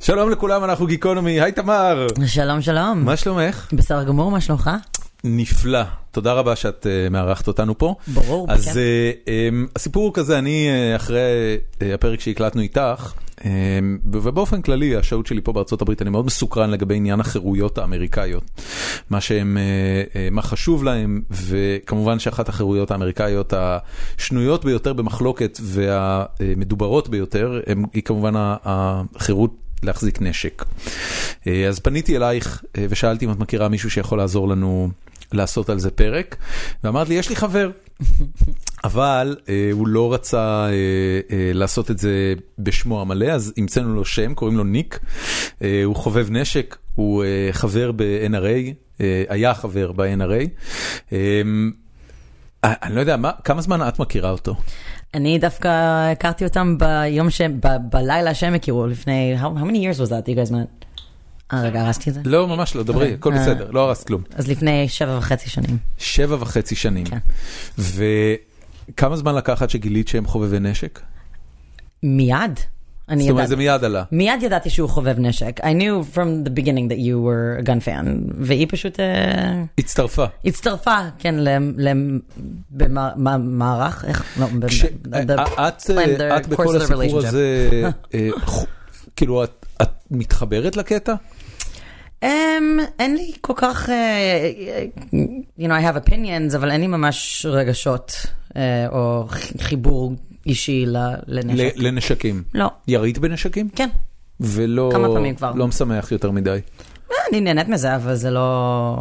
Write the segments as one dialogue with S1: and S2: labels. S1: שלום לכולם, אנחנו גיקונומי, היי תמר!
S2: שלום שלום.
S1: מה שלומך?
S2: בסדר גמור, מה שלומך?
S1: נפלא. תודה רבה שאת אה, מארחת אותנו פה.
S2: ברור,
S1: אז
S2: בכיף.
S1: אה, אמ, הסיפור הוא כזה, אני אה, אחרי אה, הפרק שהקלטנו איתך, אמ, ובאופן כללי השהות שלי פה בארצות הברית, אני מאוד מסוקרן לגבי עניין החירויות האמריקאיות. מה שהם, אה, אה, מה חשוב להם, וכמובן שאחת החירויות האמריקאיות השנויות ביותר במחלוקת והמדוברות ביותר, הם- היא כמובן ה- החירות להחזיק נשק. אה, אז פניתי אלייך אה, ושאלתי אם את מכירה מישהו שיכול לעזור לנו לעשות על זה פרק, ואמרת לי, יש לי חבר. אבל אה, הוא לא רצה אה, אה, לעשות את זה בשמו המלא, אז המצאנו לו שם, קוראים לו ניק. אה, הוא חובב נשק, הוא אה, חבר ב-NRA, אה, היה חבר ב-NRA. אה, אה, אני לא יודע, מה, כמה זמן את מכירה אותו?
S2: אני דווקא הכרתי אותם ביום ש... ב- בלילה שהם הכירו לפני... How, how many years was that? You guys met? אה, רגע, הרסתי את זה?
S1: לא, ממש לא, דברי, הכל
S2: אה.
S1: בסדר, לא הרסת כלום.
S2: אז לפני שבע וחצי שנים.
S1: שבע וחצי שנים.
S2: כן.
S1: וכמה זמן לקח עד שגילית שהם חובבי נשק?
S2: מיד? אני
S1: זאת אומרת, זה
S2: ידעתי.
S1: מיד עלה.
S2: מיד ידעתי שהוא חובב נשק. I knew from the beginning that you were a gun fan. והיא פשוט אה,
S1: הצטרפה.
S2: הצטרפה, כן, למערך, איך? לא, ב-
S1: כש- אה,
S2: ב- the-
S1: את
S2: plan the
S1: את
S2: course
S1: בכל
S2: of the
S1: הסיפור
S2: relationship.
S1: הזה, אה, ח- כאילו, את- את מתחברת לקטע?
S2: Um, אין לי כל כך, uh, you know, I have opinions, אבל אין לי ממש רגשות uh, או ח- חיבור אישי ל- לנשק.
S1: ל- לנשקים.
S2: לא,
S1: ירית בנשקים?
S2: כן.
S1: ולא
S2: כמה פעמים כבר.
S1: לא משמח יותר מדי.
S2: אה, אני נהנית מזה, אבל זה לא,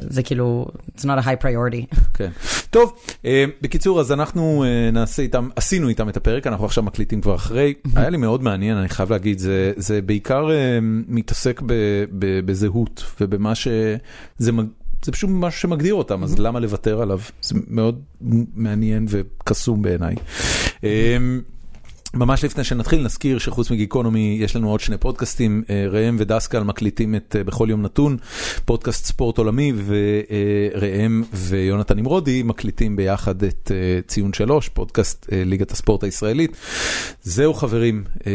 S2: זה כאילו, it's not a high priority.
S1: כן. טוב, אה, בקיצור, אז אנחנו אה, נעשה איתם, עשינו איתם את הפרק, אנחנו עכשיו מקליטים כבר אחרי. היה לי מאוד מעניין, אני חייב להגיד, זה, זה בעיקר אה, מתעסק ב, ב, בזהות ובמה ש... זה, מג- זה פשוט משהו שמגדיר אותם, אז למה לוותר עליו? זה מאוד מעניין וקסום בעיניי. אה, ממש לפני שנתחיל נזכיר שחוץ מגיקונומי יש לנו עוד שני פודקאסטים, אה, ראם ודסקל מקליטים את אה, בכל יום נתון, פודקאסט ספורט עולמי, וראם ויונתן נמרודי מקליטים ביחד את אה, ציון שלוש, פודקאסט אה, ליגת הספורט הישראלית. זהו חברים, אה,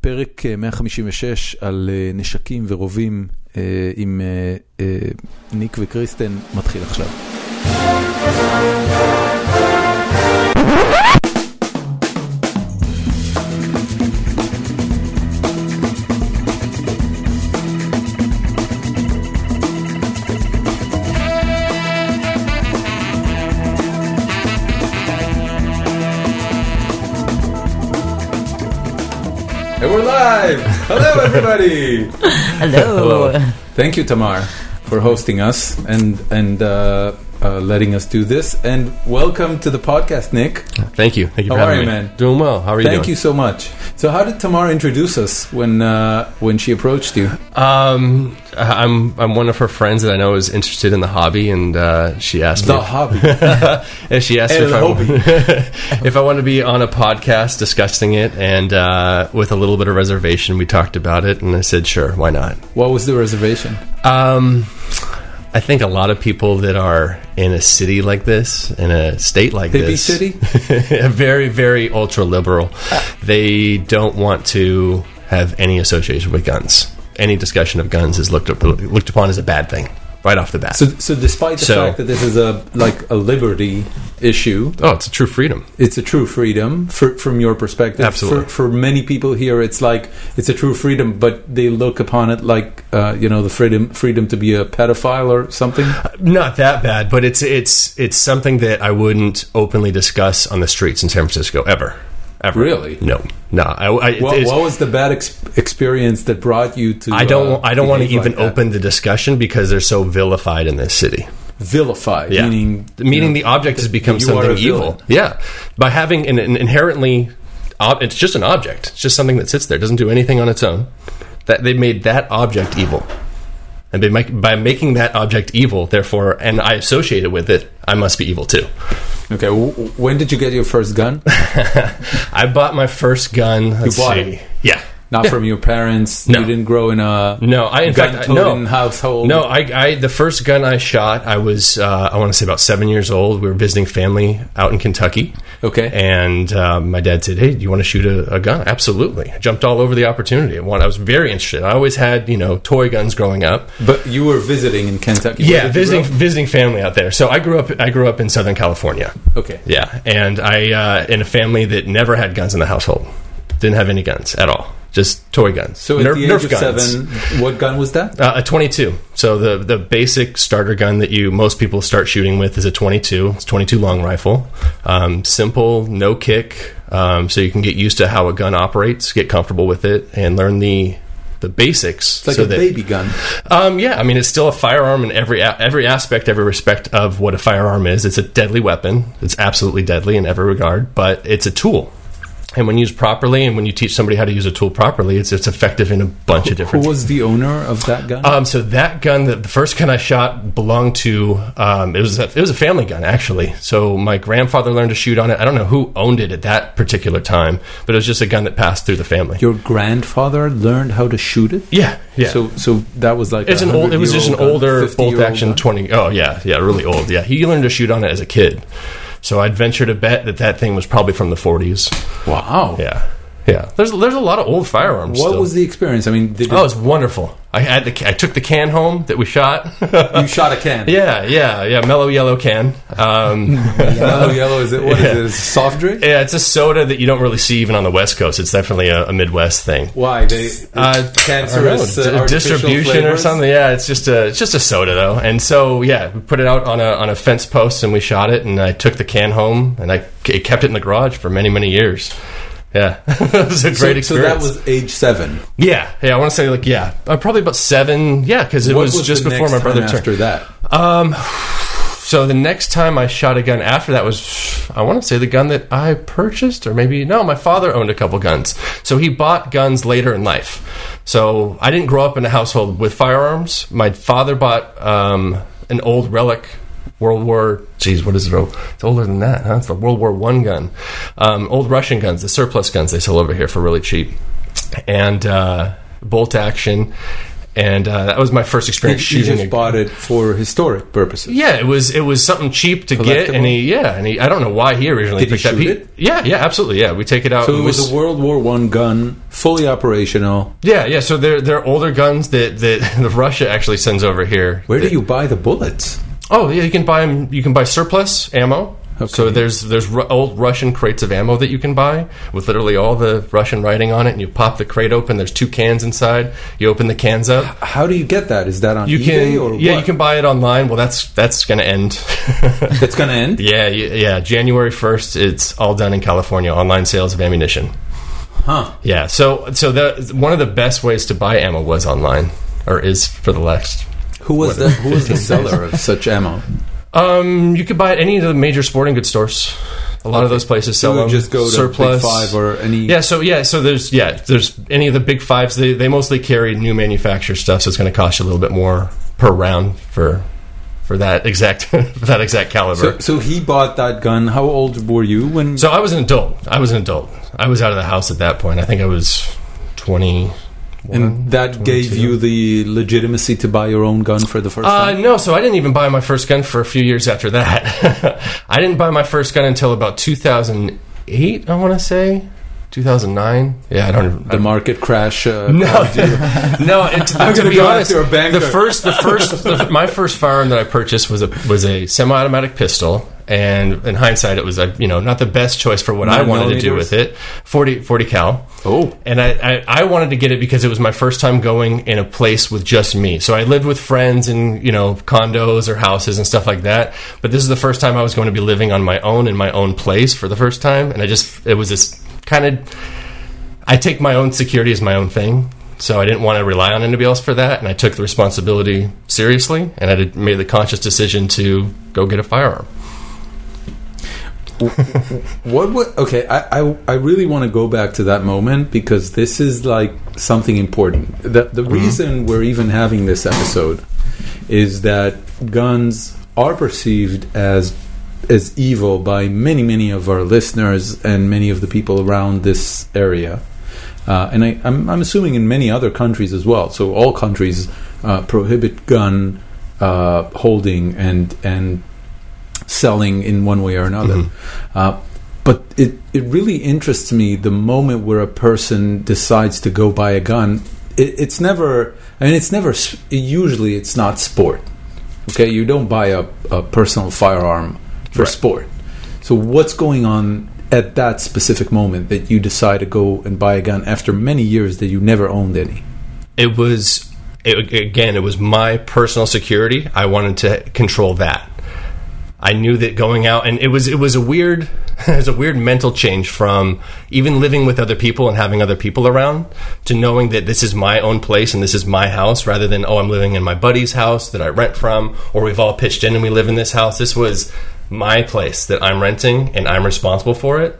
S1: פרק אה, 156 על אה, נשקים ורובים אה, עם אה, אה, ניק וקריסטן מתחיל עכשיו. And we're live! Hello everybody!
S2: הלו.
S1: Thank you, Tamar, for hosting us and and uh, uh, letting us do this. And welcome to the podcast, Nick.
S3: Thank you. Thank you
S1: How
S3: for
S1: are
S3: having
S1: you,
S3: me.
S1: man?
S3: Doing well. How are you
S1: Thank you
S3: doing?
S1: so much. So, how did Tamar introduce us when uh, when she approached you?
S3: Thank you. Um, I- I'm I'm one of her friends that I know is interested in the hobby, and uh, she asked
S1: The
S3: me
S1: hobby.
S3: if she asked me
S1: El
S3: if I, if I wanted to be on a podcast discussing it, and uh, with a little bit of reservation, we talked about it, and I said, sure, why not?
S1: What was the reservation?
S3: Um, I think a lot of people that are in a city like this, in a state like
S1: Hippie
S3: this,
S1: city?
S3: very, very ultra liberal, they don't want to have any association with guns. Any discussion of guns is looked up, looked upon as a bad thing right off the bat.
S1: So, so despite the
S3: So-
S1: fact that this is a like a liberty issue,
S3: oh, it's a true freedom.
S1: it's a true freedom for, from your perspective.
S3: Absolutely.
S1: For, for many people here, it's like it's a true freedom, but they look upon it like uh, you know the freedom freedom to be a pedophile or something.
S3: Not that bad, but it's it's it's something that I wouldn't openly discuss on the streets in San Francisco ever. Ever.
S1: Really?
S3: No. No. I, I,
S1: What,
S3: it's-
S1: what was the bad ex- experience that brought you to?
S3: I don't.
S1: uh,
S3: I don't want to
S1: behave
S3: even
S1: like that?
S3: open the discussion because they're so vilified in this city.
S1: Vilified,
S3: Yeah.
S1: meaning
S3: Meaning the object has become
S1: you are a
S3: something
S1: villain.
S3: evil. Yeah, by having an, an inherently, ob- it's just an object. It's just something that sits there, doesn't do anything on its own. That they made that object evil, and by, make, by making that object evil, therefore, and I associate it with it, I must be evil too.
S1: Okay, w- w- when did you get your first gun?
S3: I bought my first gun. Let's
S1: bought
S3: see.
S1: it?
S3: Yeah,
S1: Not from your parents.
S3: No.
S1: You didn't grow in a
S3: No, I in fact I-
S1: gun-toting
S3: no
S1: household.
S3: No, I, I the first gun I shot, I was uh, I want to say about seven years old. We were visiting family out in Kentucky,
S1: Okay.
S3: and um, my dad said, "Hey, do you want to shoot a, a gun?" Absolutely. I jumped all over the opportunity. I want- I was very interested. I always had you know toy guns growing up.
S1: but you were visiting in Kentucky. Where
S3: Yeah,
S1: did you
S3: visiting
S1: grow
S3: visiting family out there. So I grew up I grew up in Southern California.
S1: up? Okay.
S3: Yeah, and I uh, in a family that never had guns in the household, didn't have any guns at all, just toy guns.
S1: So at
S3: Nerf-
S1: the age
S3: Nerf
S1: of
S3: guns.
S1: seven, what gun was that?
S3: Uh, a 22. So the the basic starter gun that you most people start shooting with is a 22. It's 22 long rifle. Um, simple, no kick. Um, so you can get used to how a gun operates, get comfortable with it, and learn the the basics.
S1: It's like
S3: so
S1: a
S3: that,
S1: baby gun.
S3: Um, yeah, I mean it's still a firearm in every a- every aspect, every respect of what a firearm is. It's a deadly weapon. It's absolutely deadly in every regard, but it's a tool. And when used properly, and when you teach somebody how to use a tool properly, it's it's effective in a bunch of
S1: Who
S3: different.
S1: was the owner of that gun?
S3: Um, so that gun, the, the first gun I shot, belonged to um, it was a, it was a family gun actually. So my grandfather learned to shoot on it. I don't know who owned it at that particular time, but it was just a gun that passed through the family.
S1: Your grandfather learned how to shoot it.
S3: Yeah, yeah.
S1: So, so that was like
S3: it's
S1: a
S3: an old. It was just an
S1: 100-year-old gun,
S3: older
S1: 50-year-old
S3: bolt action
S1: gun.
S3: twenty. Oh yeah, yeah, really old. Yeah, he learned to shoot on it as a kid. So I'd venture to bet that that thing was probably from the forties.
S1: Wow.
S3: Yeah, yeah. There's there's a lot of old firearms.
S1: What
S3: still.
S1: was the experience? I mean, did
S3: Oh, it was wonderful. I had the ca- I took the can home that we shot.
S1: you shot a can?
S3: Yeah, yeah, yeah. Mellow yellow can. Um,
S1: Yellow, yellow is it? What is
S3: Yeah.
S1: it? Is it soft drink?
S3: yeah, it's a soda that you don't really see even on the West Coast. It's definitely a, a Midwest thing.
S1: Why they
S3: Uh,
S1: cancerous
S3: I don't know,
S1: uh,
S3: di-
S1: artificial
S3: distribution or
S1: flavors?
S3: something. Yeah, it's just a it's just a soda though. And so yeah, we put it out on a on a fence post and we shot it. And I took the can home and I it kept it in the garage for many many years. Yeah, it was a
S1: So-
S3: great experience.
S1: So that was age seven.
S3: yeah, yeah. I want to say like yeah, uh, probably about seven. Yeah, because it
S1: What
S3: was, just
S1: the
S3: before
S1: next
S3: my brother
S1: time
S3: turned.
S1: After that,
S3: Um, so the next time I shot a gun after that was, I want to say the gun that I purchased, or maybe no, my father owned a couple guns, so he bought guns later in life. So I didn't grow up in a household with firearms. My father bought um, an old relic. World War, geez, what is it? Oh, It's older than that, huh? It's the World War One gun, um, old Russian guns, the surplus guns they sell over here for really cheap, and uh, bolt action, and uh, that was my first
S1: he,
S3: experience
S1: he
S3: shooting.
S1: just
S3: a-
S1: bought it for historic purposes.
S3: yeah, it was it was something cheap to get, and he yeah, and he I don't know why he originally
S1: Did he
S3: picked that.
S1: shoot
S3: he-
S1: it?
S3: Yeah, yeah, absolutely. Yeah, we take it out.
S1: So it
S3: and we
S1: was
S3: s-
S1: a World War One gun, fully operational.
S3: yeah, yeah. So they're they're older guns that that the Russia actually sends over here.
S1: Where do you buy the bullets?
S3: Oh yeah, you can buy 'em- You can buy surplus ammo. So there's there's Ru- old Russian crates of ammo that you can buy with literally all the Russian writing on it, and you pop the crate open. There's two cans inside. You open the cans up.
S1: How do you get that? Is that on
S3: You
S1: eBay
S3: can
S1: or
S3: yeah,
S1: what?
S3: you can buy it online. Well, that's that's going to end.
S1: That's gonna end.
S3: Yeah, y- yeah. January first, it's all done in California. Online sales of ammunition.
S1: Huh.
S3: Yeah. So, so the one of the best ways to buy ammo was online, or is for the last.
S1: Who was the Who was the seller of such ammo?
S3: Um, you could buy it any of the major sporting goods stores. A lot of those places sell
S1: So
S3: them.
S1: just go to
S3: surplus
S1: Big Five or any.
S3: Yeah, so yeah, so there's yeah, there's any of the big fives. They they mostly carry new manufacturer stuff, so it's going to cost you a little bit more per round for for that exact for that exact caliber.
S1: So, so he bought that gun. How old were you when?
S3: So I was an adult. I was an adult. I was out of the house at that point. I think I was 20.
S1: and that gave you the legitimacy to buy your own gun for the first
S3: Uh,
S1: time.
S3: no, so I didn't even buy my first gun for a few years after that. I didn't buy my first gun until about 2008, I want to say. 2009? Yeah, I don't even.
S1: The market crash. Uh,
S3: No, no. It,
S1: I'm
S3: to
S1: gonna
S3: be
S1: go
S3: honest,
S1: after a banker.
S3: the first, the first, the, my first firearm that I purchased was a was a semi-automatic pistol, and in hindsight, it was a you know not the best choice for what I
S1: Nine
S3: wanted to do
S1: millimeters?
S3: with it. 40, 40 cal.
S1: Oh.
S3: and I, I I wanted to get it because it was my first time going in a place with just me. So I lived with friends in you know condos or houses and stuff like that. But this is the first time I was going to be living on my own in my own place for the first time, and I just it was this kind of I take my own security as my own thing. So I didn't want to rely on anybody else for that, and I took the responsibility seriously, and I did, made the conscious decision to go get a firearm.
S1: What would okay? I I, I really want to go back to that moment because this is like something important. The the reason we're even having this episode is that guns are perceived as as evil by many many of our listeners and many of the people around this area. uh, and I, I'm, I'm assuming in many other countries as well. So all countries uh, prohibit gun uh, holding and and selling in one way or another. Uh, but it, it really interests me the moment where a person decides to go buy a gun. It, it's never, I mean, it's never, s- usually it's not sport. Okay, you don't buy a, a personal firearm for
S3: Right.
S1: sport. So what's going on at that specific moment that you decide to go and buy a gun after many years that you never owned any?
S3: it was it, again it was my personal security i wanted to control that i knew that going out and it was it was a weird it was a weird mental change from even living with other people and having other people around to knowing that this is my own place and this is my house rather than oh i'm living in my buddy's house that i rent from or we've all pitched in and we live in this house this was my place that i'm renting and i'm responsible for it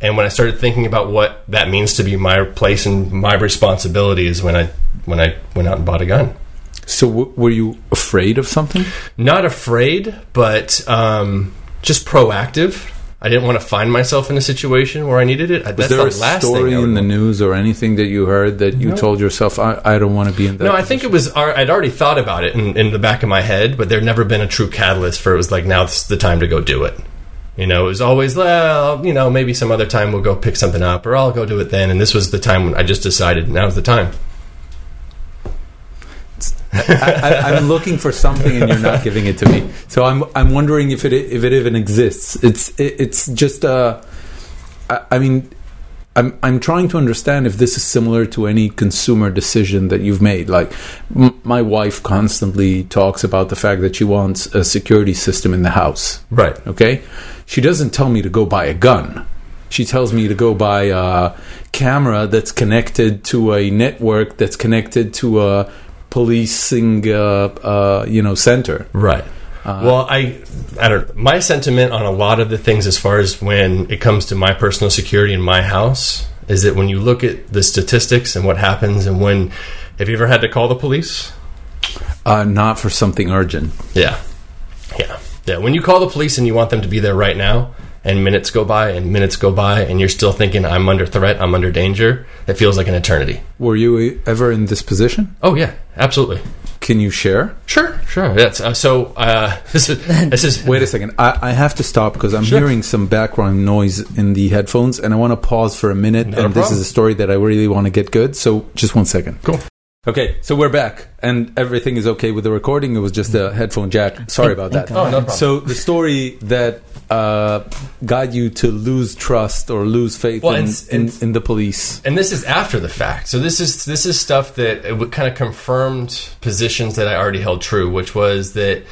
S3: and when I started thinking about what that means to be my place and my responsibility is when I when I went out and bought a gun.
S1: So w- were you afraid of something?
S3: Not afraid, but um, just proactive. I didn't want to find myself in a situation where I needed it.
S1: Was
S3: That's
S1: there
S3: the
S1: a
S3: last
S1: story
S3: thing I would
S1: in the
S3: want.
S1: news or anything that you heard that you told yourself, I, I don't want to be in that?
S3: No, I think it was. ar- I'd already thought about it in, in the back of my head, but there'd never been a true catalyst for it. Was like now's the time to go do it. You know, it was always well. You know, maybe some other time we'll go pick something up, or I'll go do it then. And this was the time when I just decided now's the time.
S1: I, I, I'm looking for something and you're not giving it to me. So I'm I'm wondering if it if it even exists. It's it, it's just uh, I, I mean, I'm I'm trying to understand if this is similar to any consumer decision that you've made. Like m- my wife constantly talks about the fact that she wants a security system in the house.
S3: Right.
S1: Okay, she doesn't tell me to go buy a gun. She tells me to go buy a camera that's connected to a network that's connected to a policing, uh, uh, you know, center.
S3: Right. well, I, I don't. My sentiment on a lot of the things, as far as when it comes to my personal security in my house, is that when you look at the statistics and what happens, and when, have you ever had to call the police?
S1: Uh, not for something urgent.
S3: Yeah, yeah, yeah. When you call the police and you want them to be there right now, and minutes go by and minutes go by, and you're still thinking, "I'm under threat. I'm under danger." It feels like an eternity.
S1: Were you ever in this position?
S3: Oh yeah, absolutely.
S1: Can you share?
S3: Sure, sure. That's uh, so. Uh, this is this is
S1: Wait a second. I, I have to stop because I'm
S3: Sure.
S1: hearing some background noise in the headphones, and I want to pause for a minute.
S3: a
S1: and this
S3: problem.
S1: is a story that I really want to get good. So just one second.
S3: cool.
S1: Okay, so we're back, and everything is okay with the recording. It was just a headphone jack. Sorry about that.
S2: Oh,
S3: no problem.
S1: So the story that uh, got you to lose trust or lose faith
S3: Well,
S1: in,
S3: it's-
S1: in,
S3: it's-
S1: in the police.
S3: and this is after the fact. So this is this is stuff that it kind of confirmed positions that I already held true, which was that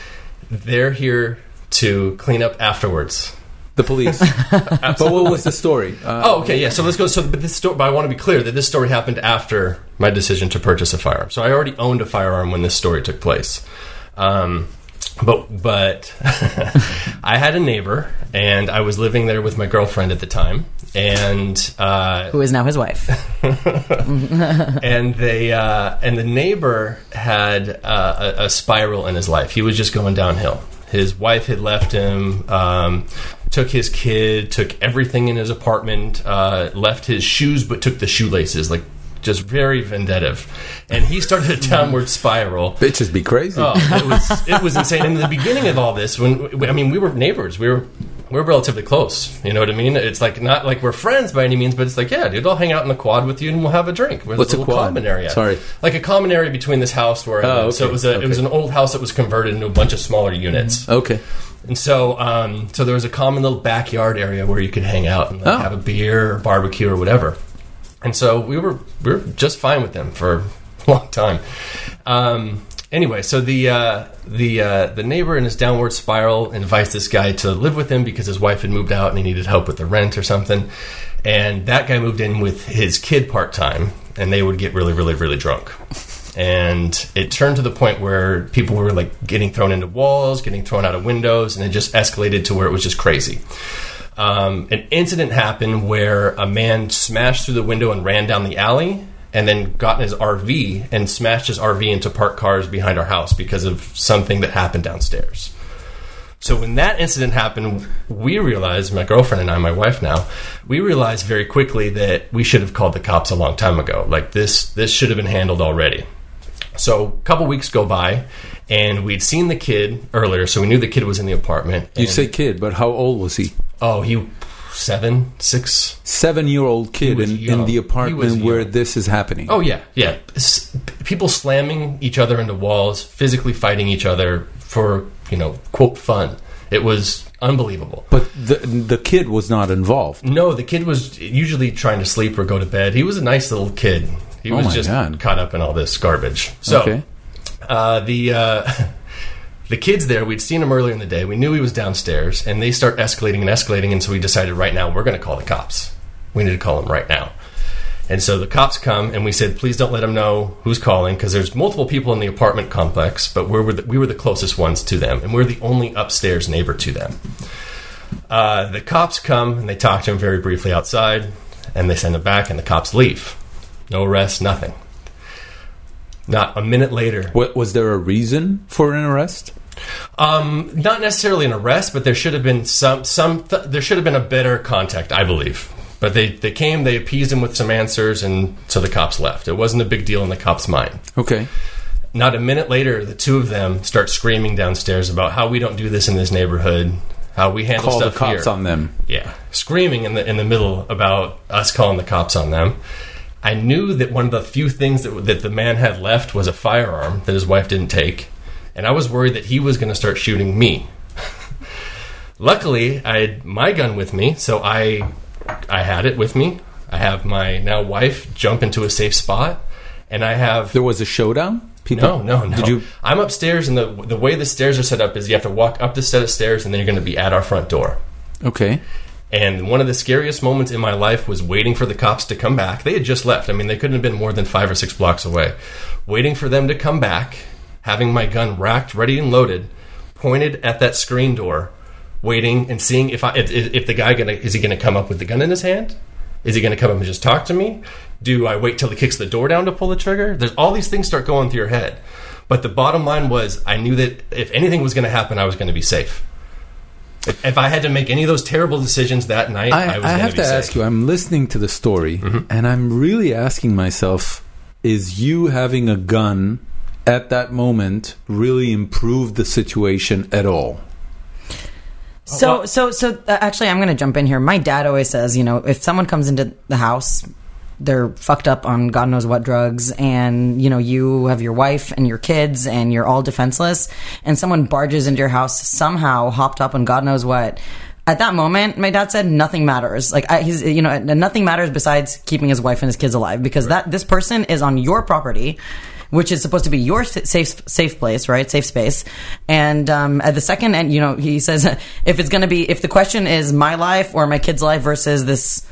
S3: they're here to clean up afterwards.
S1: The police. but what was the story? Uh,
S3: Oh, okay, yeah. So let's go. So, but this story. But I want to be clear that this story happened after my decision to purchase a firearm. So I already owned a firearm when this story took place. Um, but but I had a neighbor, and I was living there with my girlfriend at the time, and uh,
S2: Who is now his wife.
S3: and they uh, and the neighbor had uh, a, a spiral in his life. He was just going downhill. His wife had left him, um, took his kid, took everything in his apartment, uh, left his shoes, but took the shoelaces. Like just very vindictive, and he started a downward spiral.
S1: Bitches be crazy.
S3: Oh, it was it was insane. And in the beginning of all this, when I mean, we were neighbors. We were we are relatively close. You know what I mean? It's like not like we're friends by any means, but it's like yeah, dude, I'll hang out in the quad with you and we'll have a drink. Where's
S1: What's
S3: the
S1: a
S3: little
S1: quad?
S3: common area?
S1: Sorry.
S3: like a common area between this house where I
S1: Oh,
S3: live. so
S1: okay,
S3: it was a it was an old house that was converted into a bunch of smaller units.
S1: Okay.
S3: And so, um, so there was a common little backyard area where you could hang out and like,
S1: Oh.
S3: have a beer or barbecue or whatever. And so we were we were just fine with them for a long time. Um, anyway, so the uh, the uh, the neighbor in his downward spiral invites this guy to live with him because his wife had moved out and he needed help with the rent or something. And that guy moved in with his kid part time, and they would get really, really, really drunk and it turned to the point where people were like getting thrown into walls, getting thrown out of windows, and it just escalated to where it was just crazy. Um, an incident happened where a man smashed through the window and ran down the alley, and then got in his RV and smashed his RV into parked cars behind our house because of something that happened downstairs. So when that incident happened, we realized, my girlfriend and I, my wife now, we realized very quickly that we should have called the cops a long time ago. Like this, this should have been handled already. So a couple weeks go by, and we'd seen the kid earlier, so we knew the kid was in the apartment.
S1: You
S3: and-
S1: say kid, but how old was he?
S3: oh, he seven, six,
S1: Seven year old kid
S3: was
S1: in, in
S3: young.
S1: the
S3: He was
S1: apartment where
S3: young.
S1: this is happening.
S3: Oh yeah, yeah. S- people slamming each other into walls, physically fighting each other for you know quote fun. It was unbelievable.
S1: But the, the kid was not involved.
S3: No, the kid was usually trying to sleep or go to bed. He was a nice little kid. He
S1: Oh
S3: was
S1: my
S3: just
S1: God.
S3: caught up in all this garbage. So
S1: Okay.
S3: uh, the uh, the kids there, we'd seen him earlier in the day. We knew he was downstairs, and they start escalating and escalating. And so we decided right now we're going to call the cops. We need to call him right now. And so the cops come, and we said, please don't let him know who's calling because there's multiple people in the apartment complex, but we were the, we were the closest ones to them, and we're the only upstairs neighbor to them. Uh, the cops come and they talk to him very briefly outside, and they send him back, and the cops leave. No arrest, nothing. Not a minute later,
S1: What, was there a reason for an arrest?
S3: um, not necessarily an arrest, but there should have been some some th- there should have been a better contact, I believe. But they they came, they appeased him with some answers, and so the cops left. It wasn't a big deal in the cops' mind.
S1: Okay.
S3: Not a minute later, the two of them start screaming downstairs about how we don't do this in this neighborhood, how we handle
S1: Call the
S3: stuff
S1: cops
S3: here.
S1: on them.
S3: Yeah, screaming in the in the middle about us calling the cops on them. I knew that one of the few things that that the man had left was a firearm that his wife didn't take, and I was worried that he was going to start shooting me. Luckily, I had my gun with me, so I I had it with me. I have my now wife jump into a safe spot, and I have
S1: There was a showdown? People,
S3: no, no, no.
S1: Did you?
S3: I'm upstairs, and the the way the stairs are set up is you have to walk up the set of stairs, and then you're going to be at our front door.
S1: Okay.
S3: And one of the scariest moments in my life was waiting for the cops to come back. They had just left. I mean, they couldn't have been more than five or six blocks away. Waiting for them to come back, having my gun racked, ready and loaded, pointed at that screen door, waiting and seeing if I if, if the guy gonna is he gonna come up with the gun in his hand? Is he gonna come up and just talk to me? Do I wait till he kicks the door down to pull the trigger? There's all these things start going through your head. But the bottom line was, I knew that if anything was going to happen, I was going to be safe. If, if I had to make any of those terrible decisions that night, I,
S1: I,
S3: was
S1: I
S3: going
S1: have
S3: be
S1: to
S3: safe.
S1: ask you, I'm listening to the story
S3: Mm-hmm.
S1: and I'm really asking myself is you having a gun at that moment really improved the situation at all?
S2: So,
S3: Well-
S2: so, so. Uh, actually, I'm going to jump in here. My dad always says, you know, if someone comes into the house, they're fucked up on God knows what drugs, and you know, you have your wife and your kids, and you're all defenseless, and someone barges into your house somehow, hopped up on God knows what. At that moment, my dad said nothing matters. Like I, he's, you know, nothing matters besides keeping his wife and his kids alive because that this person is on your property which is supposed to be your s- safe safe place, right? Safe space. And um, at the second end, you know, he says if it's going to be if the question is my life or my kid's life versus this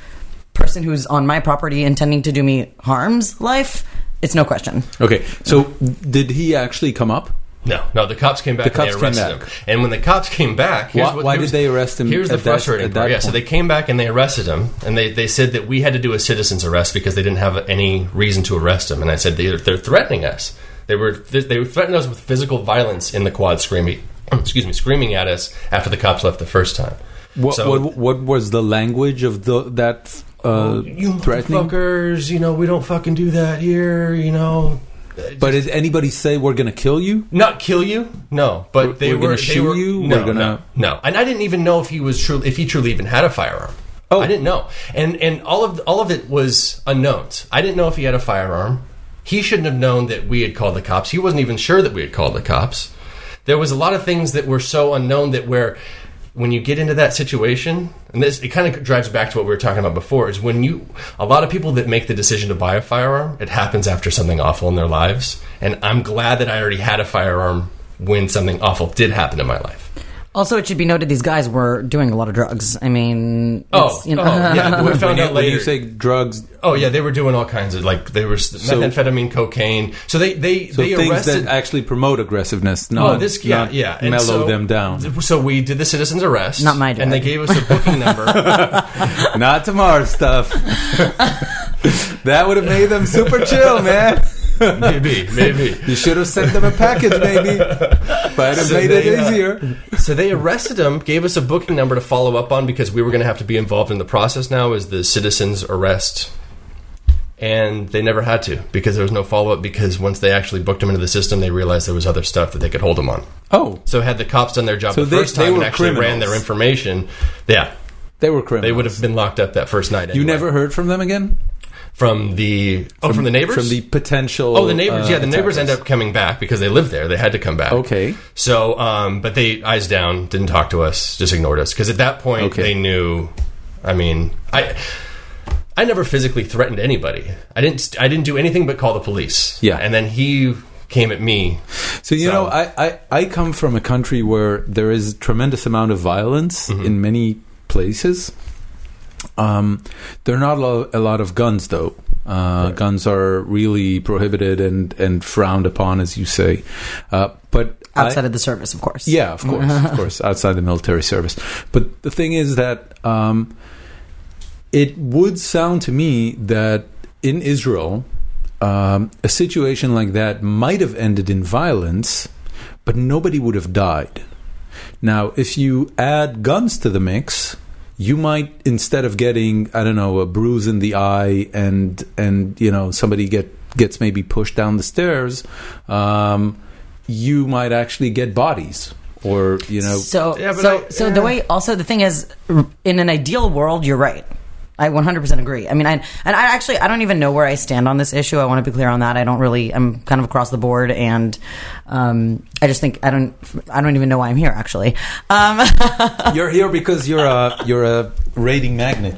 S2: person who's on my property intending to do me harm's life, it's no question.
S1: Okay, so did he actually come up?
S3: No, no. The cops came back.
S1: The
S3: and
S1: cops
S3: they
S1: came
S3: arrested
S1: back.
S3: him. And when the cops came back, here's
S1: Why-
S3: what,
S1: why
S3: here's-
S1: did they arrest him
S3: Here's the
S1: at that-
S3: frustrating
S1: at that
S3: part. Yeah, so
S1: point?
S3: they came back and they arrested him, and they, they said that we had to do a citizen's arrest because they didn't have any reason to arrest him. And I said they're, they're threatening us. They were they were threatening us with physical violence in the quad, screaming, excuse me, screaming at us after the cops left the first time.
S1: What,
S3: So-
S1: what, what was the language of the, that uh,
S3: you
S1: threatening?
S3: motherfuckers, you know, we don't fucking do that here, you know. Uh,
S1: But did anybody say we're going to kill you?
S3: Not kill you, no. But
S1: We're-
S3: they
S1: we're
S3: were
S1: gonna
S3: they
S1: shoot
S3: were-
S1: you,
S3: No,
S1: we're gonna-
S3: no, no. And I didn't even know if he was truly, if he truly even had a firearm.
S1: Oh.
S3: I didn't know. And and all of all of it was unknowns. I didn't know if he had a firearm. He shouldn't have known that we had called the cops. He wasn't even sure that we had called the cops. There was a lot of things that were so unknown that where when you get into that situation, and this it kind of drives back to what we were talking about before, is when you a lot of people that make the decision to buy a firearm, it happens after something awful in their lives. And I'm glad that I already had a firearm when something awful did happen in my life.
S2: Also, it should be noted these guys were doing a lot of drugs. I mean,
S3: Oh,
S2: it's, you know,
S3: oh, yeah. We
S1: When
S3: found
S1: you,
S3: out
S1: when you
S3: later.
S1: say drugs,
S3: Oh yeah, they were doing all kinds of like they were methamphetamine, cocaine. So they they
S1: so
S3: they
S1: things
S3: arrested.
S1: that actually promote aggressiveness, not,
S3: Oh, this yeah,
S1: not
S3: yeah. And
S1: mellow
S3: so-
S1: them down.
S3: So we did the citizens arrest.
S2: Not my
S3: And they
S2: dad.
S3: gave us a booking number.
S1: Not tomorrow stuff. that would have made them super chill, man.
S3: maybe, maybe.
S1: You should have sent them a package, maybe. Might have
S3: So
S1: made it
S3: they, uh,
S1: easier.
S3: So they arrested him, gave us a booking number to follow up on because we were going to have to be involved in the process now as the citizens arrest. And they never had to because there was no follow up because once they actually booked him into the system, they realized there was other stuff that they could hold him on.
S1: Oh,
S3: So had the cops done their job
S1: So
S3: the
S1: they-
S3: first
S1: they
S3: time and
S1: were
S3: actually ran
S1: criminals.
S3: their information, yeah,
S1: they were criminals.
S3: they would have been locked up that first night.
S1: You
S3: anyway.
S1: never heard from them again?
S3: from the oh from, the neighbors
S1: From the potential.
S3: oh the neighbors
S1: uh,
S3: yeah the neighbors end
S1: attackers.
S3: up coming back because they lived there they had to come back
S1: Okay.
S3: So, um, but they eyes down, didn't talk to us, just ignored us because at that point
S1: Okay.
S3: they knew. I mean, I I never physically threatened anybody. I didn't. I didn't do anything but call the police.
S1: Yeah.
S3: and then he came at me.
S1: So you
S3: So-
S1: know, I, I I come from a country where there is tremendous amount of violence in many places. Um, there are not a lo- a lot of guns, though. Uh, Guns are really prohibited and and frowned upon, as you say. Uh, but I-
S2: Outside of the service, of course.
S1: yeah, of course, of course, outside the military service. But the thing is that um, it would sound to me that in Israel, um, a situation like that might have ended in violence, but nobody would have died. Now, if you add guns to the mix, you might instead of getting I don't know a bruise in the eye and and you know somebody get gets maybe pushed down the stairs, um, you might actually get bodies or you know
S2: So,
S3: Yeah, but
S2: so,
S3: I-
S2: so
S3: yeah.
S2: the way. Also, the thing is, r- in an ideal world, you're right. I 100% agree. I mean, I, and I actually I don't even know where I stand on this issue. I want to be clear on that. I don't really. I'm kind of across the board, and um, I just think I don't. I don't even know why I'm here. Actually, um,
S1: you're here because you're a you're a rating magnet.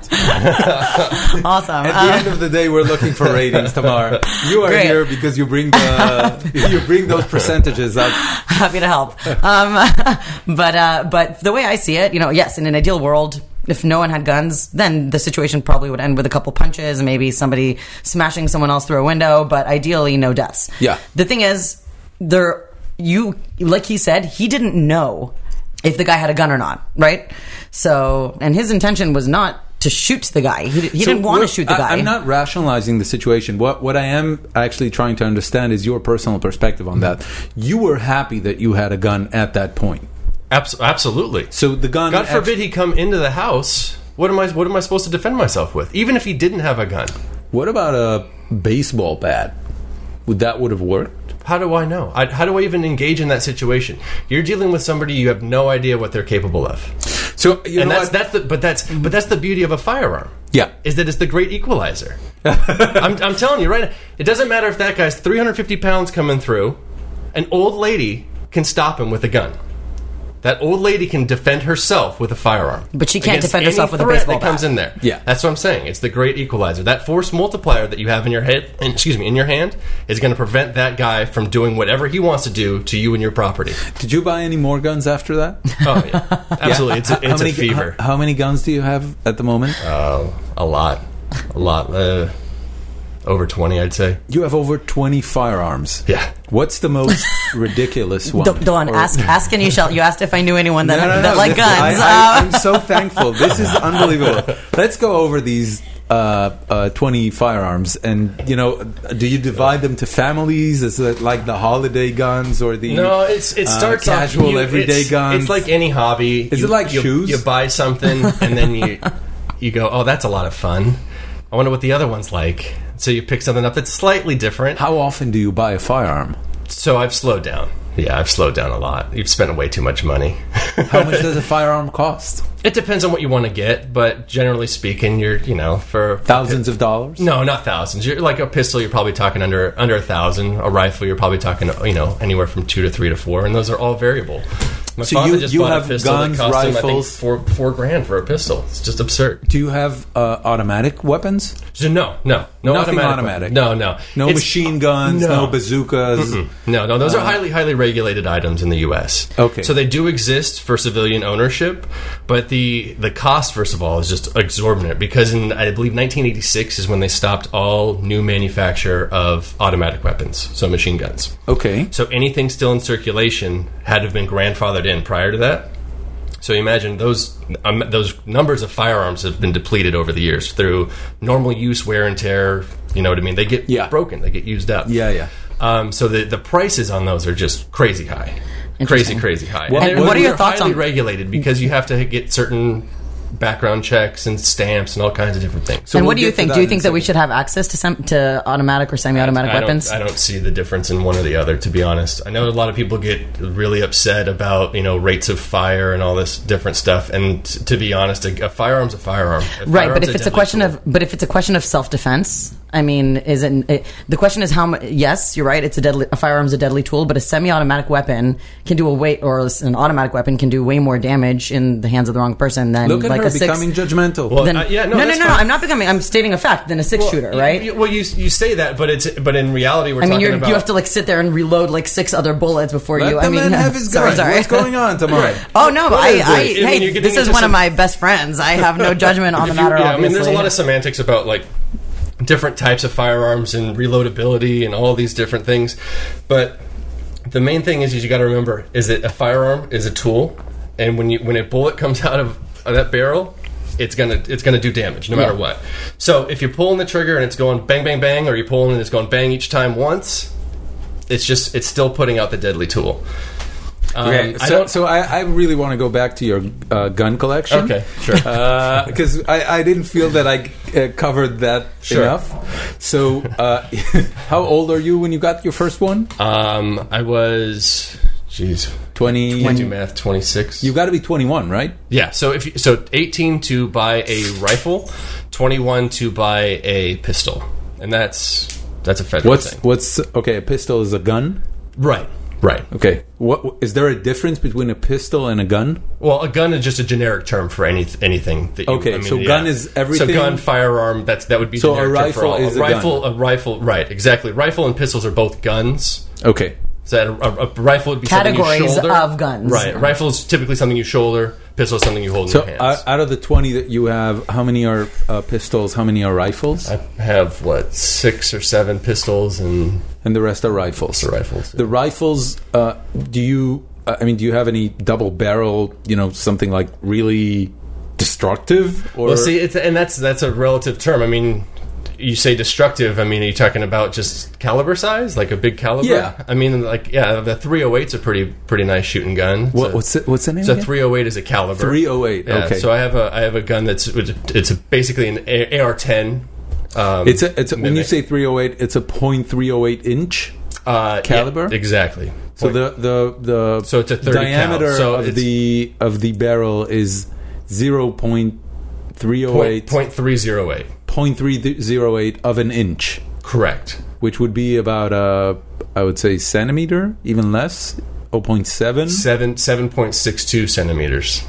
S2: awesome.
S1: At
S2: Uh,
S1: the end of the day, we're looking for ratings, Tamar. You are
S2: Great.
S1: here because you bring the you bring those percentages up.
S2: happy to help. Um, but uh, but the way I see it, you know, yes, in an ideal world, if no one had guns, then the situation probably would end with a couple punches, maybe somebody smashing someone else through a window. But ideally, no deaths.
S1: Yeah.
S2: The thing is, there you like he said he didn't know if the guy had a gun or not, right? So and his intention was not to shoot the guy. He, he didn't want to
S1: we're-
S2: shoot the
S1: I-
S2: guy.
S1: I'm not rationalizing the situation. What what I am actually trying to understand is your personal perspective on that. You were happy that you had a gun at that point.
S3: Abs- absolutely.
S1: So the gun.
S3: God
S1: actu-
S3: forbid he come into the house. What am I? What am I supposed to defend myself with? Even if he didn't have a gun,
S1: what about a baseball bat? Would that would have worked?
S3: how do I know? I, how do I even engage in that situation? You're dealing with somebody you have no idea what they're capable of.
S1: So you
S3: and
S1: know
S3: that's
S1: what?
S3: that's the but that's but that's the beauty of a firearm.
S1: Yeah.
S3: is that it's the great equalizer. I'm, I'm telling you right. now, It doesn't matter if that guy's 350 pounds coming through. An old lady can stop him with a gun. That old lady can defend herself with a firearm.
S2: But she can't
S3: Against
S2: defend
S3: any
S2: herself with a
S3: threat
S2: baseball
S3: that comes
S2: bat.
S3: in there.
S1: Yeah.
S3: that's what I'm saying. It's the great equalizer. That force multiplier that you have in your head, in- excuse me, in your hand, is going to prevent that guy from doing whatever he wants to do to you and your property.
S1: Did you buy any more guns after that?
S3: Oh yeah, absolutely. It's a, it's
S1: how many,
S3: a fever.
S1: How, how many guns do you have at the moment?
S3: Oh, a lot, a lot. Uh, over twenty, I'd say.
S1: you have over 20 firearms.
S3: Yeah.
S1: What's the most ridiculous one?
S2: Don, Don,
S1: Or-
S2: ask ask and you shall. You asked if I knew anyone that,
S1: No, no, no,
S2: that like
S1: this-
S2: guns.
S1: I,
S2: Um,
S1: am so thankful. This is unbelievable. Let's go over these uh, uh, 20 firearms. And, you know, do you divide them to families? Is it like the holiday guns or the
S3: No, it's it
S1: uh,
S3: starts off
S1: casual
S3: you-
S1: everyday
S3: it's,
S1: guns?
S3: It's like any hobby.
S1: Is it like
S3: you,
S1: shoes?
S3: You buy something and then you you go, oh, that's a lot of fun. I wonder what the other one's like. So you pick something up that's slightly different.
S1: How often do you buy a firearm?
S3: So I've slowed down. Yeah, I've slowed down a lot. You've spent way too much money.
S1: How much does a firearm cost?
S3: it depends on what you want to get, but generally speaking, you're you know for
S1: Thousands of dollars?
S3: No, not thousands. You're like a pistol. You're probably talking under under a thousand. A rifle. You're probably talking you know anywhere from two to three to four, and those are all variable. My
S1: So
S3: father
S1: you-
S3: just
S1: you
S3: bought
S1: have
S3: a pistol
S1: guns,
S3: that cost
S1: rifles?
S3: him I think four four grand for a pistol. It's just absurd.
S1: Do you have uh, automatic weapons?
S3: So no, no, no
S1: Nothing automatic.
S3: automatic. No, no,
S1: No
S3: It's-
S1: machine guns, no,
S3: no.
S1: bazookas.
S3: No, no, those are highly, highly regulated items in the U.S.
S1: Okay.
S3: so they do exist for civilian ownership, but the the cost, first of all, is just exorbitant because in I believe 1986 is when they stopped all new manufacture of automatic weapons, so machine guns.
S1: Okay.
S3: So anything still in circulation had to have been grandfathered in prior to that. So you imagine those um, those numbers of firearms have been depleted over the years through normal use, wear and tear, You know what I mean? They get
S1: Yeah.
S3: broken. They get used up.
S1: Yeah, yeah.
S3: Um, so the the prices on those are just crazy high, crazy
S2: Interesting.
S3: crazy high.
S1: What-
S3: they're-
S1: what are
S3: they're
S2: your thoughts
S3: highly
S2: on-
S3: regulated because you have to get certain background checks and stamps and all kinds of different things.
S1: So
S2: and
S1: we'll
S2: what do you
S1: get to
S2: think?
S1: that
S2: Do you
S1: in a
S2: think that we
S1: second.
S2: should have access to sem- to automatic or semi-automatic
S3: I don't-
S2: weapons?
S3: I don't see the difference in one or the other, to be honest. I know a lot of people get really upset about you know rates of fire and all this different stuff. And t- to be honest, a, a firearm's a firearm.
S2: right,
S3: A
S2: but
S3: firearm's
S2: if it's a
S3: deadly
S2: question
S3: tool.
S2: of but if it's a question of self-defense, I mean, is it, it the question is how much? Yes, you're right. It's a deadly a firearm's a deadly tool, but a semi-automatic weapon can do a way or an automatic weapon can do way more damage in the hands of the wrong person than
S1: Look at
S2: like
S1: her
S2: a six.
S1: becoming judgmental.
S2: than-
S3: Uh, yeah, no,
S2: no, no,
S3: that's
S2: no,
S3: fine.
S2: I'm not becoming. I'm stating a fact. Than a six shooter,
S3: Well,
S2: right?
S3: you- well, you you say that, but it's but in reality, we're
S2: I mean,
S3: talking
S2: you're,
S3: about
S2: you have to like sit there and reload like six other bullets before
S1: Let
S2: you.
S1: the
S2: I mean,
S1: man have his
S2: sorry,
S1: gun.
S2: sorry.
S1: What's going on tomorrow?
S2: Oh no!
S3: What
S2: I,
S3: is
S2: I,
S3: it? I mean,
S2: hey,
S3: you're getting
S2: this is
S3: into
S2: one of
S3: some-
S2: my best friends. I have no judgment on the
S3: If you-
S2: matter.
S3: yeah, I mean,
S2: obviously,
S3: there's a lot of semantics about like different types of firearms and reloadability and all these different things, but the main thing is, is you got to remember is that a firearm is a tool, and when you when a bullet comes out of that barrel. It's gonna it's gonna do damage no matter
S2: Yeah.
S3: what. So if you're pulling the trigger and it's going bang bang bang, or you're pulling and it's going bang each time once, it's just it's still putting out the deadly tool. Um,
S1: Okay,
S3: I
S1: so,
S3: don't-
S1: so I, I really want to go back to your uh, gun collection.
S3: Okay, sure.
S1: Because I, I didn't feel that I uh, covered that
S3: Sure.
S1: enough. So, uh, how old are you when you got your first one?
S3: um, I was jeez,
S1: 20.
S3: can't do math. Twenty six.
S1: You've got to be 21, right?
S3: Yeah, so if you, so, eighteen to buy a rifle, twenty-one to buy a pistol, and that's that's a federal
S1: What's
S3: thing.
S1: what's okay? A pistol is a gun.
S3: Right, right.
S1: Okay. What is there a difference between a pistol and a gun?
S3: Well, a gun is just a generic term for any anything. That you,
S1: Okay,
S3: I mean,
S1: so
S3: yeah.
S1: gun is everything-
S3: So gun, firearm. That's that would be
S1: So a
S3: generic term for
S1: rifle
S3: all.
S1: is a
S3: rifle. A rifle, right? Exactly. Rifle and pistols are both guns.
S1: Okay.
S3: So that a, a, a rifle would be something
S2: Categories
S3: you shoulder.
S2: of guns.
S3: Right. Rifle is typically something you shoulder. Pistol is something you hold in
S1: So
S3: your hands.
S1: uh, out of the 20 that you have, how many are uh, pistols? How many are rifles?
S3: I have what six or seven pistols and
S1: and the rest are rifles.
S3: rifles.
S1: The rifles. Uh, do you? Uh, I mean, do you have any double barrel? You know, something like really destructive? Or
S3: Well, see, it's, and that's that's a relative term. I mean, you say destructive. I mean, are you talking about just caliber size, like a big caliber?
S1: Yeah.
S3: I mean, like yeah, the 308's a pretty pretty nice shooting gun. It's
S1: what,
S3: a-
S1: what's the, what's the name?
S3: So
S1: again?
S3: 308 is a caliber.
S1: 308,
S3: Yeah,
S1: okay.
S3: So I have a I have a gun that's it's basically an A- AR-10. Um,
S1: It's a, it's a, when you
S3: Mimic.
S1: say 308, it's a point three oh eight inch.
S3: uh, yeah,
S1: caliber?
S3: exactly.
S1: So the the the
S3: So it's a 30 cal.
S1: diameter
S3: So
S1: of
S3: it's-
S1: the of the barrel is zero point three oh
S3: Point-
S1: eight
S3: point three zero eight.
S1: point three zero eight of an inch,
S3: Correct.
S1: which would be about uh I would say centimeter, even less, 0.7
S3: Seven seven point six two centimeters.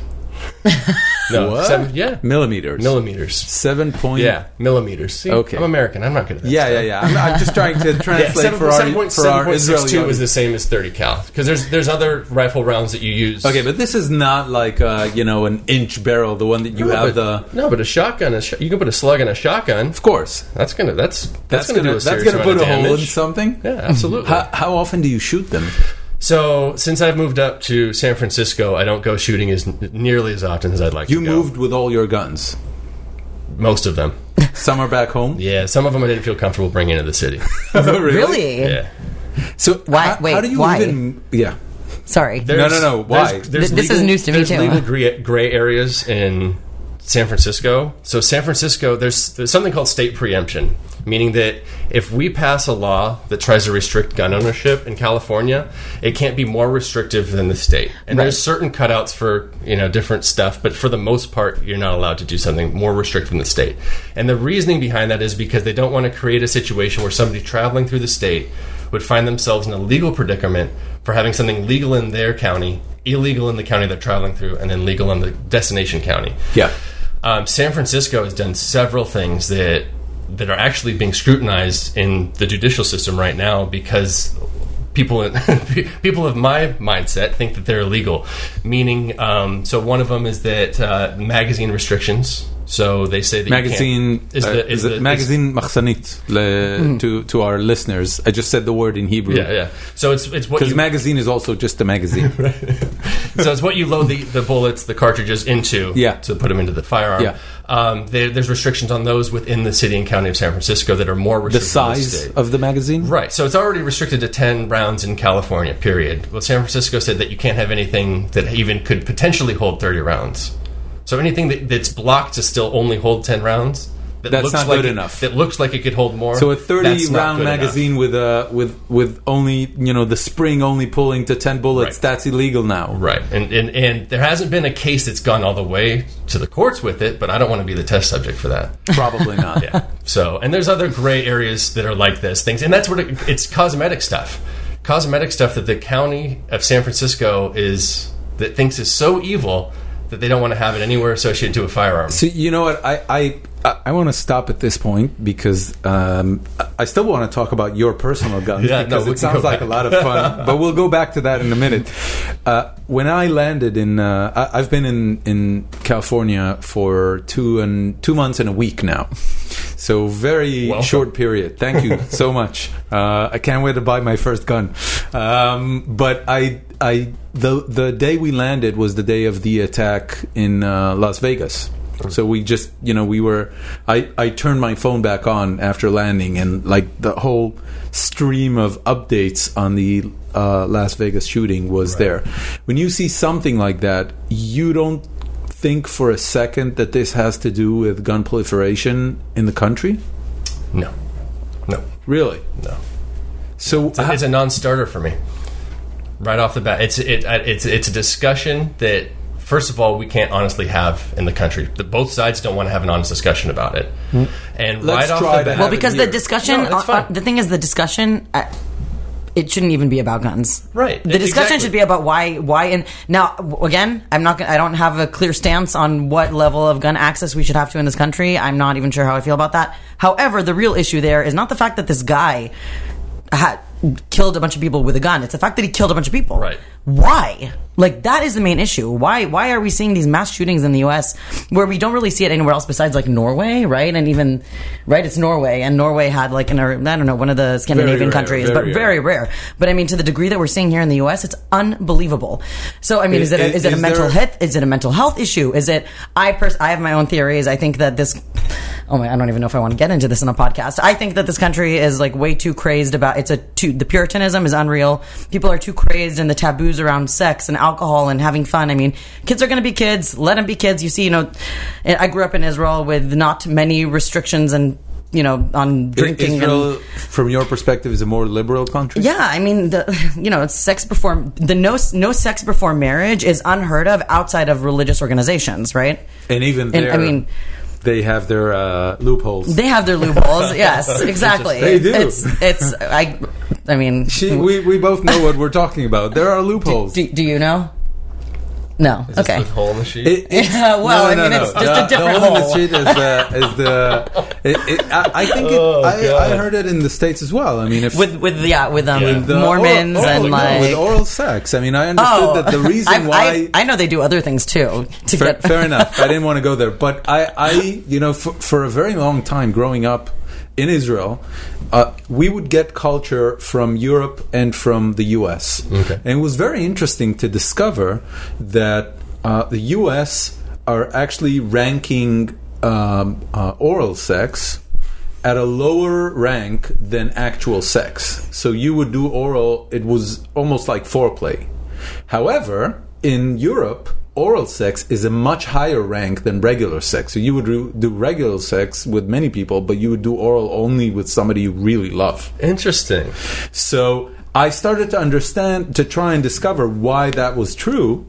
S3: no,
S1: What?
S3: seven- yeah,
S1: millimeters.
S3: millimeters.
S1: Seven point.
S3: Yeah, millimeters. See,
S1: Okay.
S3: I'm American. I'm not good at that.
S1: Yeah,
S3: stuff.
S1: yeah, yeah. I'm, I'm just trying to
S3: Yeah,
S1: translate
S3: seven
S1: for
S3: point
S1: our
S3: seven point
S1: for our
S3: seven point six
S1: Israeli
S3: two is
S1: audience.
S3: the same as thirty cal because there's there's other rifle rounds that you use.
S1: Okay, but this is not like uh, you know an inch barrel, the one that you
S3: no,
S1: have
S3: but,
S1: the.
S3: no, but a shotgun. Is sh- you can put a slug in a shotgun.
S1: Of course,
S3: That's gonna that's
S1: that's,
S3: that's, gonna,
S1: gonna,
S3: do a
S1: that's
S3: serious
S1: gonna put
S3: amount
S1: a
S3: of
S1: hole in
S3: damage.
S1: something.
S3: Yeah, absolutely.
S1: How, how often do you shoot them?
S3: so since I've moved up to San Francisco, I don't go shooting as n- nearly as often as I'd like.
S1: You
S3: to go.
S1: moved with all your guns.
S3: most of them.
S1: Some are back home.
S3: Yeah, some of them I didn't feel comfortable bringing into the city.
S1: really?
S2: really.
S3: Yeah,
S1: So
S2: Why-
S1: How, how
S2: wait,
S1: do you
S2: why?
S1: even? Yeah.
S2: Sorry.
S3: There's-
S1: No, no, no,
S3: there's-
S1: why?
S3: there's
S2: Th- this is news to me,
S3: there's
S2: too.
S3: legal gray, gray areas in San Francisco. So San Francisco, there's there's something called state preemption, meaning that if we pass a law that tries to restrict gun ownership in California, it can't be more restrictive than the state. And there's certain cutouts for you know different stuff, but for the most part, you're not allowed to do something more restrictive than the state. And the reasoning behind that is because they don't want to create a situation where somebody traveling through the state would find themselves in a legal predicament for having something legal in their county, illegal in the county they're traveling through, and then legal in the destination county.
S1: Yeah.
S3: Um, San Francisco has done several things that that are actually being scrutinized in the judicial system right now because people in, people of my mindset think that they're illegal. Meaning, um, so one of them is that uh, magazine restrictions. So they say that you can't-
S1: Magazine
S3: is
S1: uh,
S3: the, is
S1: is it
S3: the- is-
S1: magazine מחסנית
S2: Mm-hmm.
S1: le- to to our listeners. I just said the word in Hebrew.
S3: yeah, yeah. So it's it's what
S1: Because
S3: you
S1: magazine is also just a magazine.
S3: so it's what you load the, the bullets, the cartridges into
S1: Yeah.
S3: to put them into the firearm.
S1: Yeah.
S3: Um, there, there's restrictions on those within the city and county of San Francisco that are more
S1: The
S3: restricted. than
S1: size
S3: state.
S1: of the magazine?
S3: Right. So it's already restricted to 10 rounds in California, period. Well, San Francisco said that you can't have anything that even could potentially hold 30 rounds. So anything that, that's blocked to still only hold 10 rounds. That
S1: That's
S3: looks
S1: not
S3: like
S1: good
S3: it-
S1: enough.
S3: That looks like it could hold more.
S1: So a
S3: that's not
S1: 30-round
S3: good enough.
S1: magazine with a with with only you know the spring only pulling to 10 bullets.
S3: Right.
S1: That's illegal now.
S3: Right. And, and, and there hasn't been a case that's gone all the way to the courts with it, but I don't want to be the test subject for that.
S1: Probably not.
S3: yeah. So, and there's other gray areas that are like this things, and that's what it, it's cosmetic stuff, cosmetic stuff that the county of San Francisco is that thinks is so evil that they don't want to have it anywhere associated to a firearm.
S1: So you know what I I I- I want to stop at this point because um, I- I still want to talk about your personal guns
S3: Yeah, no,
S1: because
S3: we
S1: it
S3: can
S1: sounds
S3: go
S1: like a
S3: back.
S1: lot of fun. but we'll go back to that in a minute. Uh, when I landed in, uh, I, I've been in in California for two and two months and a week now, so very
S3: Welcome.
S1: short period. Thank you so much. Uh, I can't wait to buy my first gun. Um, but I I the the day we landed was the day of the attack in uh, Las Vegas. So we just, you know, we were. I, I turned my phone back on after landing, and like the whole stream of updates on the uh, Las Vegas shooting was there. When you see something like that, you don't think for a second that this has to do with gun proliferation in the country.
S3: no, no,
S1: Really?
S3: no.
S1: So
S3: It's
S2: Uh-huh.
S3: a, it's a non-starter for me, right off the bat. It's it, I- it's it's a discussion that first of all we can't honestly have in the country. The, both sides don't want to have an honest discussion about it.
S2: Hmm.
S3: And
S1: Let's
S3: right off
S1: try
S3: the
S1: to
S3: bat,
S1: have
S2: Well, because
S1: here.
S2: the discussion,
S3: No, that's
S2: uh, uh,
S3: fine.
S2: the thing is, the discussion, uh, it shouldn't even be about guns.
S3: Right.
S2: The
S3: It's
S2: discussion
S3: exactly-
S2: should be about why, why, and now w- again, I'm not, gonna, I don't have a clear stance on what level of gun access we should have to in this country. I'm not even sure how I feel about that. However, the real issue there is not the fact that this guy had killed a bunch of people with a gun. It's the fact that he killed a bunch of people.
S3: Right.
S2: Why? Like that is the main issue. Why? Why are we seeing these mass shootings in the U.S. where we don't really see it anywhere else besides like Norway, right? And even right, it's Norway, and Norway had like an I don't know one of the Scandinavian
S1: rare,
S2: countries,
S1: very
S2: but
S1: rare.
S2: very rare. But I mean, to the degree that we're seeing here in the U.S., it's unbelievable. So I mean, is, it a,
S1: Is-
S2: is it a
S1: is
S2: mental
S1: there-
S2: health? Is it a mental health issue? Is it? I pers- I have my own theories. I think that this. Oh my! I don't even know if I want to get into this in a podcast. I think that this country is like way too crazed about. It's a too the puritanism is unreal. People are too crazed, and the taboos around sex and alcohol and having fun. I mean, kids are going to be kids. Let them be kids. You see, you know, I grew up in Israel with not many restrictions and you know on drinking and
S1: Israel, from your perspective, is a more liberal country.
S2: yeah, I mean the you know sex before the no no sex before marriage is unheard of outside of religious organizations, right?
S1: and even
S2: And,
S1: there,
S2: I mean-
S1: they have their uh, loopholes.
S2: They have their loopholes. yes, exactly.
S1: They do.
S2: It's it's I I mean
S1: she, we, we both know what we're talking about. There are loopholes.
S2: do, do you know? No.
S3: Just
S2: okay.
S3: the hole in the sheet.
S1: It- it's-
S2: Yeah, well, I mean, it's just a
S1: The-
S2: different
S1: the
S2: hole.
S1: The is the, is the it, it, I, I think it, I, I heard it in the states as well. I mean, if
S2: With with yeah with um
S3: Yeah.
S1: the oral-
S2: Mormons
S1: oral-
S2: and
S1: no,
S2: like Oh.
S1: with oral sex. I mean, I understood that the reason
S2: I, I-
S1: why
S2: I, know they do other things too to
S1: fair,
S2: get
S1: fair enough. I didn't want to go there, but I, I you know, for, for a very long time growing up in Israel, uh, we would get culture from Europe and from the U.S.
S3: Okay.
S1: And it was very interesting to discover that uh, the U.S. are actually ranking um, uh, oral sex at a lower rank than actual sex. So you would do oral, it was almost like foreplay. However, in Europe, oral sex is a much higher rank than regular sex. So you would re- do regular sex with many people, but you would do oral only with somebody you really love.
S3: Interesting.
S1: So I started to understand, to try and discover why that was true.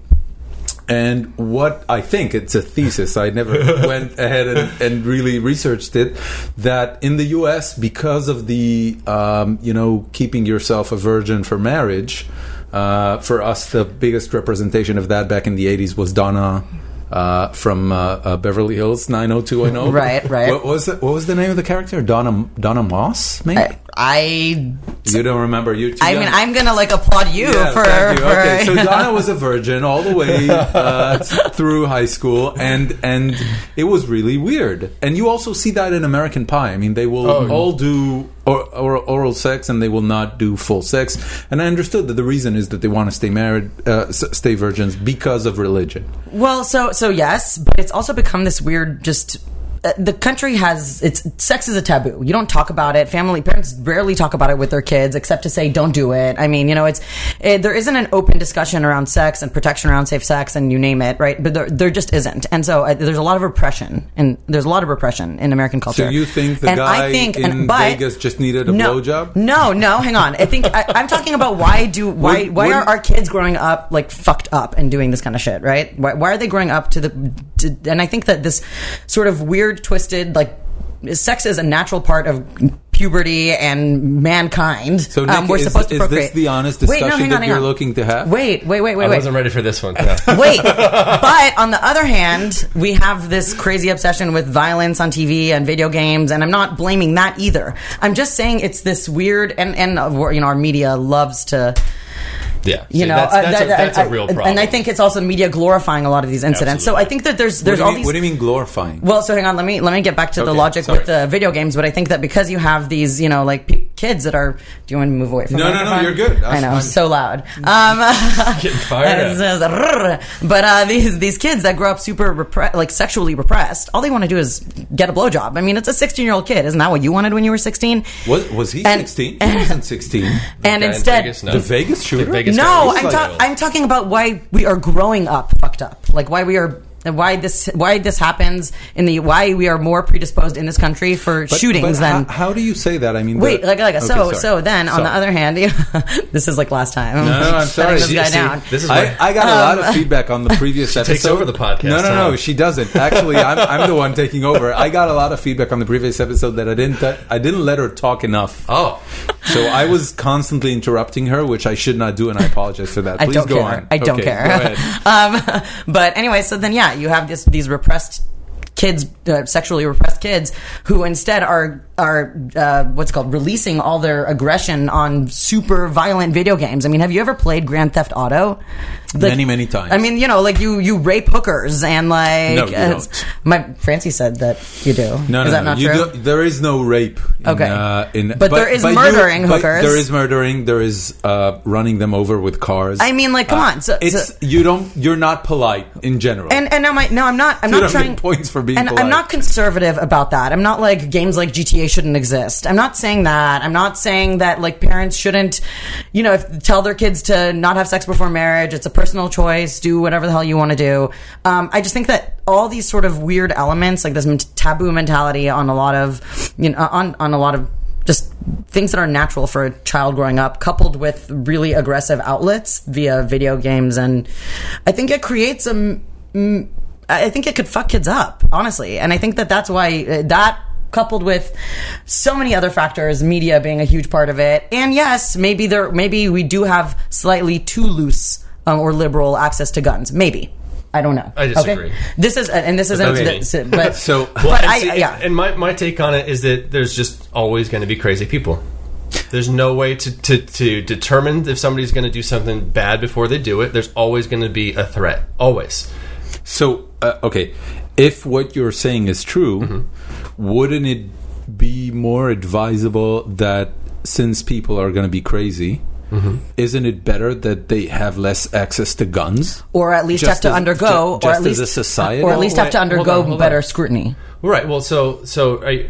S1: And what I think, it's a thesis, I never went ahead and, and really researched it, that in the US, because of the, um, you know, keeping yourself a virgin for marriage, uh, for us, the biggest representation of that back in the 80s was Donna. Uh, from uh, uh, Beverly Hills, nine hundred two one zero.
S2: Right, right.
S1: What was the, what was the name of the character? Donna Donna Moss, maybe.
S2: I
S1: You don't remember you? Too
S2: Uh, I
S1: young.
S2: mean I'm gonna like applaud you
S1: Yeah,
S2: for,
S1: thank you.
S2: for
S1: okay. So Donna was a virgin all the way uh, through high school, and
S3: Oh,
S1: and it was really weird. And you also see that in American Pie. I mean, they will all do or, or oral sex and they will not do full sex. And I understood that the reason is that they want to stay married, uh, s- stay virgins because of religion.
S2: Well, so so yes, but it's also become this weird just. uh, The country has it's sex is a taboo. You don't talk about it. Family parents rarely talk about it with their kids, except to say don't do it. I mean, you know, it's it, there isn't an open discussion around sex and protection around safe sex and you name it, right? But there, there just isn't, and so uh, there's a lot of repression and there's a lot of repression in American
S1: So
S2: culture.
S1: you think the
S2: And
S1: guy
S2: I think,
S1: in
S2: and, but,
S1: Vegas just needed a
S2: no,
S1: blowjob?
S2: No, no, hang on. I think I, I'm talking about why do why
S1: Would-
S2: why
S1: would-
S2: are our kids growing up like fucked up and doing this kind of shit, right? Why, why are they growing up to the? To, and I think that this sort of weird, twisted like sex is a natural part of puberty and mankind.
S1: So Nick,
S2: um, we're
S1: is,
S2: supposed to
S1: is
S2: procreate.
S1: this the honest
S2: Wait,
S1: discussion
S2: no, hang on,
S1: that
S2: hang
S1: you're
S2: on.
S1: looking to have?
S2: Wait, wait, wait, wait,
S3: I
S2: wait.
S3: wasn't ready for this one. No.
S2: Wait, but on the other hand, we have this crazy obsession with violence on TV and video games, and I'm not blaming that either. I'm just saying it's this weird, and and uh, we're- you know our media loves to.
S3: yeah,
S2: You
S3: See,
S2: know,
S3: that's,
S2: uh,
S3: that's, a,
S2: that-
S3: that's
S2: I-
S3: a real problem.
S2: and I think it's also media glorifying a lot of these incidents. So I
S3: Absolutely.
S2: think that there's
S1: What
S2: there's
S1: do, you
S2: all
S1: mean,
S2: these.
S1: what do you mean glorifying?
S2: Well, so hang on. Let me let me get back to the
S1: Okay,
S2: logic
S1: sorry.
S2: with the video games. But I think that because you have these, you know, like p- kids that are. Do you want me to move away from?
S1: No,
S2: the
S1: no, no,
S2: microphone?
S1: you're good. Mm.
S2: I know,
S1: I'm-
S2: I'm so loud. Um,
S3: Getting fired
S2: that is-
S3: up.
S2: is a rrr. but uh, these these kids that grow up super repre- like sexually repressed, all they want to do is get a blowjob. I mean, it's a 16 year old kid. Isn't that what you wanted when you were 16?
S1: was, was he
S2: and-
S1: 16? He wasn't 16.
S2: And
S3: Guy in
S2: instead,
S3: Vegas,
S1: The Vegas shooter?
S3: Vegas guy
S2: no,
S3: was
S2: I'm,
S3: like-
S2: ta- I'm talking about why we are growing up fucked up. Like why we are why this why this happens in the why we are more predisposed in this country for
S1: But-
S2: shootings
S1: but
S2: than
S1: How, how do you say that? I mean,
S2: Wait,
S1: the-
S2: like, like,
S1: okay,
S2: so,
S1: sorry.
S2: so then, on the
S1: Sorry.
S2: other hand, this is like last time.
S1: No, no, I'm sorry.
S2: Shutting this
S1: See-
S2: guy
S1: see,
S2: down.
S3: This is
S1: I,
S3: why
S1: I got a
S2: Um,
S1: lot of feedback on the previous episode.
S3: takes over the podcast,
S1: No, no, no,
S3: huh?
S1: she doesn't. Actually, I'm, I'm the one taking over. I got a lot of feedback on the previous episode that I didn't I I didn't let her talk enough.
S3: oh,
S1: So I was constantly interrupting her, which I should not do, and I apologize for that.
S2: I
S1: Please
S2: don't
S1: go
S2: care.
S1: on.
S2: I don't
S1: Okay,
S2: care.
S1: Go ahead.
S2: um, but anyway, so then yeah, you have this these repressed kids, uh, sexually repressed kids, who instead are are uh, what's called releasing all their aggression on super violent video games. I mean, have you ever played Grand Theft Auto? Like-
S1: Many, many times.
S2: I mean, you know, like you you rape hookers and like
S1: No, you
S2: uh,
S1: don't.
S2: my Francie said that you do.
S1: No,
S2: is
S1: no,
S2: that
S1: no.
S2: not
S1: you
S2: true?
S1: do- there is no rape. In,
S2: Okay.
S1: uh, in,
S2: But there is murdering
S1: but
S2: hookers.
S1: There is murdering. There is uh, running them over with cars.
S2: I mean, like, come on, so-
S1: Uh, it's
S2: so-
S1: you don't. You're not polite in general.
S2: And and now my no, I'm not. I'm
S1: You
S2: not
S1: don't get
S2: trying
S1: points for being
S2: And
S1: polite.
S2: I'm not conservative about that. I'm not like games like GTA shouldn't exist. I'm not saying that. I'm not saying that like parents shouldn't, you know, if, tell their kids to not have sex before marriage. It's a personal choice. Do whatever the hell you want to do. Um, I just think that all these sort of weird elements, like this men- taboo mentality on a lot of, you know, on on a lot of just things that are natural for a child growing up coupled with really aggressive outlets via video games and i think it creates a m- m- Mm, i think it could fuck kids up honestly and i think that that's why uh, that coupled with so many other factors media being a huge part of it and yes maybe there maybe we do have slightly too loose um, or liberal access to guns maybe i don't know
S3: I disagree.
S2: this is uh, and this isn't
S3: Okay.
S2: this- but
S1: So-
S2: but
S3: Well, and,
S2: I, uh,
S3: see,
S2: yeah
S3: and my, my take on it is that there's just always going to be crazy people. There's no way to, to, to determine if somebody's going to do something bad before they do it. There's always going to be a threat. Always.
S1: So, uh, okay, if what you're saying is true, wouldn't it be more advisable that since people are going to be crazy, isn't it better that they have less access to guns?
S2: or at least
S1: Just
S2: have to
S1: as-
S2: undergo,
S1: ju-
S2: or
S1: just
S2: at
S1: as
S2: least
S1: a society?
S2: or at least have to
S3: Wait, hold
S2: undergo
S3: on, hold
S2: better
S3: on.
S2: scrutiny.
S3: Right. Well, so so are you-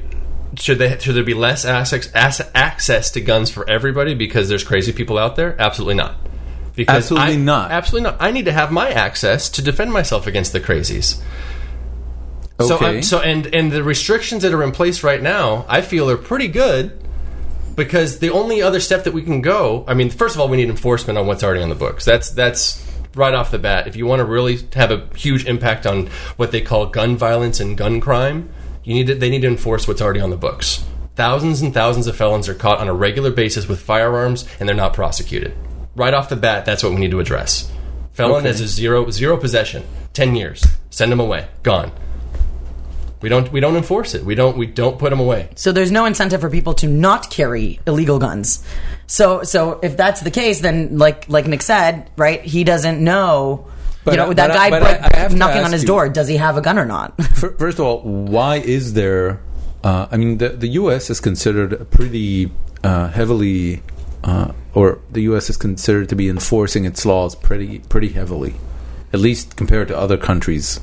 S3: should they should there be less access ass- access to guns for everybody because there's crazy people out there? Absolutely not. Because
S1: Absolutely
S3: I-
S1: not.
S3: Absolutely not. I need to have my access to defend myself against the crazies. So,
S1: Okay.
S3: I'm, so and and the restrictions that are in place right now, I feel are pretty good because the only other step that we can go, I mean, first of all, we need enforcement on what's already on the books. That's that's right off the bat. If you want to really have a huge impact on what they call gun violence and gun crime, you need to, they need to enforce what's already on the books. Thousands and thousands of felons are caught on a regular basis with firearms, and they're not prosecuted. Right off the bat, that's what we need to address. Felon is a zero zero possession, ten years. Send them away. Gone. We don't we don't enforce it. We don't we don't put them away.
S2: So there's no incentive for people to not carry illegal guns. So so if that's the case, then like like Nick said, right? He doesn't know.
S1: But
S2: you
S1: I-
S2: know that
S1: but I-
S2: guy
S1: but
S2: break-
S1: I- I have to
S2: knocking
S1: ask
S2: on his
S1: you-
S2: door. Does he have a gun or not?
S1: Fir- First of all, why is there Uh, I mean, the, the U.S. is considered a pretty uh, heavily, uh, or the U.S. is considered to be enforcing its laws pretty pretty heavily, at least compared to other countries.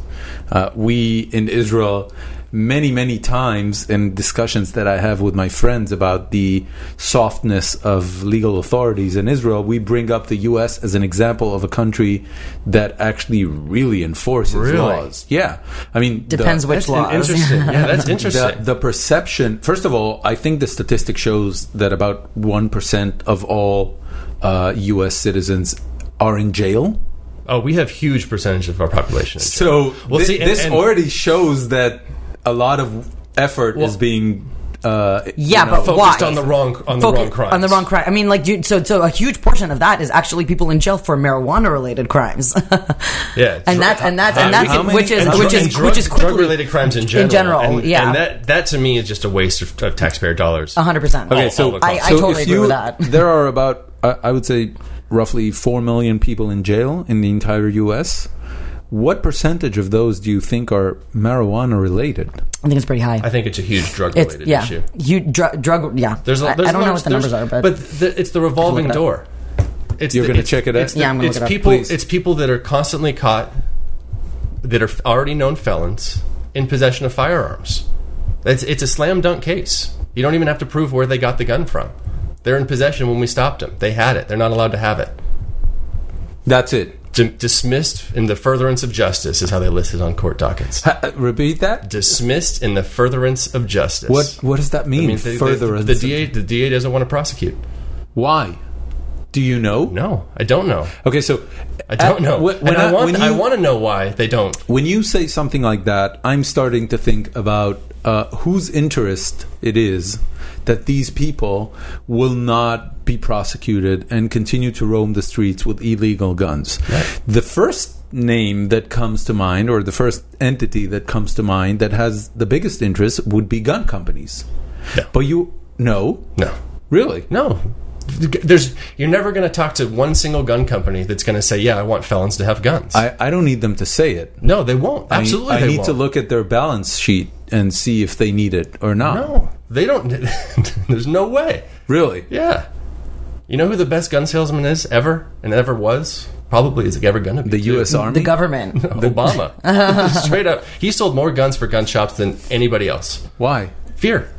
S1: Uh, we in Israel, many many times in discussions that I have with my friends about the softness of legal authorities in Israel, we bring up the U.S. as an example of a country that actually really enforces
S3: Really?
S1: laws. Yeah, I mean the-
S2: Depends which
S3: That's in-
S2: laws.
S3: interesting. Yeah, that's
S1: the,
S3: interesting.
S1: the perception first of all i think the statistic shows that about 1% of all uh, us citizens are in jail
S3: oh, we have huge percentage of our population. in jail.
S1: so
S3: Well,
S1: thi-
S3: see, and-
S1: this
S3: and-
S1: already shows that a lot of effort is being uh,
S2: Yeah,
S1: you
S2: but
S1: know,
S2: why?
S3: focused on the wrong on the
S2: Focus-
S3: wrong crimes.
S2: On the wrong crime. I mean, like, dude, so so a huge portion of that is actually people in jail for marijuana related crimes.
S3: Yeah,
S2: and
S3: dr-
S2: that's and that's
S3: how-
S2: and that's
S1: how many-
S2: which is
S1: and
S2: which
S1: dr-
S2: is
S3: and drug,
S2: which is quickly
S3: related crimes in general.
S2: general,
S3: and,
S2: yeah.
S3: and that that to me is just a waste of, of taxpayer dollars.
S2: hundred percent.
S3: Okay, so-
S2: I, I
S3: so
S2: totally
S1: if
S2: agree
S1: you-
S2: with that.
S1: there are about, I I would say, roughly 4 million people in jail in the entire U.S. What percentage of those do you think are marijuana related?
S2: I think it's pretty high.
S3: I think it's a huge drug
S2: It's
S3: related
S2: yeah,
S3: issue.
S2: you drug drug yeah.
S3: There's, a,
S2: I-
S3: there's
S2: I don't know
S3: large-
S2: what the
S3: there's-
S2: numbers are, but,
S3: the, it's the revolving
S2: look it up.
S3: door. It's
S1: You're
S3: the-
S1: gonna
S3: it's-
S1: check it
S3: it's
S1: out?
S3: the-
S2: Yeah, I'm gonna
S3: it's
S2: look it up.
S3: people.
S1: Please.
S3: It's people that are constantly caught that are f- already known felons in possession of firearms. It's it's a slam dunk case. You don't even have to prove where they got the gun from. They're in possession when we stopped them. They had it. They're not allowed to have it.
S1: That's it.
S3: D- dismissed in the furtherance of justice is how they list it on court dockets.
S1: Uh, Repeat that.
S3: dismissed in the furtherance of justice.
S1: What What does that mean?
S3: I mean, they- they-
S1: Further,
S3: the DA the DA doesn't want to prosecute.
S1: Why? Do you know?
S3: No, I don't know.
S1: Okay, so uh,
S3: I don't know.
S1: When,
S3: and I, want
S1: when
S3: I
S1: you-
S3: want to know why they don't.
S1: when you say something like that, I'm starting to think about uh, whose interest it is that these people will not be prosecuted and continue to roam the streets with illegal guns. The first name that comes to mind, or the first entity that comes to mind that has the biggest interest, would be gun companies.
S3: No.
S1: But you, no,
S3: No,
S1: really?
S3: no. There's you're never going to talk to one single gun company that's going to say, "Yeah, I want felons to have guns."
S1: I, I don't need them to say it.
S3: no, they won't.
S1: I-
S3: Absolutely,
S1: I,
S3: they
S1: need
S3: won't.
S1: to look at their balance sheet and see if they need it or not.
S3: No, they don't. there's no way.
S1: Really?
S3: Yeah. You know who the best gun salesman is ever and ever was? Probably is ever going to be
S1: The
S3: too.
S1: U.S. Army.
S2: the government.
S3: Obama. Straight up, he sold more guns for gun shops than anybody else.
S1: Why?
S3: Fear,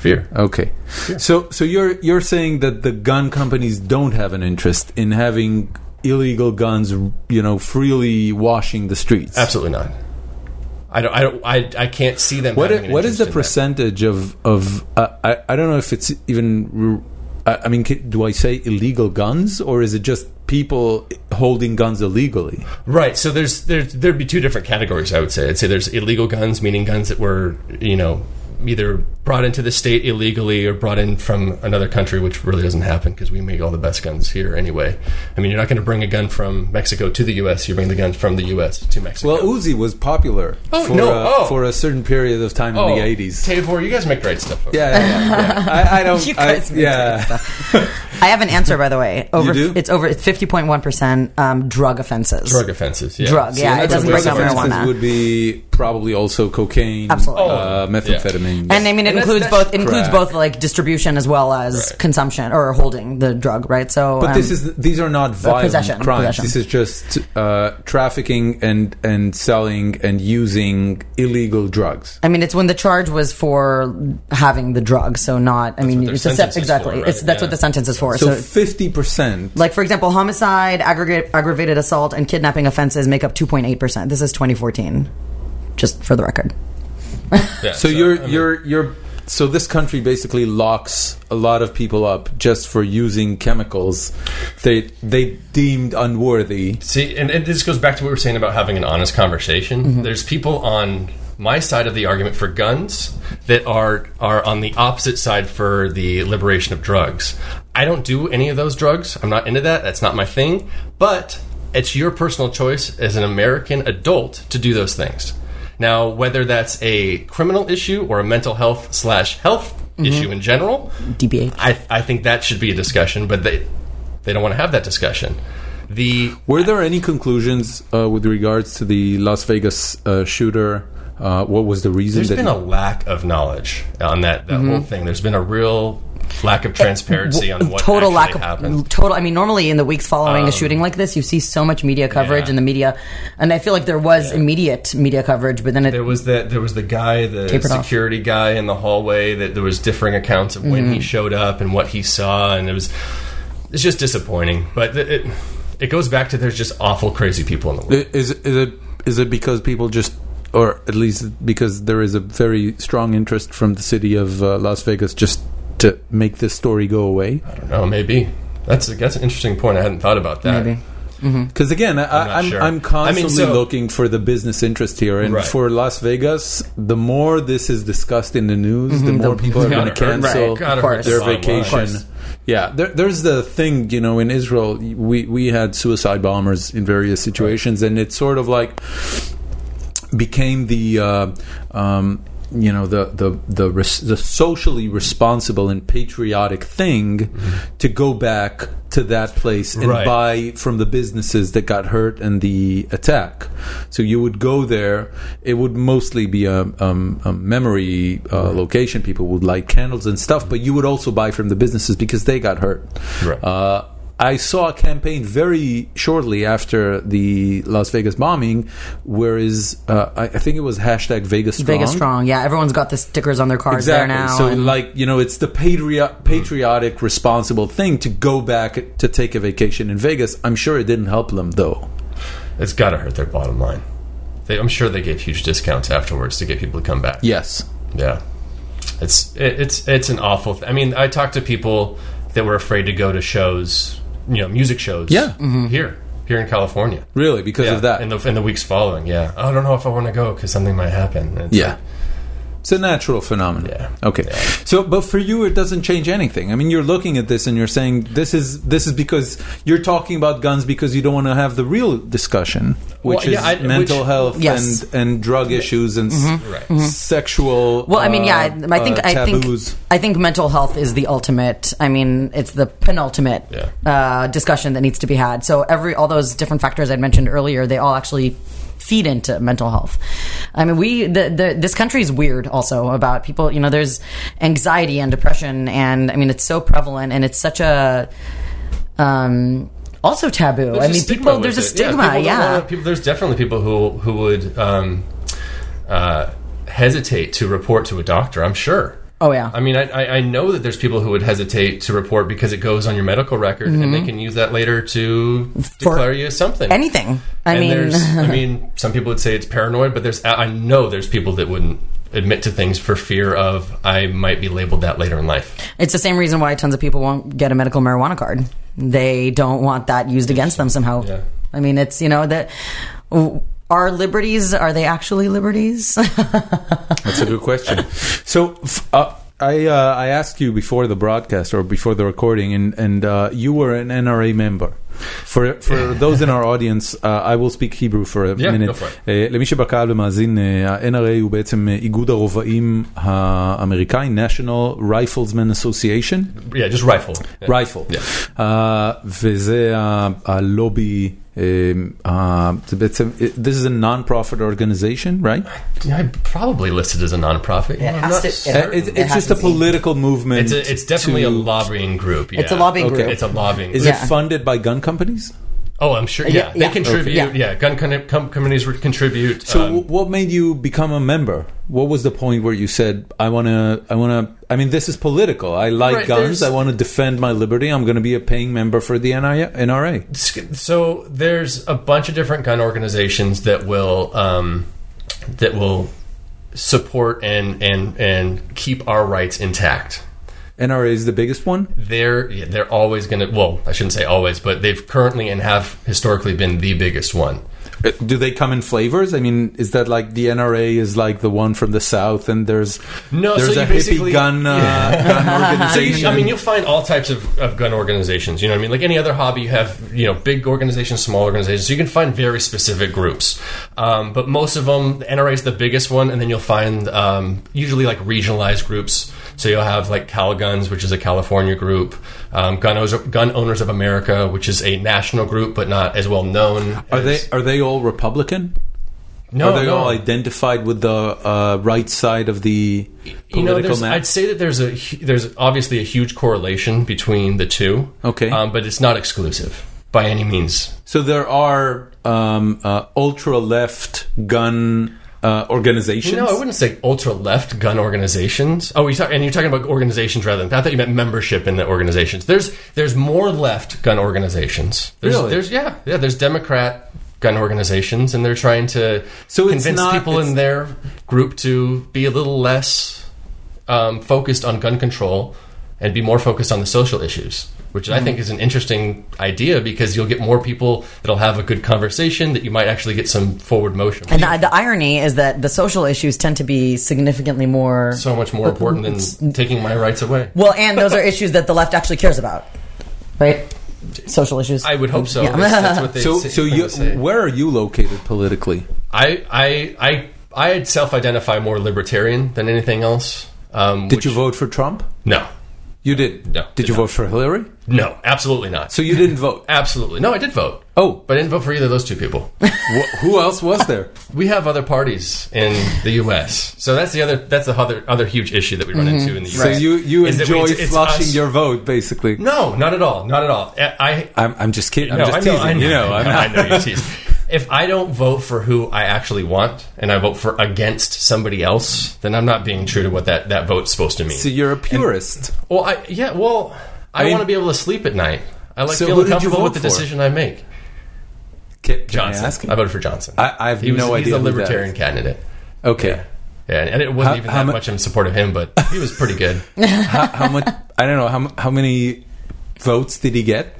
S3: fear.
S1: Okay. So, so you're you're saying that the gun companies don't have an interest in having illegal guns, you know, freely washing the streets.
S3: Absolutely not. I don't. I don't. I, I can't see them.
S1: What i-
S3: having an
S1: what is
S3: interest
S1: the
S3: in that.
S1: percentage of of uh, I I don't know if it's even r- I, I mean ca- do I say illegal guns or is it just people holding guns illegally?
S3: Right. So there's there's there'd be two different categories. I would say. I'd say there's illegal guns, meaning guns that were you know either brought into the state illegally or brought in from another country, which really doesn't happen because we make all the best guns here anyway. I mean, you're not going to bring a gun from Mexico to the U.S. You bring the gun from the U.S. to Mexico.
S1: Well, Uzi was popular
S3: Oh,
S1: for
S3: no,
S1: a,
S3: oh.
S1: for a certain period of time
S3: Oh,
S1: in the eighties.
S3: Tavor, you guys make great stuff. Over
S1: yeah, yeah, yeah. I, I don't.
S2: You
S1: I-
S2: guys make
S1: yeah.
S2: I have an answer by the way. Over
S1: do?
S2: it's over it's fifty point one percent um drug offenses.
S3: drug offenses. Yeah.
S2: Drug, yeah, it
S1: Another
S2: doesn't
S1: drug
S2: break down
S1: offenses
S2: marijuana.
S1: Would be probably also cocaine,
S2: Absolutely.
S1: uh,
S3: Oh,
S1: methamphetamine,
S2: and I mean, it
S3: And that's-
S2: includes
S3: that's
S2: both it includes
S1: crack.
S2: both like distribution as well as
S3: Right.
S2: consumption or holding the drug, right? So,
S1: But
S2: um,
S1: this is these are not violent
S2: possession,
S1: crimes.
S2: possession.
S1: This is just uh, trafficking and and selling and using illegal drugs.
S2: I mean, it's when the charge was for having the drug, so not. I mean,
S3: their
S2: it's a
S3: sentence
S2: step
S3: is
S2: exactly.
S3: for, right?
S2: It's that's
S3: Yeah.
S2: what the sentence is for.
S1: So
S2: So,
S1: fifty percent.
S2: like for example, homicide, aggregate, aggravated assault, and kidnapping offenses make up two point eight percent. This is twenty fourteen, just for the record.
S3: Yeah,
S1: So you're
S3: I mean-
S1: you're you're. So this country basically locks a lot of people up just for using chemicals they they deemed unworthy.
S3: See, and, and this goes back to what we were saying about having an honest conversation. There's people on my side of the argument for guns that are are on the opposite side for the liberation of drugs. I don't do any of those drugs. I'm not into that. That's not my thing. But it's your personal choice as an American adult to do those things. Now, whether that's a criminal issue or a mental health slash health issue in general,
S2: DBH.
S3: I, I think that should be a discussion. But they they don't want to have that discussion. The
S1: Were there any conclusions uh, with regards to the Las Vegas uh, shooter Uh, what was the reason
S3: There's
S1: that
S3: been a lack of knowledge on that, that
S2: Mm-hmm.
S3: whole thing. There's been a real lack of transparency on what
S2: total lack of
S3: happened. Um,
S2: total. I mean, normally in the weeks following a shooting like this, you see so much media coverage
S3: yeah.
S2: in the media, and I feel like there was immediate media coverage, but then it
S3: There was that. There was the guy, the
S2: Tapered off.
S3: security guy in the hallway. That there was differing accounts of when he
S2: Mm-hmm.
S3: showed up and what he saw, and it was. It's just disappointing, but it it, it goes back to there's just awful, crazy people in the world.
S1: Is is it is it because people just, or at least because there is a very strong interest from the city of uh, Las Vegas just to make this story go away?
S3: I don't know. Oh, Maybe that's that's an interesting point. I hadn't thought about that.
S2: maybe.
S1: Because again, I, I'm
S3: not
S1: I'm,
S3: sure. I mean,
S1: constantly
S3: so-
S1: looking for the business interest here, and
S3: Right.
S1: for Las Vegas, the more this is discussed in the news, Mm-hmm. the more people are going to
S3: Gotta hurt-
S1: cancel.
S2: right,
S3: gotta
S2: of
S3: hurt the
S1: their
S3: bottom line.
S1: vacation. Yeah, there, there's the thing, you know, in Israel, we, we had suicide bombers in various situations, and it's sort of like became the. Uh, um, you know the the the, res- the socially responsible and patriotic thing to go back to that place and
S3: Mm-hmm. Right.
S1: buy from the businesses that got hurt and the attack. So you would go there. It would mostly be a, um, a memory uh, location. People would light candles and stuff, but you would also buy from the businesses because they got hurt.
S3: Right.
S1: Uh, I saw a campaign very shortly after the Las Vegas bombing, whereas uh, I, I think it was hashtag Vegas Strong.
S2: Vegas strong, yeah. Everyone's got the stickers on their cars there
S1: Exactly.
S2: now.
S1: so,
S2: and-
S1: like you know, it's the patri- patriotic, responsible thing to go back to take a vacation in Vegas. I'm sure it didn't help them though.
S3: It's got to hurt their bottom line. They, I'm sure they gave huge discounts afterwards to get people to come back.
S1: Yes.
S3: Yeah. It's it, it's it's an awful. Th- I mean, I talked to people that were afraid to go to shows, you know, music shows.
S1: Yeah.
S2: Mm-hmm.
S3: here here in California.
S1: Really, because of that.
S3: in the in the weeks following. Yeah, I don't know if I want to go because something might happen. It's
S1: yeah.
S3: like,
S1: It's a natural phenomenon.
S3: Yeah.
S1: Okay. So, but for you, it doesn't change anything. I mean, you're looking at this and you're saying this is this is because you're talking about guns because you don't want to have the real discussion, which
S3: Well, yeah,
S1: is
S3: I- which- Mm-hmm.
S1: mental health
S2: Yes.
S1: and and drug issues and s-
S3: Right.
S1: sexual.
S2: Well, I mean, yeah,
S1: uh,
S2: I, I think
S1: uh,
S2: I think
S1: taboos.
S2: I think mental health is the ultimate. I mean, it's the penultimate
S3: Yeah.
S2: uh, discussion that needs to be had. So every all those different factors I mentioned earlier, they all actually feed into mental health. I mean, we the, the this country is weird also about people. You know, there's anxiety and depression, and I mean, it's so prevalent, and it's such a um, also taboo. I
S3: There's a
S2: mean,
S3: stigma
S2: people
S3: with
S2: there's a
S3: it.
S2: stigma.
S3: people don't
S2: yeah.
S3: wanna- people- there's definitely people who who would um, uh, hesitate to report to a doctor. I'm sure.
S2: Oh yeah.
S3: I mean, I, I, I know that there's people who would hesitate to report because it goes on your medical record, and they can use that later to declare you something.
S2: Mm-hmm. Anything. I
S3: and
S2: mean.
S3: there's, I mean, some people would say it's paranoid, but there's, I I know there's people that wouldn't admit to things for fear of I might be labeled that later in life.
S2: It's the same reason why tons of people won't get a medical marijuana card. They don't want that used against them somehow.
S3: Yeah.
S2: I mean, it's you know that our liberties are they actually liberties?
S1: That's a good question. So f- uh, I uh, I asked you before the broadcast or before the recording, and and uh, you were an NRA member. For for those in our audience, uh, I will speak Hebrew for a
S3: Yeah,
S1: minute. Uh,
S3: go for it.
S1: אה, למי שבקהל ומאזין, אה, ה-NRA הוא בעצם אה, איגוד הרובעים האמריקאי, uh, National Riflesmen Association. Uh,
S3: Yeah, just rifle. Yeah.
S1: רייפל. וזה ה- הלובי, אה, ה- זה בעצם, uh, this is a non-profit organization, right?
S3: Yeah, I'm probably listed as a nonprofit. It
S2: has to- it
S1: Uh, It's,
S2: It
S1: it's
S2: has
S1: just
S2: to
S1: a
S2: be.
S1: political movement.
S3: it's, a, it's definitely
S1: to-
S3: a lobbying group.
S2: It's a
S3: yeah.
S2: lobbying
S1: Okay.
S2: group.
S3: It's a lobbying
S1: Is
S3: group.
S2: Yeah.
S1: it funded by gun companies?
S3: Oh, I'm sure.
S2: Yeah,
S3: Yeah,
S2: yeah.
S3: they contribute.
S2: Okay.
S3: Yeah, gun con- com- companies would contribute.
S1: So,
S3: um,
S1: w- what made you become a member? What was the point where you said, "I want to, I want to"? I mean, this is political. I like
S3: Right,
S1: guns.
S3: there's-
S1: I want to defend my liberty. I'm going to be a paying member for the NRA.
S3: so there's a bunch of different gun organizations that will um, that will support and and and keep our rights intact.
S1: NRA is the biggest one.
S3: They're yeah, they're always going to well, I shouldn't say always, but they've currently and have historically been the biggest one.
S1: Uh, Do they come in flavors? I mean, is that like the NRA is like the one from the south, and there's
S3: No, so
S1: there's
S3: you
S1: a hippie
S3: basically-
S1: gun, uh, gun organization.
S3: I mean, you'll find all types of, of gun organizations. You know what I mean? Like any other hobby, you have, you know, big organizations, small organizations. So you can find very specific groups. Um, but most of them, the NRA is the biggest one. And then you'll find um, usually like regionalized groups. So you'll have like Cal Guns, which is a California group, um, Gun, Owners, Gun Owners of America, which is a national group, but not as well known.
S1: are they
S3: as-
S1: are they all Republican? Are
S4: No,
S1: they
S4: no.
S1: all identified with the uh, right side of the political
S3: you know, there's-
S1: map?
S3: I'd say that there's a hu- there's obviously a huge correlation between the two.
S1: Okay.
S3: um, but it's not exclusive by any means.
S1: So there are um, uh, ultra left gun uh, organizations.
S3: You know, I wouldn't say ultra left gun organizations. Oh, you talk, and you're talking about organizations rather than I thought you meant membership in the organizations. There's there's more left gun organizations. There's,
S1: Really?
S3: There's yeah yeah. There's Democrat gun organizations, and they're trying to
S1: So it's
S3: convince
S1: not-
S3: people in
S1: it's-
S3: their group to be a little less um, focused on gun control and be more focused on the social issues. Which
S1: Mm-hmm.
S3: I think is an interesting idea because you'll get more people that'll have a good conversation that you might actually get some forward motion.
S2: And the, the irony is that the social issues tend to be significantly more.
S3: so much more important than taking my rights away.
S2: well, and those are issues that the left actually cares about, right? Social issues.
S3: I would hope so.
S2: Yeah.
S3: That's, that's what they
S1: So,
S3: say-
S1: so
S3: they
S1: you,
S3: say.
S1: where are you located politically?
S3: I, I, I, I self-identify more libertarian than anything else. Um,
S1: Did
S3: which-
S1: you vote for Trump?
S3: No,
S1: You did.
S3: No,
S1: Did
S3: did
S1: you
S3: not.
S1: vote for Hillary?
S3: no, absolutely not.
S1: So you didn't vote.
S3: absolutely no, I did vote.
S1: Oh,
S3: But I didn't vote for either of those two people.
S1: wh- who else was there?
S3: we have other parties in the U.S., so that's the other that's the other other huge issue that we run into in the
S1: Mm-hmm. So
S3: U.S.
S1: you you
S3: is that we-
S1: enjoy
S3: it's- it's
S1: flushing
S3: us-
S1: your vote, basically.
S3: no, not at all, not at all. I, I
S1: I'm, I'm just kidding. I'm
S3: No,
S1: just
S3: I know,
S1: teasing.
S3: I know,
S1: you know,
S3: I
S1: I'm
S3: know,
S1: not-
S3: I know you're teasing. If I don't vote for who I actually want and I vote for against somebody else, then I'm not being true to what that, that vote's supposed to mean.
S1: So you're a purist.
S3: well, I yeah, well, I,
S1: mean-
S3: want to be able to sleep at night. I like
S1: So who
S3: feeling
S1: did you
S3: comfortable with
S1: vote
S3: the
S1: for?
S3: decision I make.
S1: Can- can I
S3: Johnson.
S1: ask?
S3: I voted for Johnson.
S1: I- I have
S3: he was,
S1: no
S3: he's
S1: idea
S3: a
S1: who that
S3: libertarian
S1: is.
S3: candidate.
S1: Okay.
S3: Yeah, and, and it wasn't
S1: How-
S3: even
S1: how
S3: that
S1: mu-
S3: much in support of him, but he was pretty good.
S1: how, how much? I don't know. How mu- how many votes did he get?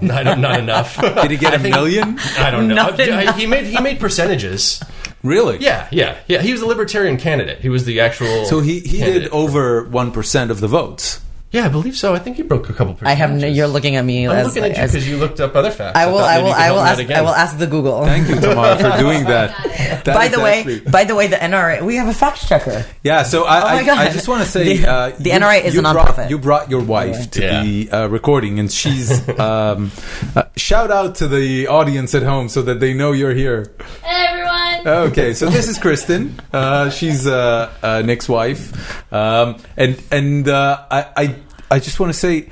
S3: not, not enough.
S1: Did he get a million?
S3: I don't know.
S2: Not enough.
S3: he made he made percentages.
S1: Really?
S3: Yeah, yeah, yeah. He was a libertarian candidate. He was the actual.
S1: So he, he did
S3: candidate.
S1: over one percent of the votes.
S3: Yeah, I believe so. I think he broke a couple. Percentages.
S2: I have. No, you're looking at me.
S3: I'm
S2: as,
S3: looking at you
S2: as-
S3: because you looked up other facts.
S2: I will.
S3: thought
S2: I
S3: maybe
S2: will.
S3: you could
S2: I
S3: help
S2: will
S3: me out
S2: ask. I will ask the Google.
S1: Thank you, Tamara, for doing that. That
S2: by
S1: is
S2: the way,
S1: actually-
S2: by the way, the NRA. We have a fact checker.
S1: yeah. So I,
S2: Oh my God.
S1: I, I just want to say
S2: The-
S1: uh,
S2: the NRA is a
S1: brought-
S2: nonprofit.
S1: you brought your wife to
S3: Yeah.
S1: the uh, recording, and she's um, uh, shout out to the audience at home so that they know you're here.
S5: Hey everyone!
S1: Okay, so this is Kristen. Uh, she's uh, uh, Nick's wife, um, and and uh, I, I I just want to say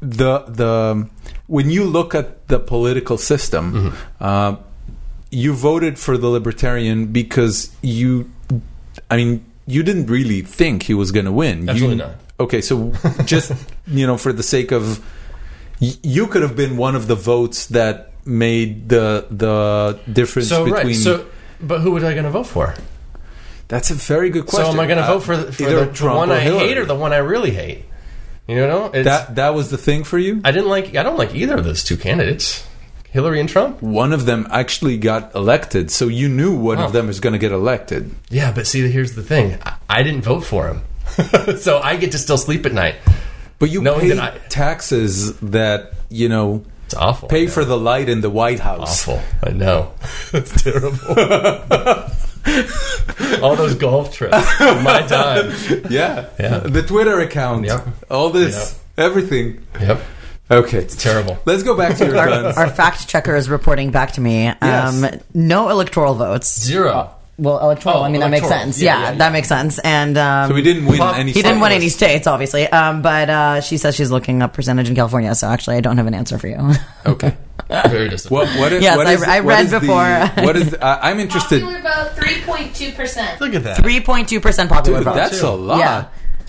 S1: the the when you look at the political system,
S3: Mm-hmm.
S1: uh, you voted for the Libertarian because you, I mean, you didn't really think he was going to win. You-
S3: Absolutely not.
S1: Okay, so just you know, for the sake of, y- you could have been one of the votes that made the the difference
S3: So
S1: between.
S3: right. So, but who was I going to vote for?
S1: That's a very good question.
S3: So am I going to
S1: Uh,
S3: vote for, the, for
S1: either
S3: the, the one
S1: or
S3: I
S1: Hillary?
S3: hate or the one I really hate? You know, it's,
S1: that that was the thing for you?
S3: I didn't like. I don't like either of those two candidates, Hillary and Trump.
S1: One of them actually got elected, so you knew one of
S3: Oh.
S1: them was going to get elected.
S3: Yeah, but see, here's the thing. I, I didn't vote for him, so I get to still sleep at night.
S1: But you
S3: Knowing
S1: pay
S3: that I-
S1: taxes that you know
S3: It's awful.
S1: pay
S3: man.
S1: for the light in the White House.
S3: awful. I know. That's terrible. All those golf trips. My time.
S1: Yeah.
S3: Yeah.
S1: the Twitter account,
S3: Yep.
S1: all this, everything.
S3: Yep.
S1: Okay,
S3: Terrible.
S1: Let's go back to your
S2: Our,
S1: guns.
S2: our fact checker is reporting back to me. Um, No electoral votes.
S3: Zero.
S2: Well, electoral.
S3: Oh,
S2: I mean, that
S3: electoral.
S2: makes sense.
S3: Yeah,
S2: Yeah,
S3: yeah, yeah.
S2: that makes sense. And um,
S1: So we didn't win
S3: Well,
S1: any.
S2: He didn't
S1: states.
S2: win any states, obviously. Um, but uh, she says she's looking up percentage in California. So actually, I don't have an answer for you.
S1: Okay.
S3: Very disappointing.
S1: What? What is?
S2: Yes,
S1: what
S2: I-
S1: is-
S2: I
S1: what
S2: read
S1: is the-
S2: before.
S1: what is? Uh, I'm interested.
S5: Popular vote 3.2%.
S3: Look at that.
S2: Three point two percent popular
S1: Dude,
S2: vote.
S1: that's a lot.
S2: Yeah.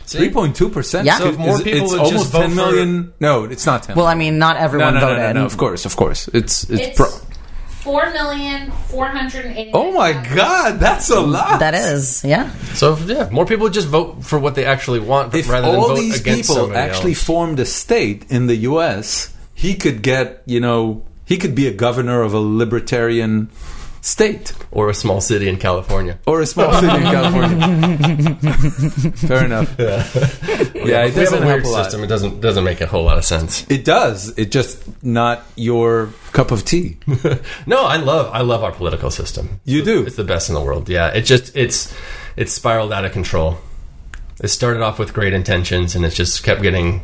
S1: Three point two percent.
S2: Yeah. So if
S3: more people
S1: it's
S3: would
S1: almost
S3: just vote
S1: ten million. No, it's not ten.
S2: well, I mean, not
S1: no,
S2: everyone
S1: no, no,
S2: voted.
S1: no, no, Of course, of course. It's it's,
S5: It's
S1: pro.
S5: 4,480.
S1: Oh my god, that's a lot.
S2: Mm, That is, yeah.
S3: So yeah, more people just vote for what they actually want
S1: If
S3: rather than
S1: all
S3: vote
S1: these
S3: against
S1: people
S3: somebody
S1: actually
S3: else.
S1: formed a state in the U.S., he could get you know he could be a governor of a libertarian state
S3: or a small city in California.
S1: or a small city in California. Fair enough. Yeah, it
S3: we have
S1: doesn't
S3: a weird
S1: help a lot.
S3: system. It doesn't doesn't make a whole lot of sense.
S1: It does. It just not your cup of tea.
S3: No, I love I love our political system.
S1: You do.
S3: It's the best in the world. Yeah, it just it's it's spiraled out of control. It started off with great intentions and it just kept getting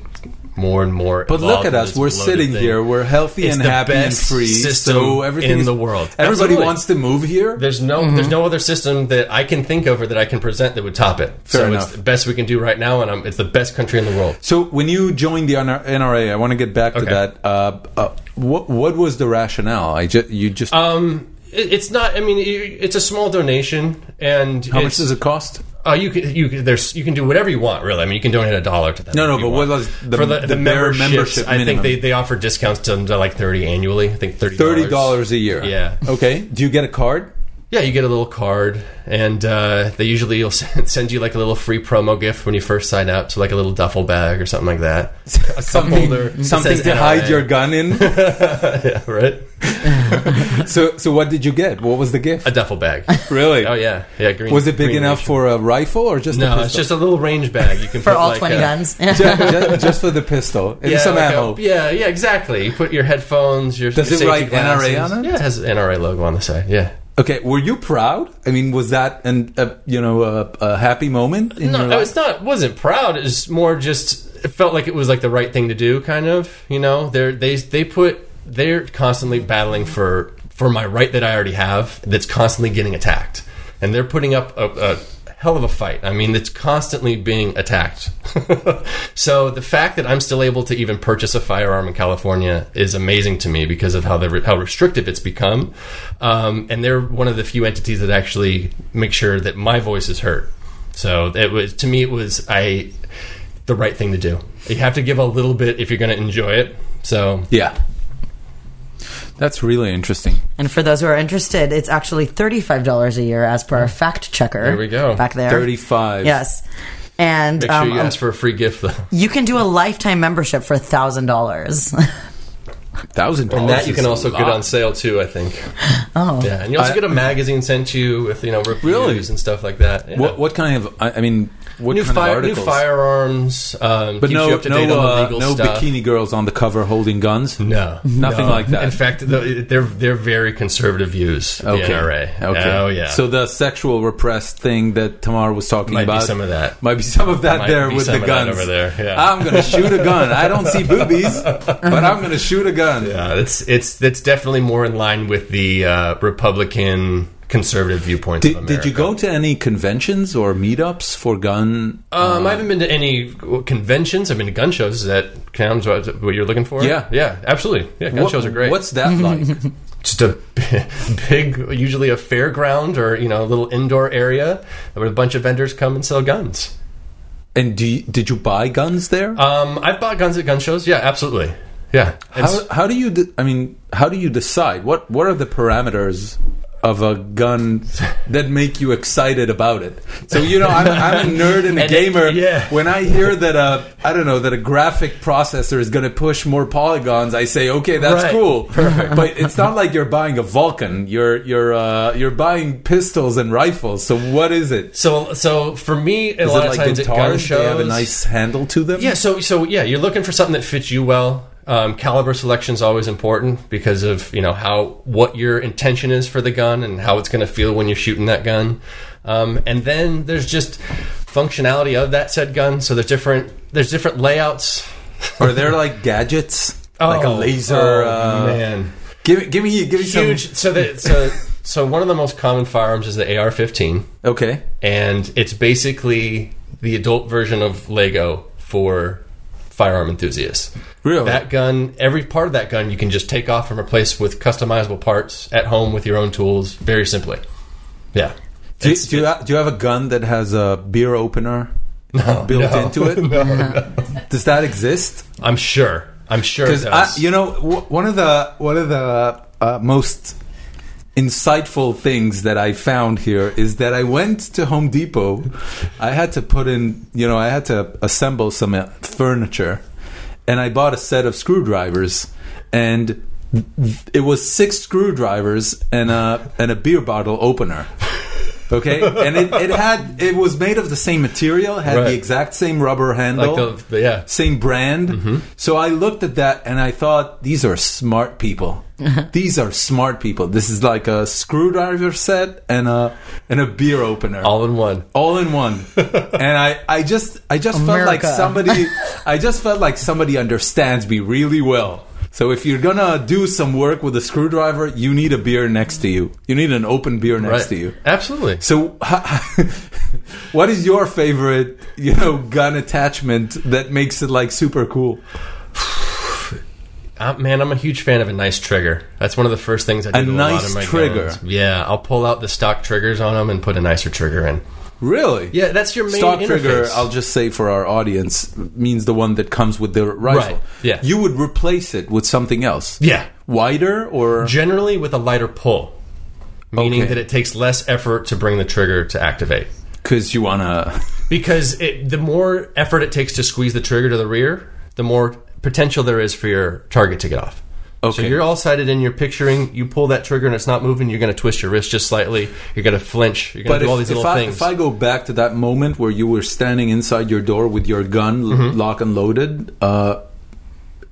S3: more and more.
S1: But look
S3: involved
S1: at
S3: in
S1: us.
S3: this
S1: We're
S3: bloated
S1: sitting
S3: thing.
S1: here. We're healthy
S3: It's
S1: and
S3: the
S1: happy and
S3: best
S1: free.
S3: system
S1: so everything
S3: in
S1: is-
S3: the world.
S1: Everybody
S3: Absolutely.
S1: wants to move Mm-hmm. here.
S3: There's no there's no other system that I can think of or that I can present that would top it.
S1: Fair
S3: so
S1: enough.
S3: it's the best we can do right now, and i it's the best country in the world.
S1: So when you joined the NRA, I want to get back to
S3: Okay.
S1: that. Uh, uh, what what was the rationale? I ju- you just
S3: Um, it, it's not. I mean, it, it's a small donation, and
S1: how much
S3: it's,
S1: does it cost?
S3: Uh, you can you can- there's you can do whatever you want really. I mean, you can donate a dollar to them.
S1: No, no,
S3: if you
S1: but
S3: want.
S1: what was the-
S3: for
S1: the bare membership
S3: I think
S1: minimum?
S3: they, they offer discounts to them to like thirty annually. I think thirty
S1: Thirty dollars a year.
S3: Yeah.
S1: Okay. Do you get a card?
S3: Yeah, you get a little card, and uh, they usually will send send you like a little free promo gift when you first sign up, so like a little duffel bag or something like that. A cup holder, that
S1: Something
S3: says
S1: to hide
S3: NRA,
S1: your gun in.
S3: right?
S1: so so what did you get? What was the gift?
S3: A duffel bag.
S1: Really?
S3: Oh yeah, yeah. Green,
S1: Was it big
S3: green
S1: enough
S3: range.
S1: for a rifle or just a
S3: No,
S1: pistol?
S3: it's just a little range bag. You can
S2: for
S3: put,
S2: all
S3: like,
S2: twenty
S3: a-
S2: guns.
S1: Ju- ju- uh, just, for the pistol and some
S3: like a-
S1: ammo.
S3: yeah, yeah, exactly. You put your headphones, your
S1: Does it
S3: your safety
S1: write NRA
S3: glasses.
S1: on it?
S3: Yeah, it has NRA logo on the side. Yeah.
S1: Okay, were you proud? I mean, was that an a, you know a, a happy moment in your
S3: No,
S1: life?
S3: it's not. Wasn't proud. It's more just. It felt like it was like the right thing to do. Kind of. You know, they're they they put they're constantly battling for for my right that I already have. That's constantly getting attacked, and they're putting up a. a Hell of a fight. I mean, it's constantly being attacked. so the fact that I'm still able to even purchase a firearm in California is amazing to me because of how the, how restrictive it's become. Um, and they're one of the few entities that actually make sure that my voice is heard. So it was to me, it was I the right thing to do. You have to give a little bit if you're going to enjoy it. So
S1: yeah, that's really interesting.
S2: And for those who are interested, it's actually thirty-five dollars a year, as per our fact checker.
S3: There we go.
S2: Back there,
S1: Thirty-five.
S2: Yes, and
S3: make sure
S2: um,
S3: you ask for a free gift though.
S2: you can do a lifetime membership for thousand dollars.
S1: thousand dollars.
S3: And that you
S1: is
S3: can
S1: a
S3: also get
S1: lot.
S3: on sale too. I think.
S2: Oh,
S3: Yeah, and you also
S1: I-
S3: get a magazine sent to you with you know reviews
S1: Really?
S3: and stuff like that. Yeah.
S1: What what kind of? I, I mean, what
S3: new,
S1: kind
S3: fire-
S1: of
S3: new
S1: articles?
S3: firearms? Um,
S1: but
S3: keeps you
S1: no
S3: up to date
S1: no
S3: on the
S1: uh,
S3: legal
S1: no
S3: stuff.
S1: bikini girls on the cover holding guns.
S3: No,
S1: Nothing
S3: No.
S1: like that.
S3: In fact, the, they're they're very conservative views. The
S1: Okay.
S3: NRA.
S1: Okay.
S3: Oh yeah.
S1: So the sexual repressed thing that Tamar was talking
S3: Might be
S1: about
S3: some of that.
S1: Might be some of that
S3: Might
S1: there
S3: be
S1: with
S3: some
S1: the
S3: of that
S1: guns
S3: over there, yeah.
S1: I'm gonna shoot a gun. I don't see boobies, but I'm gonna shoot a gun.
S3: Yeah, it's Uh, it's it's definitely more in line with the uh, Republican conservative viewpoint. of
S1: Did,
S3: America.
S1: did you go to any conventions or meetups for gun?
S3: Um, I haven't been to any conventions. I've been to gun shows. Is that counts what what you're looking for?
S1: Yeah.
S3: yeah, absolutely. Yeah, gun
S1: What-
S3: shows are great. Mm-hmm.
S1: What's that like?
S3: just a big, usually a fairground or you know a little indoor area where a bunch of vendors come and sell guns.
S1: and do you, did you buy guns there?
S3: Um, I've bought guns at gun shows. Yeah, absolutely. Yeah. It's-
S1: how, how do you? De- I mean, how do you decide? What What are the parameters of a gun that make you excited about it? So you know, I'm, I'm a nerd and a
S3: And it-
S1: gamer.
S3: yeah.
S1: When I hear that a I don't know that a graphic processor is going to push more polygons, I say, okay, that's
S3: Right.
S1: cool. Perfect. But it's not like you're buying a Vulcan. You're you're uh, you're buying pistols and rifles. So what is it?
S3: so so for me, a
S1: Is
S3: lot
S1: it
S3: of
S1: like
S3: times at gun
S1: guitars?
S3: shows
S1: They have a nice handle to them.
S3: Yeah, so so yeah, you're looking for something that fits you well. Um, caliber selection is always important because of you know how what your intention is for the gun and how it's going to feel when you're shooting that gun. Um, and then there's just functionality of that said gun. So there's different there's different layouts.
S1: Are there like gadgets? like a
S3: Oh,
S1: laser.
S3: oh,
S1: uh,
S3: man.
S1: Give, give me, give me
S3: Huge. So that so so one of the most common firearms is the AR-15.
S1: Some, okay,
S3: and it's basically the adult version of Lego for firearm enthusiasts.
S1: Really?
S3: That gun, every part of that gun, you can just take off and replace with customizable parts at home with your own tools, very simply. Yeah.
S1: do, you-
S3: It's-
S1: do, you, ha- do you have a gun that has a beer opener built
S3: no.
S1: into it? Does that exist?
S3: I'm sure. I'm sure.
S1: Because
S3: It does.
S1: you know, w- one of the one of the uh, most insightful things that I found here is that I went to Home Depot. I had to put in, you know, I had to assemble some uh, furniture, and I bought a set of screwdrivers, and it was six screwdrivers and a and a beer bottle opener. Okay, and it, it had it was made of the same material, had
S3: Right.
S1: the exact same rubber handle,
S3: Like the- the- yeah.
S1: same brand.
S3: Mm-hmm.
S1: So I looked at that and I thought, these are smart people. these are smart people. This is like a screwdriver set and a and a beer opener.
S3: all in one.
S1: all in one and i i just i just felt like
S2: America.
S1: somebody i just felt like somebody understands me really well so if you're gonna do some work with a screwdriver you need a beer next to you you need an open beer next
S3: right.
S1: to you
S3: Absolutely.
S1: so what is your favorite you know gun attachment that makes it like super cool
S3: Uh, man, I'm a huge fan of a nice trigger. That's one of the first things I do
S1: A
S3: to a lot
S1: nice
S3: of my
S1: trigger.
S3: guns. Yeah, I'll pull out the stock triggers on them and put a nicer trigger in.
S1: really
S3: Yeah, that's your main
S1: stock trigger
S3: interface.
S1: i'll just say for our audience means the one that comes with the rifle
S3: Right, yeah.
S1: you would replace it with something else
S3: Yeah.
S1: wider or
S3: Generally with a lighter pull, meaning
S1: Okay.
S3: that it takes less effort to bring the trigger to activate.
S1: because you want to
S3: Because it, the more effort it takes to squeeze the trigger to the rear, the more potential there is for your target to get off. So
S1: Okay.
S3: you're all sighted in, you're picturing, you pull that trigger and it's not moving, you're going to twist your wrist just slightly, you're going to flinch, you're going
S1: but
S3: to do
S1: if,
S3: all these
S1: if
S3: little
S1: I,
S3: things.
S1: if I go back to that moment where you were standing inside your door with your gun l-
S3: Mm-hmm.
S1: lock and loaded uh,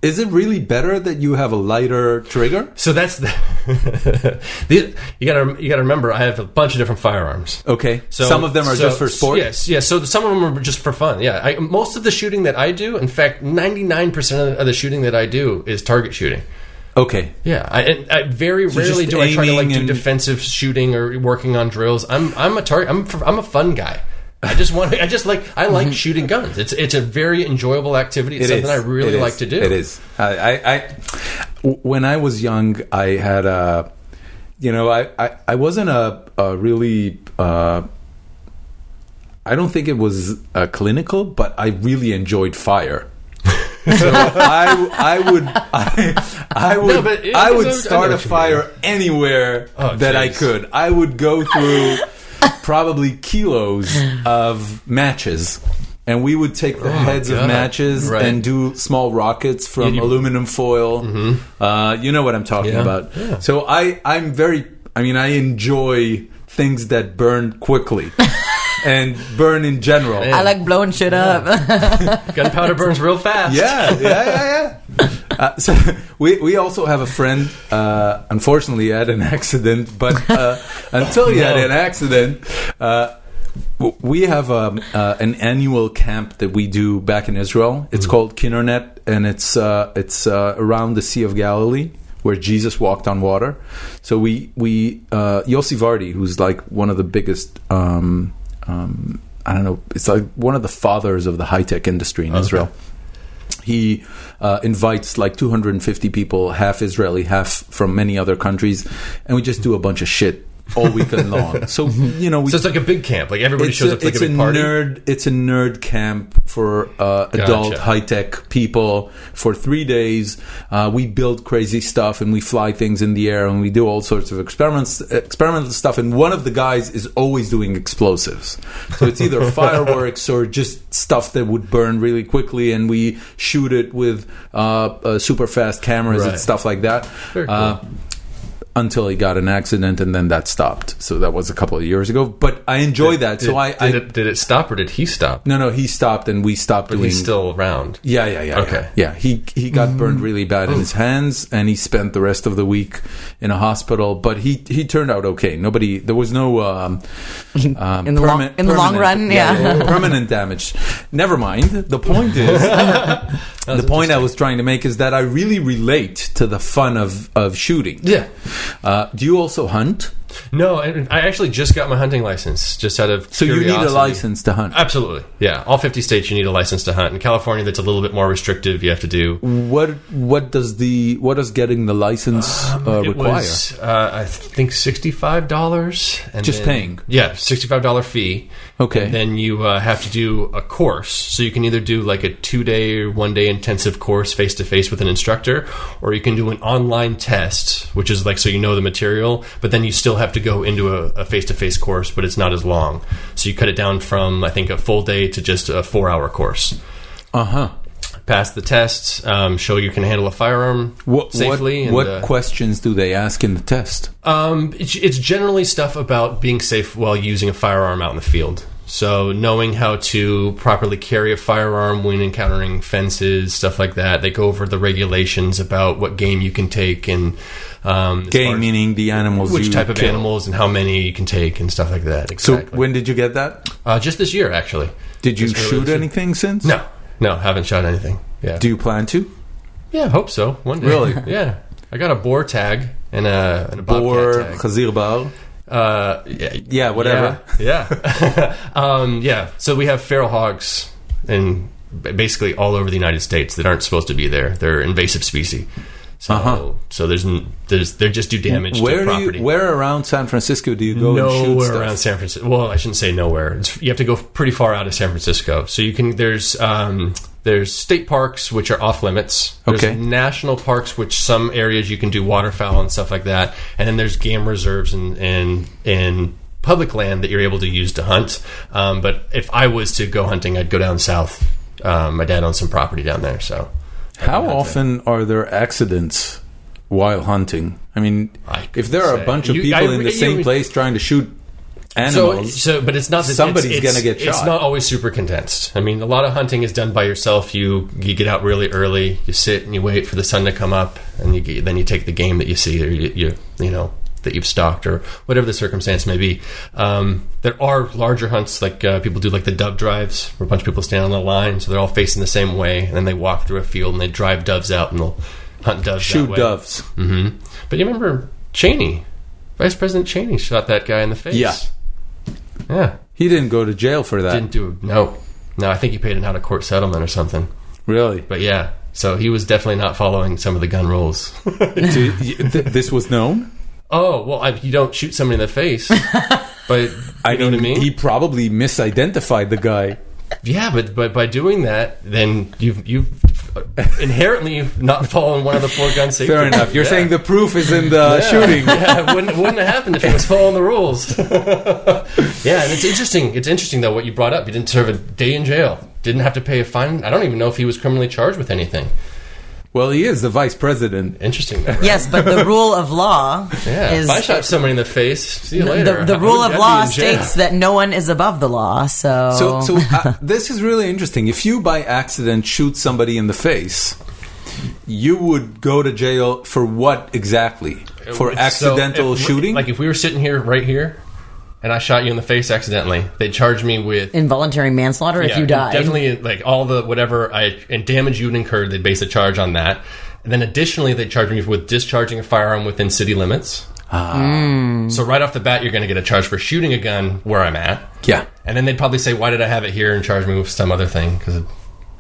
S1: is it really better that you have a lighter trigger
S3: So that's the, the you gotta you gotta remember. I have a bunch of different firearms.
S1: okay
S3: So
S1: some of them are
S3: so-
S1: just for sport
S3: Yes, yes. So some of them are just for fun. Yeah, I, most of the shooting that I do, in fact, ninety nine percent of the shooting that I do is target shooting.
S1: okay
S3: Yeah, I, and I very rarely
S1: just
S3: do I try to like
S1: aiming
S3: do
S1: and-
S3: defensive shooting or working on drills. I'm I'm a target. I'm f- I'm a fun guy. I just want. I just like. I like shooting guns. It's it's a very enjoyable activity. It's
S1: Mm-hmm. It
S3: something
S1: is.
S3: I really
S1: It is.
S3: like to do.
S1: It is. I, I, I- w- when I was young, I had a, you know, I, I, I wasn't a, a really, uh, I don't think it was uh, clinical, but I really enjoyed fire. so I, I would, I, I would,
S3: No, but it-
S1: I
S3: I
S1: would
S3: know- I know
S1: start a
S3: what you mean.
S1: fire anywhere
S3: Oh,
S1: that I
S3: jeez.
S1: could. I would go through probably kilos of matches. And we would take the heads of
S3: God.
S1: matches
S3: Right.
S1: and do small rockets from
S3: Yeah, you- Mm-hmm.
S1: aluminum foil. Uh, you know what I'm talking
S3: Yeah.
S1: about.
S3: Yeah.
S1: So I, I'm very, I mean, I enjoy things that burn quickly and burn in general.
S3: Yeah.
S2: I like blowing shit up.
S3: Gunpowder burns real fast.
S1: Yeah, yeah, yeah, yeah. Uh, so we we also have a friend. Uh, unfortunately, he had an accident, but uh, until he had
S3: No.
S1: an accident. Uh, w- we have um, uh, an annual camp that we do back in Israel. It's called Kinnernet, and it's uh, it's uh, around the Sea of Galilee where Jesus walked on water. So we we uh, Yossi Vardi, who's like one of the biggest. Um, um, I don't know. It's like one of the fathers of the high tech industry in Israel he uh, invites like 250 people, half Israeli, half from many other countries, and we just do a bunch of shit all weekend long. So you know, we
S3: So it's like a big camp. Like everybody shows up to like
S1: it's
S3: a big party.
S1: nerd. It's a nerd camp for uh, adult
S3: Gotcha.
S1: high tech people for three days. Uh, we build crazy stuff and we fly things in the air and we do all sorts of experiments, experimental stuff. And one of the guys is always doing explosives, so it's either fireworks or just stuff that would burn really quickly. And we shoot it with uh, uh, super fast cameras and
S3: Right.
S1: stuff like that.
S3: Very cool.
S1: Uh, until he got an accident and then that stopped. So that was a couple of years ago. But I enjoy that.
S3: Did,
S1: so I,
S3: did,
S1: I
S3: it, did it stop or did he stop?
S1: no no he stopped and we stopped doing
S3: He's still around.
S1: yeah yeah yeah
S3: Okay. Oh.
S1: yeah, yeah. he he
S2: Mm.
S1: got burned really bad in his hands and he spent the rest of the week in a hospital. But he he turned out okay. Nobody there was no um, um,
S2: In the long-
S1: permanent-
S2: in the long
S1: permanent-
S2: run, yeah.
S1: permanent damage. Never mind. The point is. the point I was trying to make is that I really relate to the fun of, of shooting.
S3: Yeah.
S1: Uh, do you also hunt?
S3: No, I, I actually just got my hunting license just out of
S1: So you need a
S3: curiosity.
S1: license to hunt.
S3: Absolutely. Yeah. All 50 states, you need a license to hunt. In California, that's a little bit more restrictive. You have to do.
S1: What what does the what does getting the license uh,
S3: Um, it
S1: require?
S3: was, uh, I think, $65. And
S1: Just
S3: then-
S1: paying?
S3: Yeah, $65 fee.
S1: Okay.
S3: And then you uh, have to do a course. So you can either do like a two day or one day intensive course face to face with an instructor, or you can do an online test, which is like so you know the material, but then you still have to go into a face to face course, but it's not as long. So you cut it down from, I think, a full day to just a four hour course.
S1: uh huh.
S3: pass the tests, um, show you can handle a firearm
S1: What,
S3: safely.
S1: what, what
S3: and, uh,
S1: questions do they ask in the test?
S3: Um, it's, it's generally stuff about being safe while using a firearm out in the field. So knowing how to properly carry a firearm when encountering fences, stuff like that. They go over the regulations about what game you can take and um, as far
S1: Game
S3: as
S1: meaning the animals.
S3: which
S1: you
S3: type of
S1: kill.
S3: animals and how many you can take and stuff like that.
S1: So
S3: Exactly.
S1: when did you get that?
S3: uh, just this year, actually.
S1: Did you
S3: Just earlier
S1: shoot
S3: this year.
S1: anything since?
S3: No, no, haven't shot anything. Yeah,
S1: Do you plan to?
S3: yeah, hope so. One day.
S1: Really?
S3: yeah, I got a boar tag and a, and a
S1: Boar,
S3: bobcat tag.
S1: Khazir Bar.
S3: Uh, yeah,
S1: Yeah, whatever.
S3: Yeah. Yeah. um, yeah. So we have feral hogs in basically all over the United States that aren't supposed to be there. They're invasive species. So,
S1: Uh-huh.
S3: so there's n- there's they just do damage to
S1: Where do
S3: property.
S1: you, where around San Francisco do you go and shoot
S3: nowhere
S1: stuff?
S3: around San Francisco. Well, I shouldn't say nowhere. It's, you have to go pretty far out of San Francisco. So you can there's um, there's state parks which are off limits. There's
S1: Okay.
S3: national parks which some areas you can do waterfowl and stuff like that. And then there's game reserves and and and public land that you're able to use to hunt. Um, but if I was to go hunting, I'd go down south. Um, my dad owns some property down there, so
S1: How often are there accidents while hunting? I mean,
S3: I
S1: if there are a
S3: couldn't
S1: bunch
S3: say.
S1: of
S3: You-
S1: people
S3: I-
S1: in the
S3: you-
S1: same place trying to shoot
S3: So,
S1: animals,
S3: so, but it's not that
S1: Somebody's
S3: it's- it's-
S1: gonna get
S3: It's
S1: shot.
S3: not always super condensed. I mean, a lot of hunting is done by yourself. You you get out really early, you sit and you wait for the sun to come up, and you get, then you take the game that you see or you you, you know that you've stalked or whatever the circumstance may be. Um, there are larger hunts like uh, people do like the dove drives where a bunch of people stand on the line, so they're all facing the same way, and then they walk through a field and they drive doves out and they'll hunt doves. that
S1: shoot
S3: way.
S1: doves.
S3: hmm But you remember Cheney, Vice President Cheney shot that guy in the face.
S1: Yeah.
S3: Yeah.
S1: He didn't go to jail for that.
S3: Didn't do no. No, I think he paid an out of court settlement or something.
S1: Really?
S3: But yeah, so he was definitely not following some of the gun rules.
S1: So you- you- th- this was known.
S3: oh well, I, you don't shoot somebody in the face. But you know what I mean.
S1: He probably misidentified the guy.
S3: yeah, but but by doing that, then you've you've uh, inherently not following one of the four gun safety.
S1: Fair enough. You're
S3: Yeah.
S1: saying the proof is in the shooting.
S3: yeah, it wouldn't, wouldn't have happened if he was following the rules. yeah, and it's interesting. It's interesting though what you brought up. He didn't serve a day in jail. Didn't have to pay a fine. I don't even know if he was criminally charged with anything.
S1: Well, he is the vice president.
S3: Interesting. Though, right?
S2: Yes, but the rule of law
S3: Yeah.
S2: is
S3: if I shot somebody in the face, see you
S2: the,
S3: later.
S2: the
S3: I
S2: rule of
S3: would- I'd be
S2: law
S3: in jail.
S2: states that no one is above the law. So,
S3: Oh.
S1: So, so uh, this is really interesting. If you by accident shoot somebody in the face, you would go to jail for what exactly? For
S3: So
S1: accidental
S3: if we-
S1: shooting?
S3: Like if we were sitting here right here and I shot you in the face accidentally, they'd charge me with.
S2: involuntary manslaughter if
S3: yeah,
S2: you died.
S3: Definitely like all the whatever I and damage you'd incurred, they'd base a charge on that. And then additionally they'd charge me with discharging a firearm within city limits.
S1: Ah.
S3: So right off the bat you're gonna get a charge for shooting a gun where I'm at.
S1: yeah.
S3: And then they'd probably say, "Why did I have it here?" and charge me with some other thing because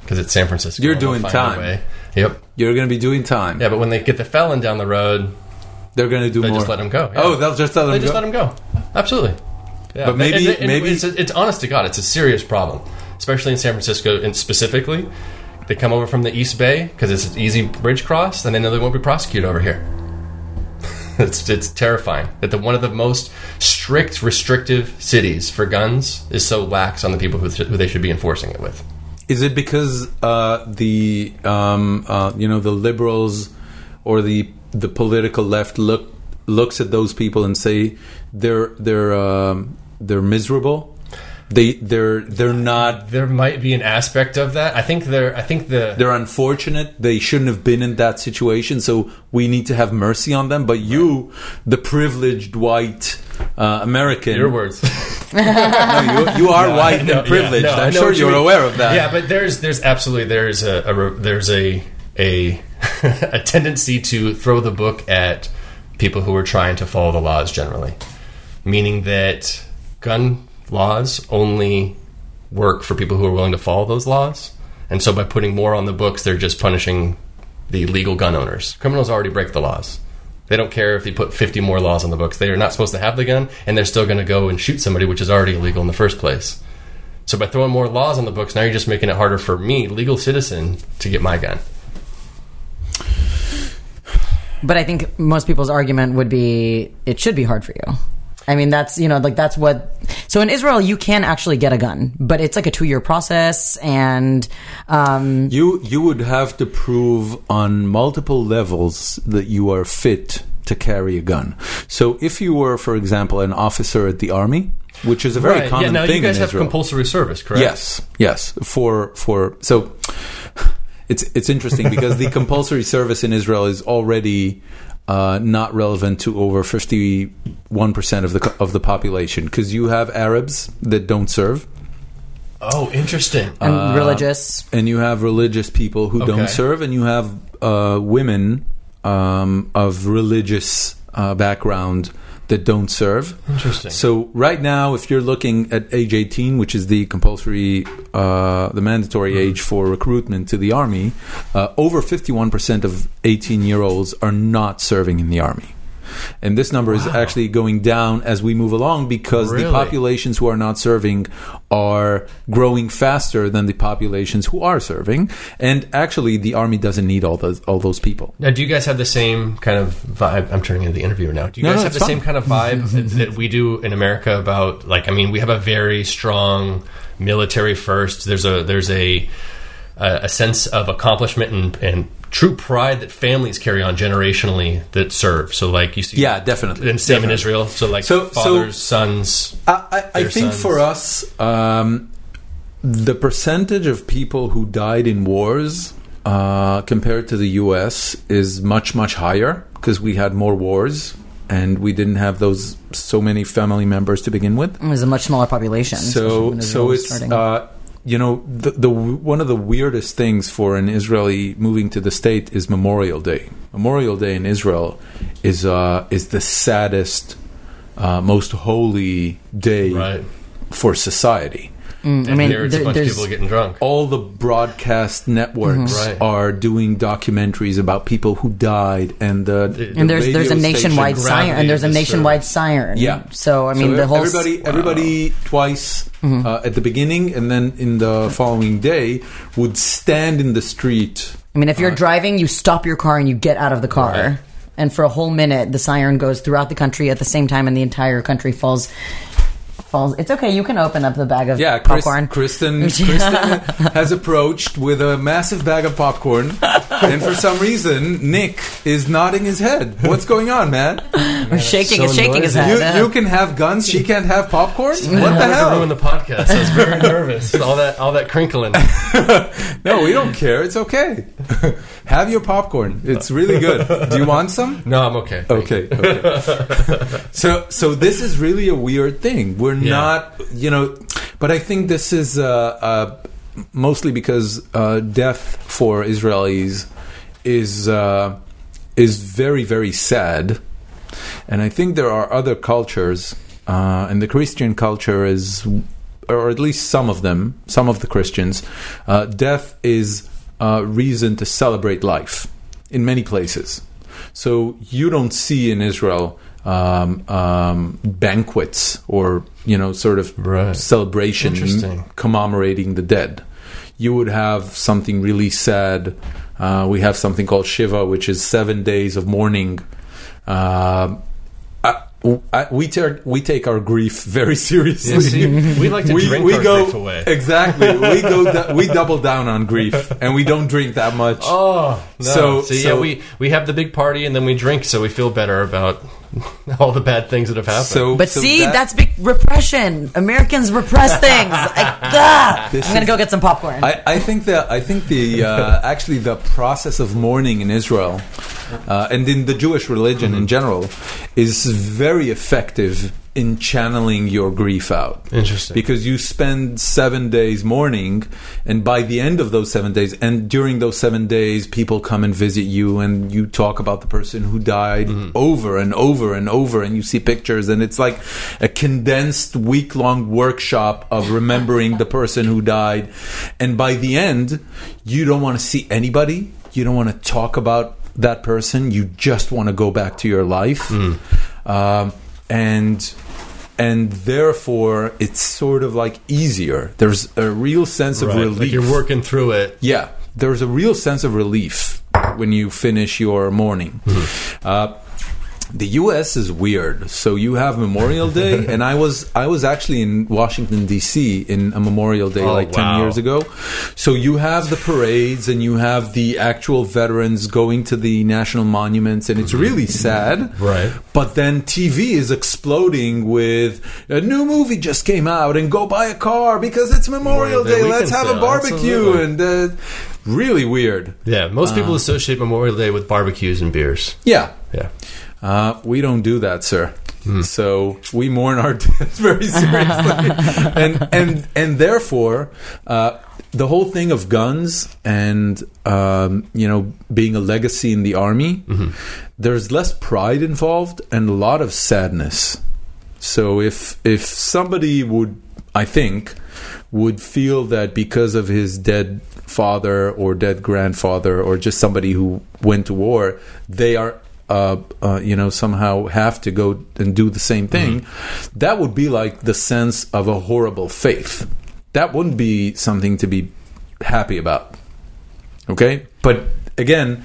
S3: because it's San Francisco.
S1: You're
S3: and they'll
S1: doing
S3: find a
S1: time.
S3: way. Yep.
S1: You're going to be doing time.
S3: Yeah, but when they get the felon down the road,
S1: They're going to do
S3: they
S1: more.
S3: just let him go. yeah.
S1: Oh, they'll just let
S3: they
S1: him
S3: just
S1: go.
S3: let him go. Absolutely. Yeah.
S1: But maybe-
S3: And- and- and
S1: maybe-
S3: it's, it's honest to God, it's a serious problem, especially in San Francisco and specifically. They come over from the East Bay because it's an easy bridge cross, and they know they won't be prosecuted over here. it's it's terrifying that the one of the most strict, restrictive cities for guns is so lax on the people who, who they should be enforcing it with.
S1: Is it because uh, the um, uh, you know the liberals or the the political left look looks at those people and say they're they're um, they're miserable. They they're they're not
S3: There might be an aspect of that. I think there. I think the
S1: they're unfortunate. They shouldn't have been in that situation. So we need to have mercy on them. But you, the privileged white uh, American,
S3: your words.
S1: No, you, you are white
S3: No,
S1: and privileged.
S3: yeah, no, I
S1: I'm
S3: know
S1: sure
S3: what you
S1: you're
S3: mean.
S1: aware of that.
S3: Yeah, but there's there's absolutely there's a, a re- there's a a a tendency to throw the book at people who are trying to follow the laws generally, meaning that gun laws only work for people who are willing to follow those laws, and so by putting more on the books, they're just punishing the legal gun owners. Criminals already break the laws. They don't care if they put 50 more laws on the books. They are not supposed to have the gun, and they're still going to go and shoot somebody, which is already illegal in the first place. So by throwing more laws on the books, now you're just making it harder for me, legal citizen, to get my gun.
S2: But I think most people's argument would be it should be hard for you. I mean, that's you know, like that's what. So in Israel, you can actually get a gun, but it's like a two year process, and um,
S1: You you would have to prove on multiple levels that you are fit to carry a gun. So if you were, for example, an officer at the army, which is a very
S3: Right.
S1: common
S3: yeah, now
S1: thing
S3: you guys
S1: in
S3: have
S1: Israel.
S3: compulsory service, correct?
S1: yes, yes. For for so it's it's interesting because the compulsory service in Israel is already. Uh, not relevant to over fifty one percent of the co- of the population because you have Arabs that don't serve,
S3: Oh, interesting.
S2: and religious.
S1: and you have religious people who don't
S3: Okay.
S1: serve, and you have uh, women um, of religious uh, background that don't serve.
S3: Interesting.
S1: So right now, if you're looking at age 18, which is the compulsory, uh, the mandatory
S3: Mm-hmm.
S1: age for recruitment to the army, uh, over 51% of 18 year olds are not serving in the army. And this number is actually going down as we move along because the
S3: Really?
S1: populations who are not serving are growing faster than the populations who are serving. And actually, the army doesn't need all those all those people.
S3: Now, do you guys have the same kind of vibe? I'm turning into the interviewer now. Do you
S1: No,
S3: guys
S1: no,
S3: have the
S1: it's
S3: same
S1: fine.
S3: kind of vibe that, that we do in America about like? I mean, we have a very strong military first. There's a there's a a, a sense of accomplishment and, and true pride that families carry on generationally that serve. So like you see,
S1: Yeah, definitely.
S3: and same in Israel. So like
S1: So- so-
S3: fathers, sons.
S1: I, I, I
S3: their
S1: think
S3: sons.
S1: for us, um, the percentage of people who died in wars uh, compared to the U.S. is much much higher because we had more wars and we didn't have those so many family members to begin with.
S2: It was a much smaller population. especially
S1: So
S2: when Israel
S1: so
S2: was
S1: it's
S2: starting.
S1: uh, you know the, the one of the weirdest things for an Israeli moving to the state is Memorial Day. Memorial Day in Israel is uh, is the saddest, uh, most holy day
S3: Right.
S1: for society.
S2: I mean,
S3: Here it's a
S2: there-
S3: bunch of
S2: there's-
S3: people getting drunk.
S1: All the broadcast networks
S3: Mm-hmm. Right.
S1: are doing documentaries about people who died, and the, the
S2: and there's
S1: radio
S2: there's a nationwide
S1: station-
S3: gravity
S2: siren, and there's a
S3: of the
S2: nationwide
S3: service.
S2: siren.
S1: Yeah.
S2: So I mean,
S1: So
S2: the whole s- Mm-hmm.
S1: everybody, everybody twice uh, at the beginning, and then in the following day would stand in the street.
S2: I mean, if you're driving, you stop your car and you get out of the car.
S3: Right.
S2: And for a whole minute, the siren goes throughout the country at the same time, and the entire country falls. Falls. It's okay. You can open up the bag of
S1: Yeah, Chris,
S2: popcorn.
S1: Kristen, Kristen has approached with a massive bag of popcorn, and for some reason, Nick is nodding his head. What's going on, man?
S2: We're shaking.
S3: so
S2: is shaking his
S3: noisy.
S2: head.
S1: You,
S2: yeah.
S1: you can have guns, she can't have popcorn? What the
S3: I wanted to
S1: hell?
S3: ruin the podcast. I was very nervous. All that all that crinkling.
S1: No, we don't care. It's okay. have your popcorn. It's really good. Do you want some?
S3: No, I'm okay. Thank
S1: Okay. okay. so so this is really a weird thing. We're
S3: Yeah.
S1: not, you know, but I think this is uh, uh, mostly because uh, death for Israelis is uh, is very very sad, and I think there are other cultures, uh, and the Christian culture is, or at least some of them, some of the Christians, uh, death is uh, reason to celebrate life in many places. So you don't see in Israel um, um, banquets or you know sort of
S3: Right.
S1: celebration
S3: Interesting.
S1: commemorating the dead. You would have something really sad. Uh, we have something called Shiva, which is seven days of mourning. Uh, I, I, we, ter- we take our grief very seriously.
S3: Yeah, see, we like to drink our
S1: go,
S3: grief away.
S1: Exactly. We go. Du- we double down on grief, and we don't drink that much.
S3: Oh, no.
S1: So-
S3: so, yeah,
S1: so-
S3: we we have the big party and then we drink, so we feel better about all the bad things that have happened.
S1: so,
S2: But
S1: so
S2: see,
S1: that-
S2: that's big repression. Americans repress things. Like, ah! I'm gonna go get some popcorn.
S1: I, I think that I think the uh, actually the process of mourning in Israel uh, and in the Jewish religion
S2: Mm-hmm.
S1: in general is very effective in channeling your grief out.
S3: Interesting.
S1: Because you spend seven days mourning, and by the end of those seven days, and during those seven days, people come and visit you, and you talk about the person who died over and over and over, and you see pictures, and it's like a condensed week long workshop of remembering the person who died. And by the end, you don't want to see anybody, you don't want to talk about that person, you just want to go back to your life. Um, and and therefore it's sort of like easier. There's a real sense of
S3: Right.
S1: relief.
S3: Like you're working through it.
S1: Yeah,
S3: Hmm.
S1: there's a real sense of relief when you finish your morning. Uh, The U.S. is weird. So you have Memorial Day, and I was I was actually in Washington D.C. in a Memorial Day
S3: Oh,
S1: like ten
S3: wow.
S1: years ago. So you have the parades, and you have the actual veterans going to the national monuments, and it's really sad.
S3: Right.
S1: But then TV is exploding with a new movie just came out, and go buy a car because it's Memorial
S3: Memorial Day
S1: Day. Let's
S3: weekend
S1: have a
S3: sale,
S1: barbecue,
S3: absolutely.
S1: and uh, really weird.
S3: Yeah, most
S1: Um,
S3: people associate Memorial Day with barbecues and beers.
S1: Yeah.
S3: Yeah. Hmm.
S1: Uh, we don't do that, sir. So we mourn our deaths very seriously, and and and therefore, uh, the whole thing of guns and um, you know being a legacy in the army,
S3: Mm-hmm.
S1: there's less pride involved and a lot of sadness. So if if somebody would, I think, would feel that because of his dead father or dead grandfather or just somebody who went to war, they are. Uh, uh, you know, somehow have to go and do the same thing. That would be like the sense of a horrible faith. That wouldn't be something to be happy about. Okay, but again,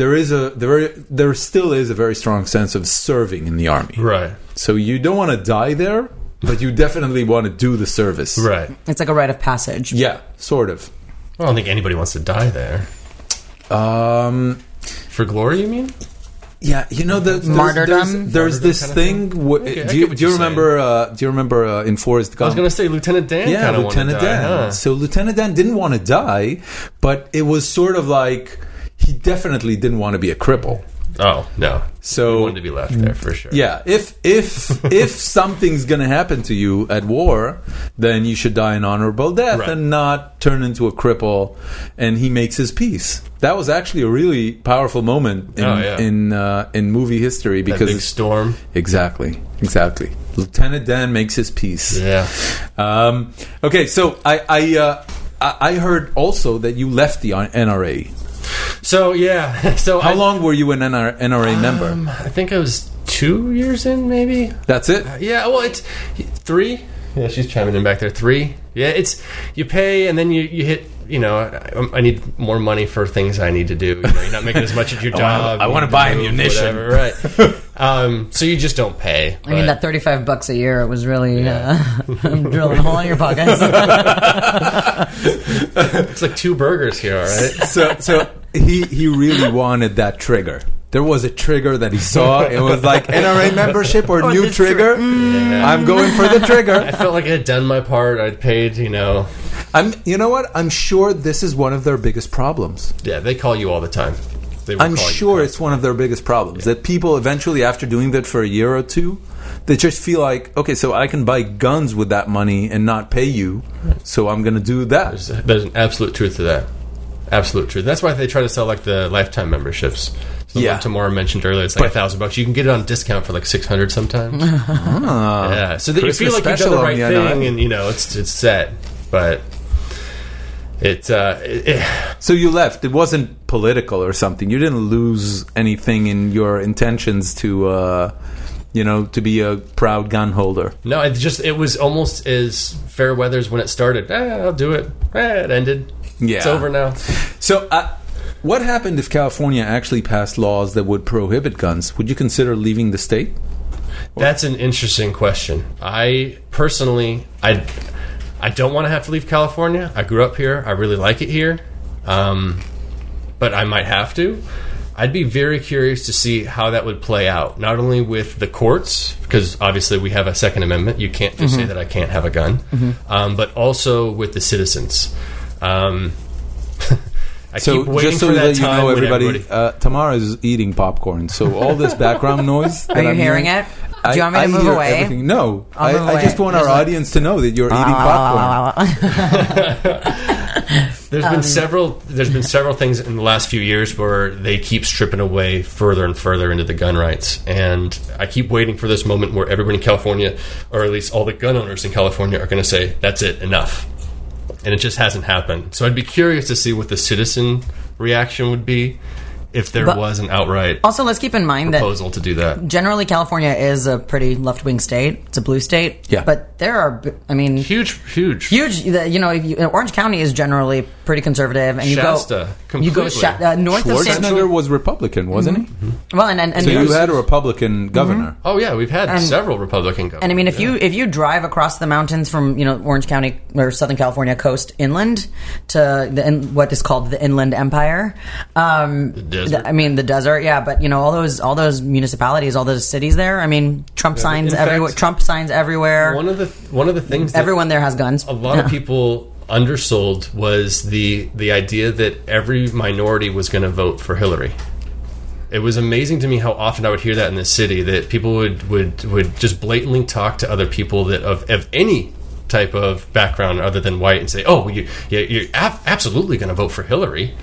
S1: there is a there there still is a very strong sense of serving in the army.
S3: Right.
S1: So you don't want to die there, but you definitely want to do the service.
S3: Right.
S2: It's like a rite of passage.
S1: Yeah, sort of.
S3: I don't think anybody wants to die there.
S1: Um,
S3: For glory, you mean?
S1: yeah, you know the there's-
S2: Martyrdom?
S1: There's, there's this
S3: Martyrdom kinda
S1: thing. wh-
S3: Okay, I
S1: do
S3: get
S1: you,
S3: what
S1: do you
S3: you're
S1: remember? Uh, do you remember uh, in Forrest Gump?
S3: I was going to say Lieutenant Dan
S1: yeah,
S3: kind of
S1: Lieutenant
S3: wanted to die,
S1: Dan.
S3: huh?
S1: So Lieutenant Dan didn't want to die, but it was sort of like he definitely didn't want to be a cripple.
S3: Oh, no.
S1: So
S3: He wanted to be left there for sure.
S1: Yeah, if if if something's gonna happen to you at war, then you should die an honorable death
S3: Right.
S1: and not turn into a cripple. And he makes his peace. That was actually a really powerful moment in
S3: Oh, yeah.
S1: in uh, in movie history
S3: That big
S1: because
S3: storm.
S1: exactly exactly Lieutenant Dan makes his peace.
S3: Yeah.
S1: Um, okay, so I I, uh, I I heard also that you left the NRA.
S3: So, yeah. So
S1: How
S3: I,
S1: long were you an NRA, member?
S3: Um, I think I was two years in, maybe.
S1: That's it.
S3: Yeah, well, it's three. Yeah, she's chiming in back there. Three. Yeah, it's you pay and then you, you hit. You know, um, I, I need more money for things I need to do. You know, you're not making as much at your job.
S1: I wanna
S3: You
S1: buy
S3: move,
S1: ammunition.
S3: whatever, right? um, so you just don't pay.
S2: I mean, that 35 bucks a year, it was really uh, drilling a hole in your pockets.
S3: it's like two burgers here. All right.
S1: so so he he really wanted that trigger. There was a trigger that he saw. It was like NRA membership or new
S2: this tri-
S1: trigger. I'm going for the
S3: I
S1: trigger.
S3: felt like I had done my part. I'd paid. You know.
S1: I'm you know what? I'm sure this is one of their biggest problems.
S3: Yeah, they call you all the time. They will
S1: I'm
S3: call you.
S1: sure it's one of their biggest problems that people eventually after doing that for a year or two, they just feel like, okay, so I can buy guns with that money and not pay you, so I'm going to do that.
S3: There's, there's an absolute truth to that. Absolute truth. That's why they try to sell like the lifetime memberships. So
S1: Yeah.
S3: yeah. Tamora mentioned earlier, it's like a thousand bucks. You can get it on discount for like six hundred sometimes. yeah. So that
S1: Ah. Christmas
S3: you feel like you've
S1: special
S3: done the
S1: on
S3: right
S1: the
S3: thing,
S1: NRA.
S3: and you know it's it's set, but. It, uh, it- it-
S1: So you left. It wasn't political or something. You didn't lose anything in your intentions to, uh, you know, to be a proud gun holder.
S3: no, it just it was almost as fair weather as when it started. Eh, I'll do it. Eh, it ended.
S1: Yeah.
S3: it's over now.
S1: So, uh, what happened if California actually passed laws that would prohibit guns? Would you consider leaving the state?
S3: That's an interesting question. I personally, I, I don't want to have to leave California. I grew up here. I really like it here, um, but I might have to. I'd be very curious to see how that would play out, not only with the courts, because obviously we have a Second Amendment. You can't just
S1: Mm-hmm.
S3: say that I can't have a gun, um, but also with the citizens. Um, I
S1: So,
S3: keep waiting
S1: just so
S3: for
S1: that,
S3: that,
S1: you
S3: time
S1: know,
S3: when
S1: everybody, uh, Tamara is eating popcorn. So all this background noise. that
S2: you
S1: I'm
S2: hearing it? Do you want me to move
S1: hear
S2: away?
S1: everything. No,
S2: I'll
S1: I,
S2: move
S1: I
S2: away. Oh,
S1: just want our audience to know that you're eating popcorn.
S3: There's
S2: Um,
S3: been several. There's been several things in the last few years where they keep stripping away further and further into the gun rights, and I keep waiting for this moment where everybody in California, or at least all the gun owners in California, are going to say, "That's it, enough," and it just hasn't happened. So I'd be curious to see what the citizen reaction would be, if there
S2: But-
S3: was an outright
S2: Also, let's keep in mind that
S3: proposal to do that.
S2: generally California is a pretty left wing state. It's a blue state.
S1: Yeah.
S2: But there are, b- I mean,
S3: Huge, huge.
S2: huge. the- You know, if you- uh, Orange County is generally pretty conservative, and you
S3: Shasta,
S2: go, you go
S3: completely.
S2: sha- uh, north of San.
S1: Schwarzenegger was Republican, wasn't
S3: Mm-hmm.
S1: he?
S2: Well, and and, and,
S1: So you had a Republican governor.
S2: Mm-hmm.
S3: Oh yeah, we've had several Republican governors.
S2: and I mean, if you if you drive across the mountains from you know Orange County or Southern California coast inland to the in, what is called the Inland Empire, um,
S3: desert.
S2: the- I mean the desert, yeah. But you know all those all those municipalities, all those cities there. I mean, Trump signs
S3: in fact-
S2: everywhere. Trump signs everywhere.
S3: one of the one of the things that
S2: Everyone there has guns.
S3: a lot of people undersold was the the idea that every minority was going to vote for Hillary. It was amazing to me how often I would hear that in the city that people would would would just blatantly talk to other people that of of any type of background other than white and say, "Oh, you you- you're ab- absolutely going to vote for Hillary."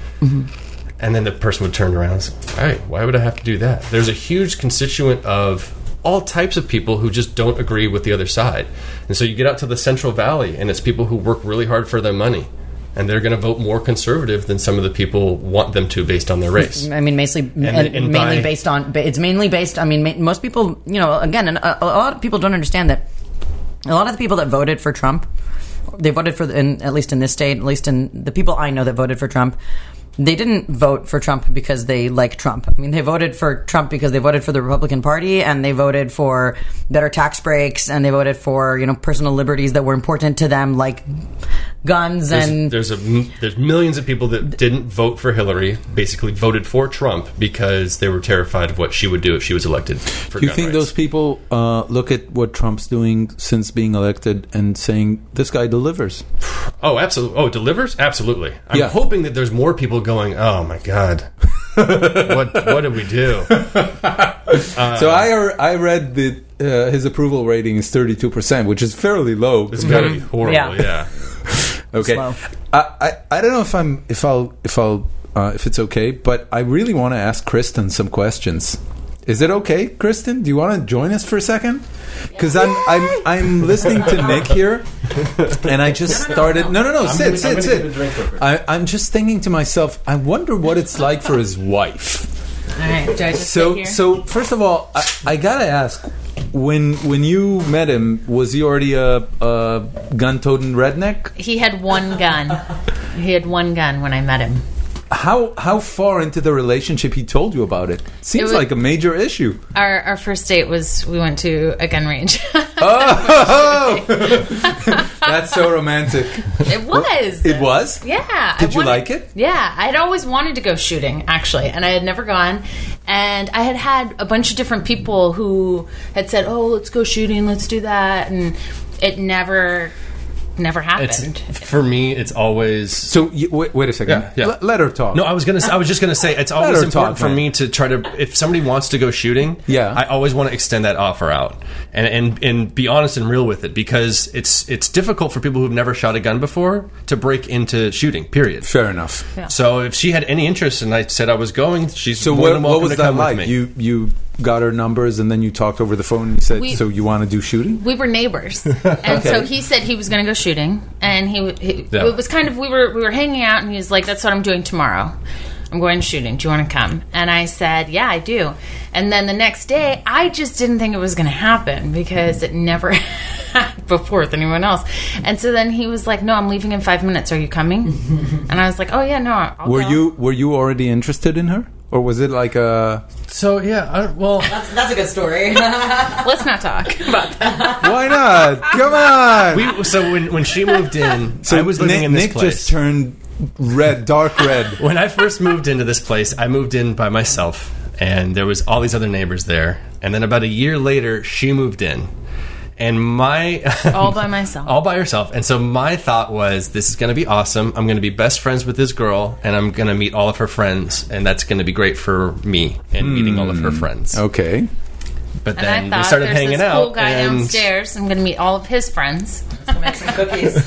S3: And then the person would turn around and say, all right, why would I have to do that? There's a huge constituent of all types of people who just don't agree with the other side. And so you get out to the Central Valley, and it's people who work really hard for their money. And they're going to vote more conservative than some of the people want them to based on their race.
S2: I mean, mostly and
S3: and
S2: mainly
S3: by-
S2: based on. ba- It's mainly based. I mean, ma- most people, you know, again, and uh, a, a lot of people don't understand that. A lot of the people that voted for Trump, they voted for, the- in, at least in this state, at least in the people I know that voted for Trump. They didn't vote for Trump because they like Trump. I mean, they voted for Trump because they voted for the Republican Party and they voted for better tax breaks and they voted for, you know, personal liberties that were important to them, like guns and.
S3: There's, there's a m- there's millions of people that didn't vote for Hillary, basically voted for Trump because they were terrified of what she would do if she was elected. For
S1: Do you
S3: gun
S1: think
S3: rights.
S1: those people uh, look at what Trump's doing since being elected and saying, this guy delivers?
S3: Oh, absolutely. Oh, it delivers? Absolutely. I'm
S1: Yeah.
S3: hoping that there's more people going, oh my God. what what did we do?
S1: so I, I read that uh, his approval rating is 32%, which is fairly low.
S3: It's got to be horrible.
S2: Yeah.
S3: Mm-hmm. Yeah.
S1: Okay.
S2: Slow.
S1: I, I I don't know if I'm if I'll if I'll uh, if it's okay, but I really want to ask Kristen some questions. Is it okay, Kristen? Do you want to join us for a second? Because I'm I'm I'm listening to Nick here, and I just started. No, no, no. sit,
S3: gonna-
S1: sit,
S3: I'm gonna
S1: sit.
S3: give a drink real quick.
S1: I, I'm just thinking to myself. I wonder what it's like for his wife.
S2: All right, do I just sit
S1: So,
S2: here?
S1: so first of all, I, I gotta ask: when when you met him, was he already a, a gun-toting redneck?
S5: He had one gun. he had one gun when I met him.
S1: How how far into the relationship he told you about it? Seems
S5: was-
S1: like a major issue.
S5: Our, our first date was we went to a gun range.
S1: Oh, that's so romantic.
S5: it was.
S1: It was.
S5: Yeah.
S1: Did
S5: I
S1: you like it?
S5: Yeah. I'd always wanted to go shooting, actually, and I had never gone. And I had had a bunch of different people who had said, oh, let's go shooting, let's do that. And it never, never happened.
S3: It's, for me, it's always.
S1: So you, wait, wait a second.
S3: Yeah, yeah.
S1: Let- let her talk.
S3: No, I was gonna. I was just gonna say it's always
S1: her talk,
S3: important for
S1: man.
S3: me to try to. If somebody wants to go shooting,
S1: Yeah.
S3: I always want to extend that offer out and and and be honest and real with it because it's it's difficult for people who've never shot a gun before to break into shooting. Period.
S1: Fair enough.
S3: So if she had any interest and I said I was going, she's
S1: So
S3: more
S1: what,
S3: than
S1: what
S3: welcome
S1: was
S3: to
S1: that
S3: come
S1: like?
S3: with me.
S1: You you got her numbers and then you talked over the phone and you said,
S5: We-
S1: "So you want to do shooting?"
S5: we were neighbors, and so he said he was going to go shooting, and he, he
S3: Yeah.
S5: it was kind of we were we were hanging out, and he was like, "That's what I'm doing tomorrow. I'm going shooting. Do you want to come?" And I said, "Yeah, I do." And then the next day, I just didn't think it was going to happen because it never happened before with anyone else. And so then he was like, "No, I'm leaving in five minutes. Are you coming?" and I was like, "Oh yeah, no." I'll
S1: Were
S5: go."
S1: you were you already interested in her, or was it like a
S3: So yeah, I, well,
S2: That's a good story.
S5: Let's not talk about that.
S1: why not? Come on.
S3: we, so when when she moved in, I was living
S1: Nick,
S3: in this
S1: Nick
S3: place.
S1: just turned red, dark red.
S3: when I first moved into this place, I moved in by myself, and there was all these other neighbors there. And then about a year later, she moved in, and my
S5: All by myself.
S3: all by herself. And so my thought was, this is going to be awesome. I'm going to be best friends with this girl, and I'm going to meet all of her friends, and that's going to be great for me
S1: Hmm.
S3: and meeting all of her friends.
S1: Okay.
S3: But
S5: and
S3: then
S5: I thought
S3: we started
S5: there's
S3: hanging
S5: this
S3: out,
S5: cool guy
S3: and
S5: downstairs. I'm going to meet all of his friends.
S2: Make some cookies.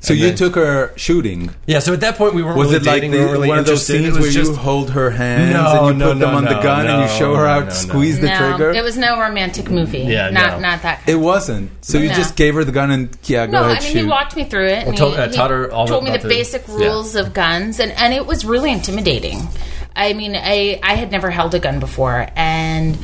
S1: So you
S3: then-
S1: took her shooting.
S3: yeah. So at that point, we weren't
S1: Was
S3: really
S1: it like
S3: dating.
S1: the,
S3: we weren't really
S1: one of those
S3: interested.
S1: scenes
S3: it
S1: where
S3: was
S1: you
S3: just
S1: hold her hands
S3: No,
S1: and you
S3: no,
S1: put
S3: no,
S1: them on the
S3: no,
S1: gun and you
S3: no,
S1: show her how
S3: no,
S1: to
S3: no.
S1: squeeze the
S5: no,
S1: trigger?
S5: It was no romantic movie.
S3: Yeah,
S5: not
S3: no.
S5: not that kind.
S1: It wasn't. So you
S5: No.
S1: just gave her the gun and yeah, go
S5: no, I
S1: ahead
S5: mean
S1: shoot.
S5: he walked me through it. and
S3: told-
S5: he,
S3: uh,
S5: he
S3: taught her all
S5: told me
S3: about
S5: the
S3: the-
S5: basic
S3: yeah.
S5: rules of guns, and and it was really intimidating. I mean, I I had never held a gun before, and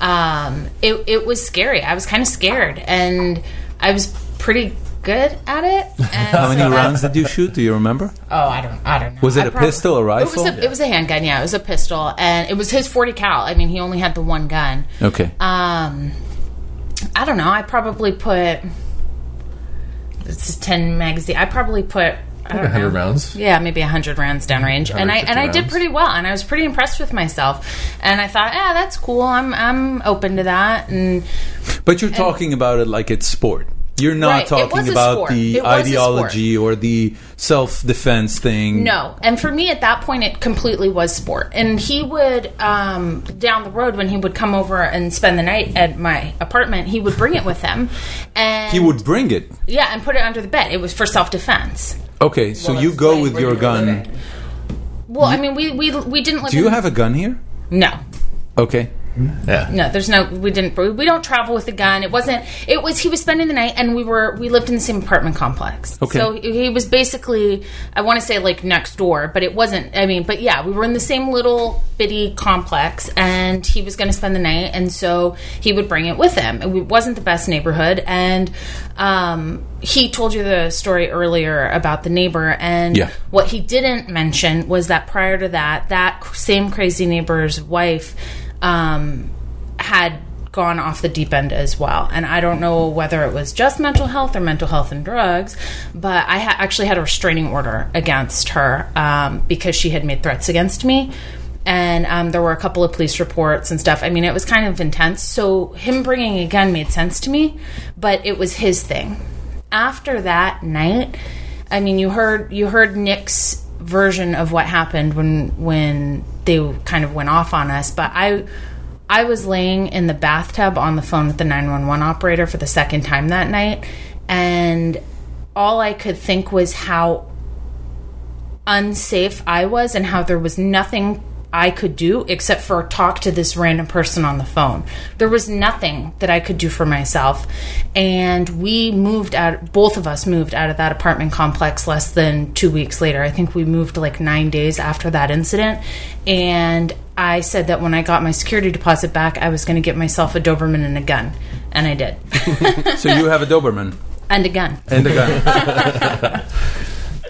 S5: um, it it was scary. I was kind of scared, and I was pretty good at it. And
S1: How many
S5: so that-
S1: rounds did you shoot? Do you remember?
S5: Oh, I don't, I don't know.
S1: Was it
S5: a
S1: a pistol, a rifle?
S5: It was a, it was a handgun. Yeah, it was a pistol, and it was his forty cal. I mean, he only had the one gun.
S1: Okay.
S5: Um, I don't know. I probably put. It's a ten magazine. I probably put. I don't know.
S3: 100 rounds.
S5: Yeah, maybe 100 rounds downrange. And I
S3: 150
S5: and I did
S3: rounds.
S5: pretty well and I was pretty impressed with myself. And I thought, "Yeah, that's cool. I'm I'm open to that." And
S1: But you're talking about it like it's sport. You're
S5: Right,
S1: not
S5: it was
S1: talking
S5: a
S1: about
S5: sport.
S1: the
S5: It was a
S1: ideology or the self-defense thing.
S5: No. And for me at that point, it completely was sport. And he would, um, down the road, when he would come over and spend the night at my apartment, he would bring it with him. And
S1: He would bring it.
S5: Yeah, and put it under the bed. It was for self defense.
S1: Okay, so you go with your gun.
S5: Well, I mean, we, we, we didn't live
S1: Do you
S5: in-
S1: have a gun here?
S5: No.
S1: Okay.
S3: Yeah.
S5: No, there's no. We didn't. We don't travel with a gun. It wasn't. It was. He was spending the night, and we were. We lived in the same apartment complex.
S1: Okay.
S5: So he was basically. I want to say like next door, but it wasn't. I mean, but yeah, we were in the same little bitty complex, and he was going to spend the night, and so he would bring it with him. It wasn't the best neighborhood, and um, he told you the story earlier about the neighbor, and
S1: Yeah.
S5: what he didn't mention was that prior to that, that c- same crazy neighbor's wife um, had gone off the deep end as well. And I don't know whether it was just mental health or mental health and drugs, but I ha- actually had a restraining order against her um, because she had made threats against me. And um, there were a couple of police reports and stuff. I mean, it was kind of intense. So, him bringing a gun made sense to me, but it was his thing. After that night, I mean, you heard you heard Nick's version of what happened when when they kind of went off on us, but I I was laying in the bathtub on the phone with the 911 operator for the second time that night and all I could think was how unsafe I was and how there was nothing I could do except for talk to this random person on the phone. There was nothing that I could do for myself. And we moved out, both of us moved out of that apartment complex less than two weeks later. I think we moved like nine days after that incident. And I said that when I got my security deposit back, I was going to get myself a Doberman and a gun. And I did.
S1: So you have a Doberman
S5: and a gun.
S1: and a gun.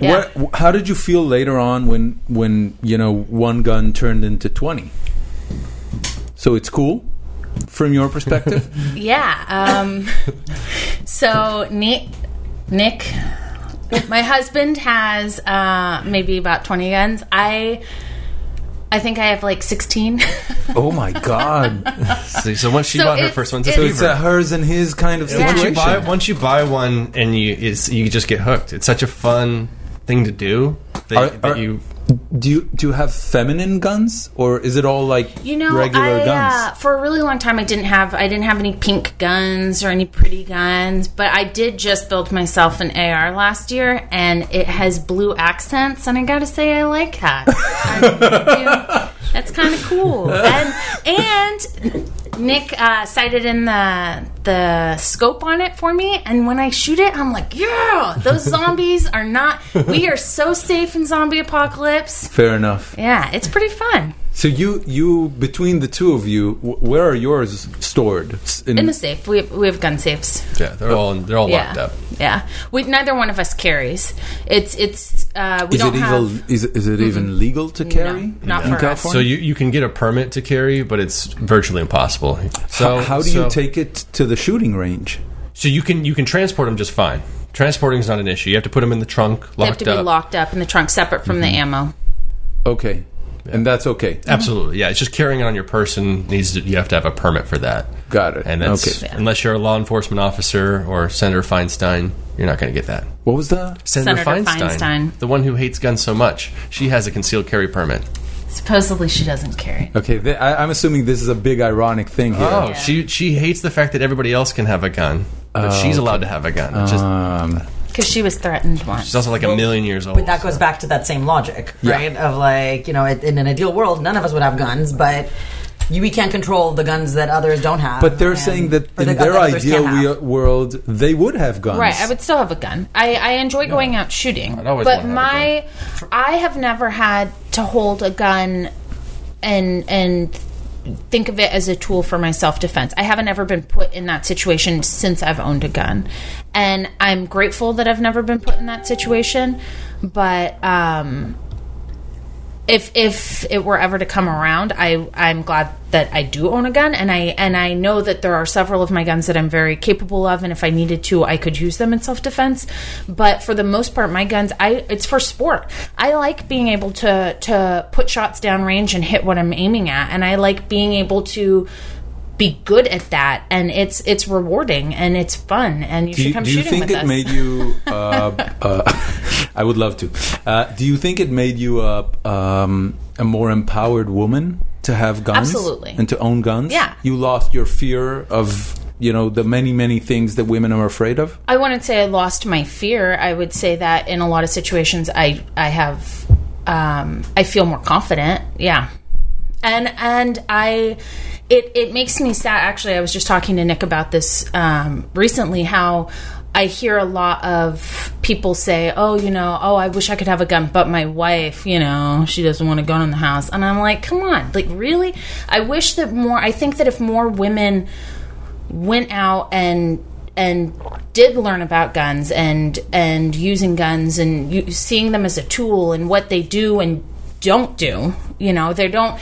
S1: What, how did you feel later on when when you know one gun turned into twenty? So it's cool from your perspective.
S5: Yeah. Um, so Nick, Nick, my husband has uh, maybe about twenty guns. I, I think I have like sixteen.
S1: oh my god!
S3: So, so once she
S5: So
S3: bought her
S5: it's-
S3: first one, it's,
S5: it's-
S3: a
S1: So it's a hers and his kind of
S5: Once
S1: situation.
S5: you
S3: you buy once you buy one and you it's, you just get hooked. It's such a fun thing to do that,
S1: Are-
S3: that
S1: are-
S3: you
S1: Do you do you have feminine guns or is it all like
S5: you know,
S1: regular
S5: I,
S1: guns?
S5: Uh, for a really long time, I didn't have I didn't have any pink guns or any pretty guns, but I did just build myself an AR last year, and it has blue accents, and I gotta say, I like that. I, you know, that's kind of cool, and and. Nick uh, sighted in the the scope on it for me, and when I shoot it, I'm like, "Yeah, those zombies are not. We are so safe in zombie apocalypse.
S1: Fair enough.
S5: Yeah, it's pretty fun."
S1: So you you between the two of you, wh- where are yours stored? S-
S5: In the safe, we have, we have gun safes.
S3: yeah they're all they're all
S5: Yeah,
S3: Mm. locked up.
S5: yeah. We neither one of us carries. It's it's uh, we
S1: is
S5: don't
S1: it
S5: have.
S1: even is, it- is it even legal to carry?
S5: not
S1: in
S5: for us.
S1: California?
S3: So you, you can get a permit to carry, but it's virtually impossible. So
S1: how, how do
S3: so-
S1: you take it to the shooting range?
S3: So you can you can transport them just fine. Transporting is not an issue. You have to put them in the trunk, locked
S5: They have to be
S3: up. Mm-hmm.
S5: locked up in the trunk, separate from the ammo.
S1: Okay, and that's okay.
S3: Absolutely, yeah. It's just carrying it on your person needs to, you have to have a permit for that.
S1: Got it.
S3: And that's
S1: Okay.
S3: unless you're a law enforcement officer or Senator Feinstein, you're not going to get that.
S1: What was that?
S3: Senator,
S5: Senator
S3: Feinstein,
S5: Feinstein.
S3: the one who hates guns so much, she has a concealed carry permit.
S5: Supposedly, she doesn't carry.
S1: Okay, th- I, I'm assuming this is a big ironic thing here.
S3: Oh, she she hates the fact that everybody else can have a gun, but she's
S1: Oh,
S3: allowed to have a gun. It's just,
S1: Um,
S5: Because she was threatened once.
S3: she's also like a million years old.
S2: But that goes back to that same logic, right? Of like, you know, it- in an ideal world, none of us would have guns, but you, we can't control the guns that others don't have.
S1: but they're
S2: and-
S1: saying that
S2: or the
S1: in
S2: guns
S1: their
S2: that others
S1: ideal
S2: can't have.
S1: we- world, they would have guns.
S5: Right, I would still have a gun. I, I enjoy going out shooting,
S3: I'd always
S5: but
S3: wanna have a
S5: my I have never had to hold a gun and and think of it as a tool for my self-defense. I haven't ever been put in that situation since I've owned a gun. And I'm grateful that I've never been put in that situation, but um if if it were ever to come around, I I'm glad that I do own a gun, and I and I know that there are several of my guns that I'm very capable of, and if I needed to, I could use them in self defense. But for the most part, my guns, I it's for sport. I like being able to to put shots down range and hit what I'm aiming at, and I like being able to be good at that, and it's it's rewarding and it's fun, and you
S1: Do
S5: should
S1: you,
S5: come
S1: do you
S5: shooting
S1: think
S5: with
S1: it
S5: us.
S1: made you? Uh, uh, I would love to. Uh, do you think it made you a, um, a more empowered woman to have guns?
S5: Absolutely.
S1: And to own guns?
S5: Yeah.
S1: You lost your fear of you know the many many things that women are afraid of.
S5: I wouldn't say I lost my fear. I would say that in a lot of situations, I I have um, I feel more confident. Yeah, and and I it it makes me sad. Actually, I was just talking to Nick about this um, recently. How I hear a lot of people say, "Oh, you know, oh, I wish I could have a gun, but my wife, you know, she doesn't want a gun in the house." And I'm like, "Come on, like really?" I wish that more. I think that if more women went out and and did learn about guns and and using guns and u- seeing them as a tool and what they do and don't do. You know, they don't.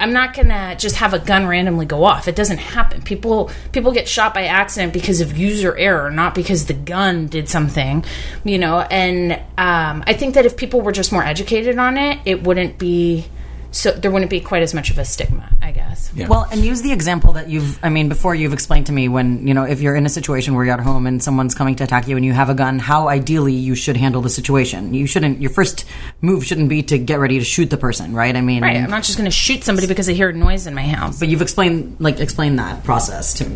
S5: I'm not gonna just have a gun randomly go off. It doesn't happen. People people get shot by accident because of user error, not because the gun did something. You know, and um, I think that if people were just more educated on it, it wouldn't be so. There wouldn't be quite as much of a stigma, I guess.
S1: Yeah.
S2: Well, and use the example that you've, I mean, before you've explained to me when, you know, if you're in a situation where you're at home and someone's coming to attack you and you have a gun, how ideally you should handle the situation. You shouldn't, your first move shouldn't be to get ready to shoot the person, right? I mean,
S5: Right. I'm not just gonna shoot somebody because I hear a noise in my house.
S2: but you've explained, like, explained that process to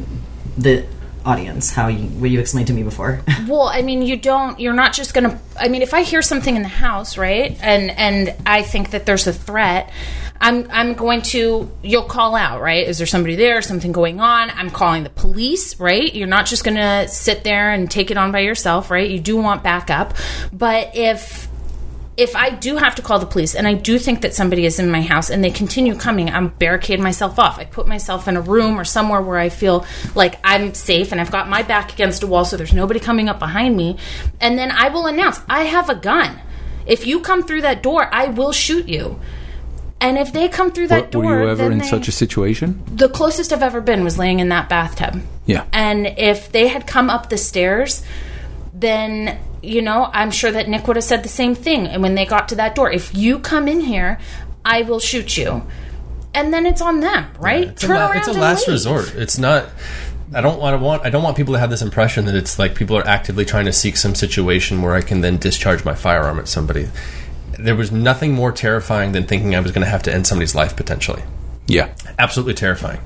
S2: the audience, how you, what you explained to me before.
S5: Well, I mean, you don't. You're not just gonna. I mean, if I hear something in the house, right, and and I think that there's a threat, I'm I'm going to. You'll call out, right? Is there somebody there? Something going on? I'm calling the police, right? You're not just gonna sit there and take it on by yourself, right? You do want backup, but if if I do have to call the police and I do think that somebody is in my house and they continue coming, I'm barricade myself off. I put myself in a room or somewhere where I feel like I'm safe and I've got my back against a wall so there's nobody coming up behind me. And then I will announce, I have a gun. If you come through that door, I will shoot you. And if they come through that
S1: Were-
S5: door,
S1: were you ever
S5: then
S1: in
S5: they-
S1: such a situation?
S5: the closest I've ever been was laying in that bathtub.
S1: Yeah.
S5: And if they had come up the stairs, then you know, I'm sure that Nick would have said the same thing. And when they got to that door, if you come in here, I will shoot you. And then it's on them, right?
S3: It's a, la- it's a
S5: and
S3: last
S5: leave.
S3: resort. It's not. I don't want to want. I don't want people to have this impression that it's like people are actively trying to seek some situation where I can then discharge my firearm at somebody. There was nothing more terrifying than thinking I was going to have to end somebody's life potentially.
S1: Yeah.
S3: Absolutely terrifying.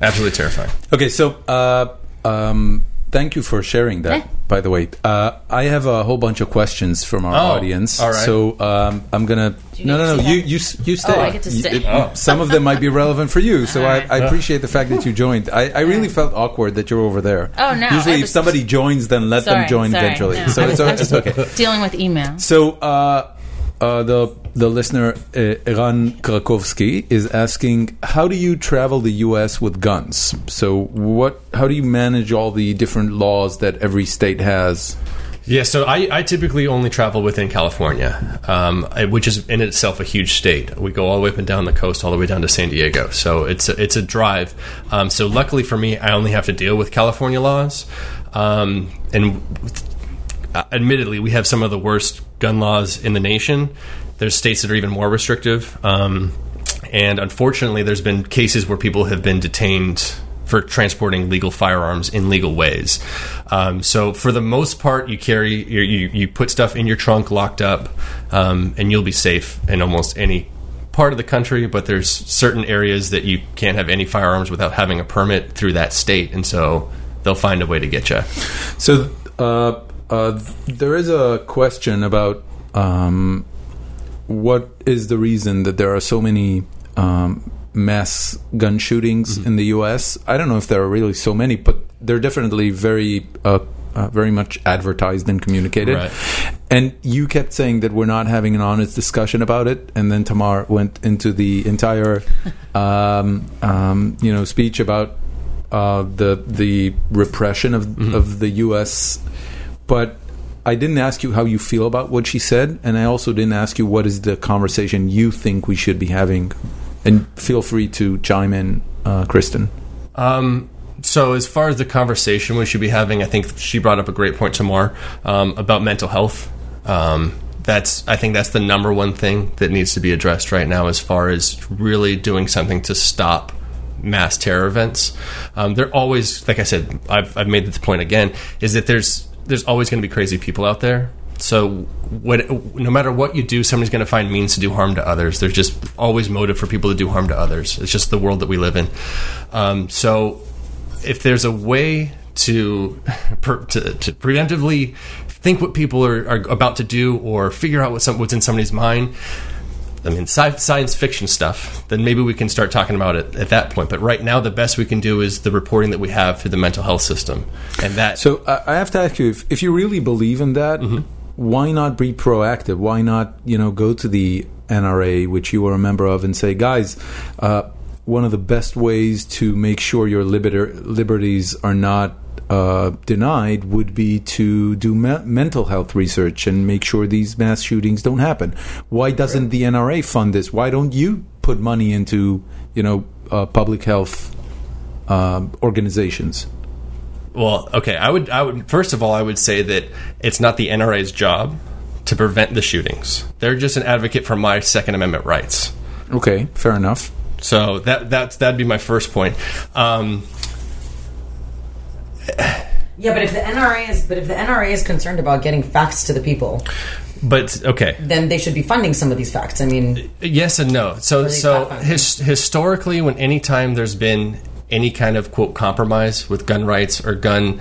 S3: Absolutely terrifying.
S1: Okay, so uh, um, thank you for sharing that.
S5: Eh.
S1: By the way, uh, I have a whole bunch of questions from our
S3: Oh,
S1: audience.
S3: all right.
S1: So um, I'm gonna.
S5: you
S1: No,
S5: get
S1: no,
S5: to
S1: no.
S5: see
S1: You,
S5: that? Oh,
S1: you, s- you stay.
S5: I get to
S1: You-
S5: stay.
S1: it-
S3: Oh.
S1: Some of them might be relevant for you, so I, I appreciate the fact that you joined. I, I really felt awkward that you're over there.
S5: Oh, no,
S1: Usually,
S5: I
S1: if
S5: was-
S1: somebody joins, then let
S5: Sorry,
S1: them join
S5: sorry,
S1: eventually.
S5: no.
S1: So
S5: I
S1: it's,
S5: was- I
S1: it's okay.
S5: Dealing with email.
S1: So uh, uh, the the listener uh, Iran Krakowski is asking, how do you travel the U.S. with guns? So what? How do you manage all the different laws that every state has?
S3: Yeah, so I, I typically only travel within California, um, I- which is in itself a huge state. We go all the way up and down the coast, all the way down to San Diego. So it's a, it's a drive. Um, so luckily for me, I only have to deal with California laws. Um, and uh, admittedly, we have some of the worst gun laws in the nation. There's states that are even more restrictive. Um, and unfortunately, there's been cases where people have been detained for transporting legal firearms in legal ways. Um, so, for the most part, you carry, you, you, you put stuff in your trunk locked up, um, and you'll be safe in almost any part of the country, but there's certain areas that you can't have any firearms without having a permit through that state. And so they'll find a way to get you.
S1: So uh, uh, there is a question about um, what is the reason that there are so many um, mass gun shootings in the U.S. I don't know if there are really so many, but they're definitely very uh, uh, very much advertised and communicated.
S3: Right.
S1: And you kept saying that we're not having an honest discussion about it, and then Tamar went into the entire, um, um, you know, speech about uh, the the repression of of the U.S. But I didn't ask you how you feel about what she said, and I also didn't ask you what is the conversation you think we should be having. And feel free to chime in, uh, Kristen.
S3: Um, so as far as the conversation we should be having, I think she brought up a great point, Tamar, um, about mental health. Um, that's I think that's the number one thing that needs to be addressed right now, as far as really doing something to stop mass terror events. Um, they're always, like I said, I've, I've made this point again, is that there's there's always going to be crazy people out there. So what, no matter what you do, somebody's going to find means to do harm to others. There's just always motive for people to do harm to others. It's just the world that we live in. Um, so if there's a way to, per, to to preemptively think what people are, are about to do or figure out what some, what's in somebody's mind, I mean sci- science fiction stuff, then maybe we can start talking about it at that point. But right now, the best we can do is the reporting that we have through the mental health system, and that
S1: So I, I have to ask you if, if you really believe in that, why not be proactive? Why not you know go to the NRA, which you were a member of, and say, guys, uh, one of the best ways to make sure your liber- liberties are not uh, denied would be to do me- mental health research and make sure these mass shootings don't happen. Why doesn't the NRA fund this? Why don't you put money into you know uh, public health um, organizations?
S3: Well, okay. I would. I would. First of all, I would say that it's not the NRA's job to prevent the shootings. They're just an advocate for my Second Amendment rights.
S1: Okay, fair enough.
S3: So that that's that'd be my first point. Um,
S2: Yeah, but if the NRA is but if the NRA is concerned about getting facts to the people,
S3: but okay.
S2: then they should be funding some of these facts. I mean,
S3: Yes and no. So
S2: these
S3: so
S2: platforms.
S3: his, historically, when any time there's been any kind of quote compromise with gun rights or gun,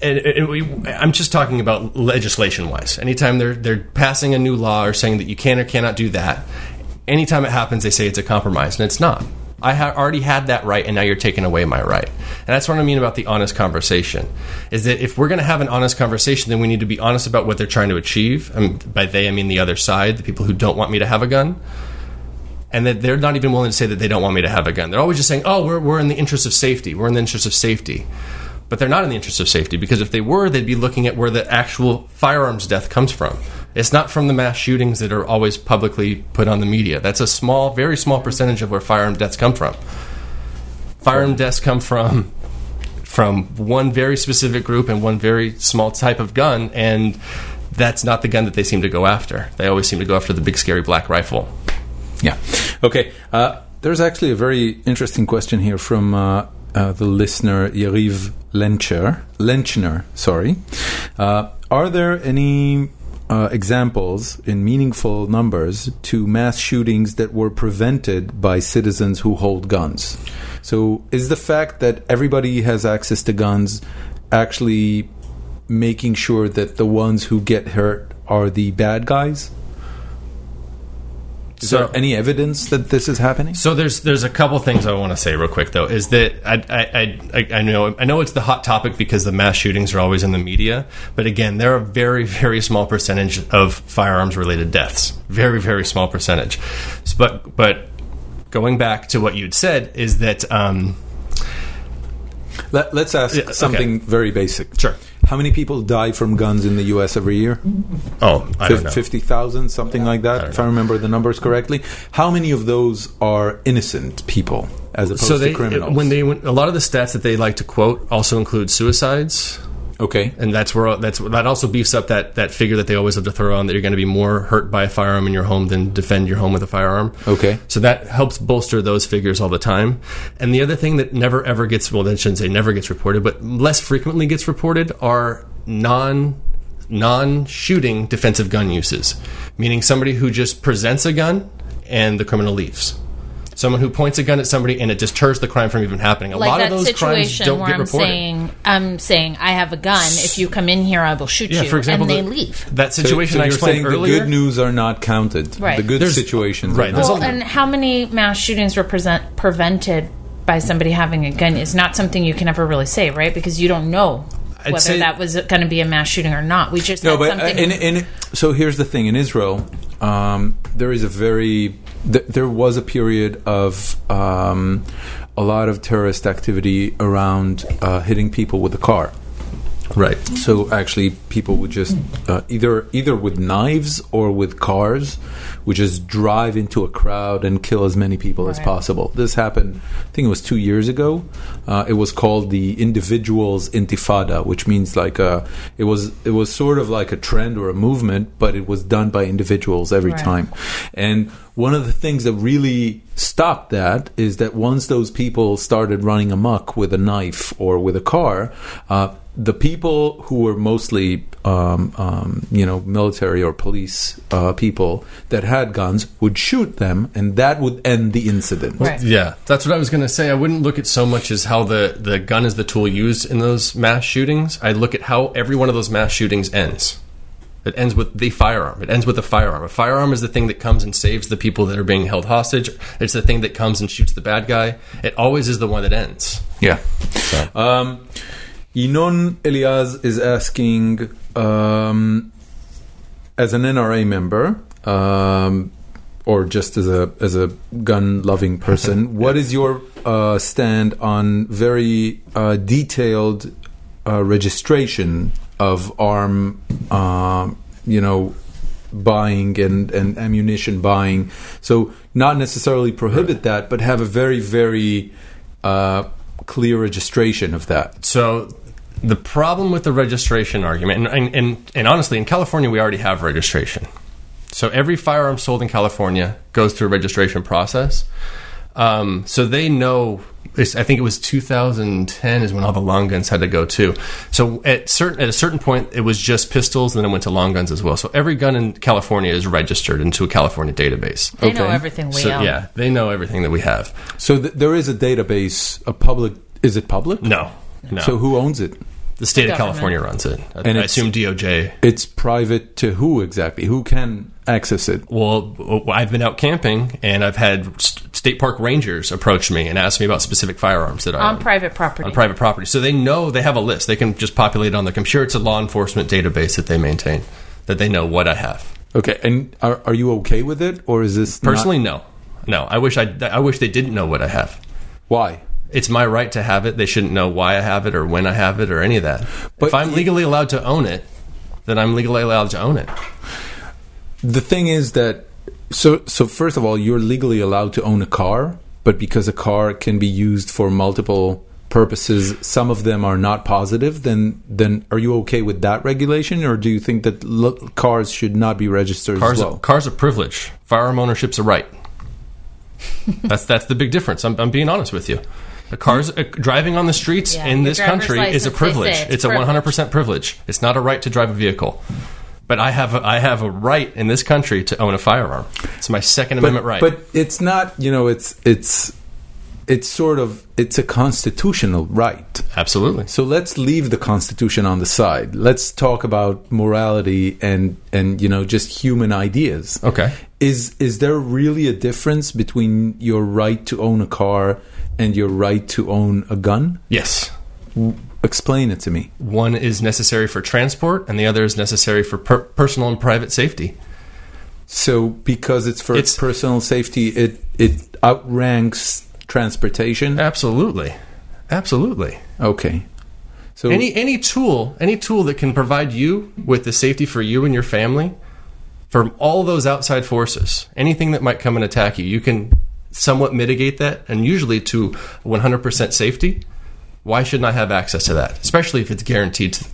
S3: and, and we, I'm just talking about legislation wise. Anytime they're they're passing a new law or saying that you can or cannot do that, anytime it happens, they say it's a compromise, and it's not. I ha- already had that right, and now you're taking away my right. And that's what I mean about the honest conversation. Is that if we're going to have an honest conversation, then we need to be honest about what they're trying to achieve. And by they, I mean the other side, the people who don't want me to have a gun and that they're not even willing to say that they don't want me to have a gun. They're always just saying, "Oh, we're we're in the interest of safety. We're in the interest of safety." But they're not in the interest of safety because if they were, they'd be looking at where the actual firearms death comes from. It's not from the mass shootings that are always publicly put on the media. That's a small, very small percentage of where firearm deaths come from. Firearm deaths come from from one very specific group and one very small type of gun, and that's not the gun that they seem to go after. They always seem to go after the big, scary black rifle.
S1: Yeah. Okay. Uh, there's actually a very interesting question here from uh, uh, the listener Yariv Lencher, Lenchner. Sorry. Uh, are there any uh, examples in meaningful numbers to mass shootings that were prevented by citizens who hold guns? So, is the fact that everybody has access to guns actually making sure that the ones who get hurt are the bad guys? Is there any evidence that this is happening?
S3: So there's there's a couple things I want to say real quick though is that I I, I I know I know it's the hot topic because the mass shootings are always in the media, but again they're a very very small percentage of firearms related deaths, very very small percentage. S- But but going back to what you'd said is that um,
S1: Let, let's ask
S3: Yeah, okay.
S1: something very basic.
S3: Sure.
S1: How many people die from guns in the U.S. every year?
S3: oh I don't know.
S1: Fifty thousand, something like that, if I remember the numbers correctly. How many of those are innocent people as opposed
S3: so they
S1: to criminals?
S3: when they when, a lot of the stats that they like to quote also include suicides.
S1: okay,
S3: and that's where that's that also beefs up that that figure that they always have to throw on that you're going to be more hurt by a firearm in your home than defend your home with a firearm.
S1: Okay.
S3: So that helps bolster those figures all the time. And the other thing that never ever gets well, I shouldn't say never gets reported, but less frequently gets reported are non non shooting defensive gun uses, meaning somebody who just presents a gun and the criminal leaves. Someone who points a gun at somebody and it deters the crime from even happening. A
S5: like
S3: lot
S5: that
S3: of those crimes
S5: situation
S3: don't
S5: where
S3: get
S5: I'm
S3: reported.
S5: saying, I'm saying, I have a gun. If you come in here, I will shoot
S3: yeah,
S5: you.
S3: for example,
S5: and they
S3: the-
S5: leave.
S3: That
S1: So-
S3: situation
S1: so
S3: I
S1: you're
S3: explained
S1: saying
S3: earlier.
S1: the good news are not counted.
S5: Right.
S1: The good
S3: There's-
S1: situations.
S3: right,
S1: Are
S3: there's
S1: not.
S3: a
S5: Well, and how many mass shootings were present, prevented by somebody having a gun is not something you can ever really say, right? Because you don't know
S3: I'd
S5: whether
S3: say-
S5: that was going to be a mass shooting or not. We just
S1: No,
S5: had
S1: but uh,
S5: something.
S1: in, in, so here's the thing: in Israel, um, there is a very th- there was a period of um, a lot of terrorist activity around uh, hitting people with a car.
S3: Right.
S1: So actually, people would just uh, either either with knives or with cars, would just drive into a crowd and kill as many people as
S5: Right.
S1: possible. This happened, I think it was two years ago. Uh, it was called the Individuals Intifada, which means like a, it was it was sort of like a trend or a movement, but it was done by individuals every
S5: Right.
S1: time. And one of the things that really stopped that is that once those people started running amok with a knife or with a car, uh, the people who were mostly, um, um, you know, military or police uh, people that had guns would shoot them, and that would end the incident.
S5: Right.
S3: Yeah, that's what I was going to say. I wouldn't look at so much as how the, the gun is the tool used in those mass shootings. I look at how every one of those mass shootings ends. It ends with the firearm. It ends with a firearm. A firearm is the thing that comes and saves the people that are being held hostage. It's the thing that comes and shoots the bad guy. It always is the one that ends.
S1: Yeah. Um, Inon Elias is asking, um, as an NRA member, um, or just as a as a gun loving person, what is your uh, stand on very uh, detailed uh, registration of arm, um, you know, buying and, and ammunition buying? So not necessarily prohibit that, but have a very very uh, clear registration of that.
S3: So the problem with the registration argument, and, and, and, and honestly, in California, we already have registration. So every firearm sold in California goes through a registration process. Um, so they know. It's, I think it was 2010 is when all the long guns had to go too. So at certain at a certain point, it was just pistols, and then it went to long guns as well. So every gun in California is registered into a California database.
S5: they know
S1: okay.
S5: everything we
S3: So
S5: own.
S3: yeah, they know everything that we have.
S1: So th- there is a database, a public. Is it public?
S3: No, no.
S1: So who owns it?
S3: the state of
S5: Government.
S3: California runs it, I-
S1: And
S3: I
S1: it's-
S3: assume DOJ
S1: It's private to who exactly? Who can access it?
S3: Well, w- I've been out camping and I've had st- state park rangers approach me and ask me about specific firearms that I
S5: on
S3: own.
S5: private property.
S3: on private property. So they know they have a list. They can just populate it on the computer. It's a law enforcement database that they maintain that they know what I have.
S1: Okay, and are, are you okay with it, or is this not-
S3: Personally, no, no. I wish I, I wish they didn't know what I have.
S1: why?
S3: It's my right to have it. They shouldn't know why I have it or when I have it or any of that.
S1: But
S3: if I'm
S1: you-
S3: legally allowed to own it, then I'm legally allowed to own it.
S1: The thing is that so so first of all, you're legally allowed to own a car, but because a car can be used for multiple purposes, some of them are not positive. Then then are you okay with that regulation, or do you think that lo- cars should not be registered
S3: Cars,
S1: as well?
S3: cars a privilege. Firearm ownership's a right. that's that's the big difference. I'm, I'm being honest with you. A car's a, driving on the streets
S5: Yeah,
S3: in
S5: your
S3: this
S5: driver's
S3: country is a
S5: license, they say
S3: privilege.
S5: it's
S3: It's, a 100 percent privilege. It's not a right to drive a vehicle. But I have a, I have a right in this country to own a firearm. It's my Second Amendment right.
S1: But it's not, you know, it's it's it's sort of it's a constitutional right.
S3: absolutely.
S1: So let's leave the constitution on the side. Let's talk about morality and and you know just human ideas.
S3: Okay.
S1: Is is there really a difference between your right to own a car and your right to own a gun?
S3: Yes.
S1: Explain it to me.
S3: One is necessary for transport, and the other is necessary for per- personal and private safety.
S1: So because it's for
S3: It's-
S1: personal safety, it it outranks
S3: Uh,
S1: transportation.
S3: Absolutely. Absolutely.
S1: Okay. So
S3: any any tool any tool that can provide you with the safety for you and your family from all those outside forces anything that might come and attack you you can somewhat mitigate that and usually to 100% safety why shouldn't i have access to that especially if it's guaranteed th-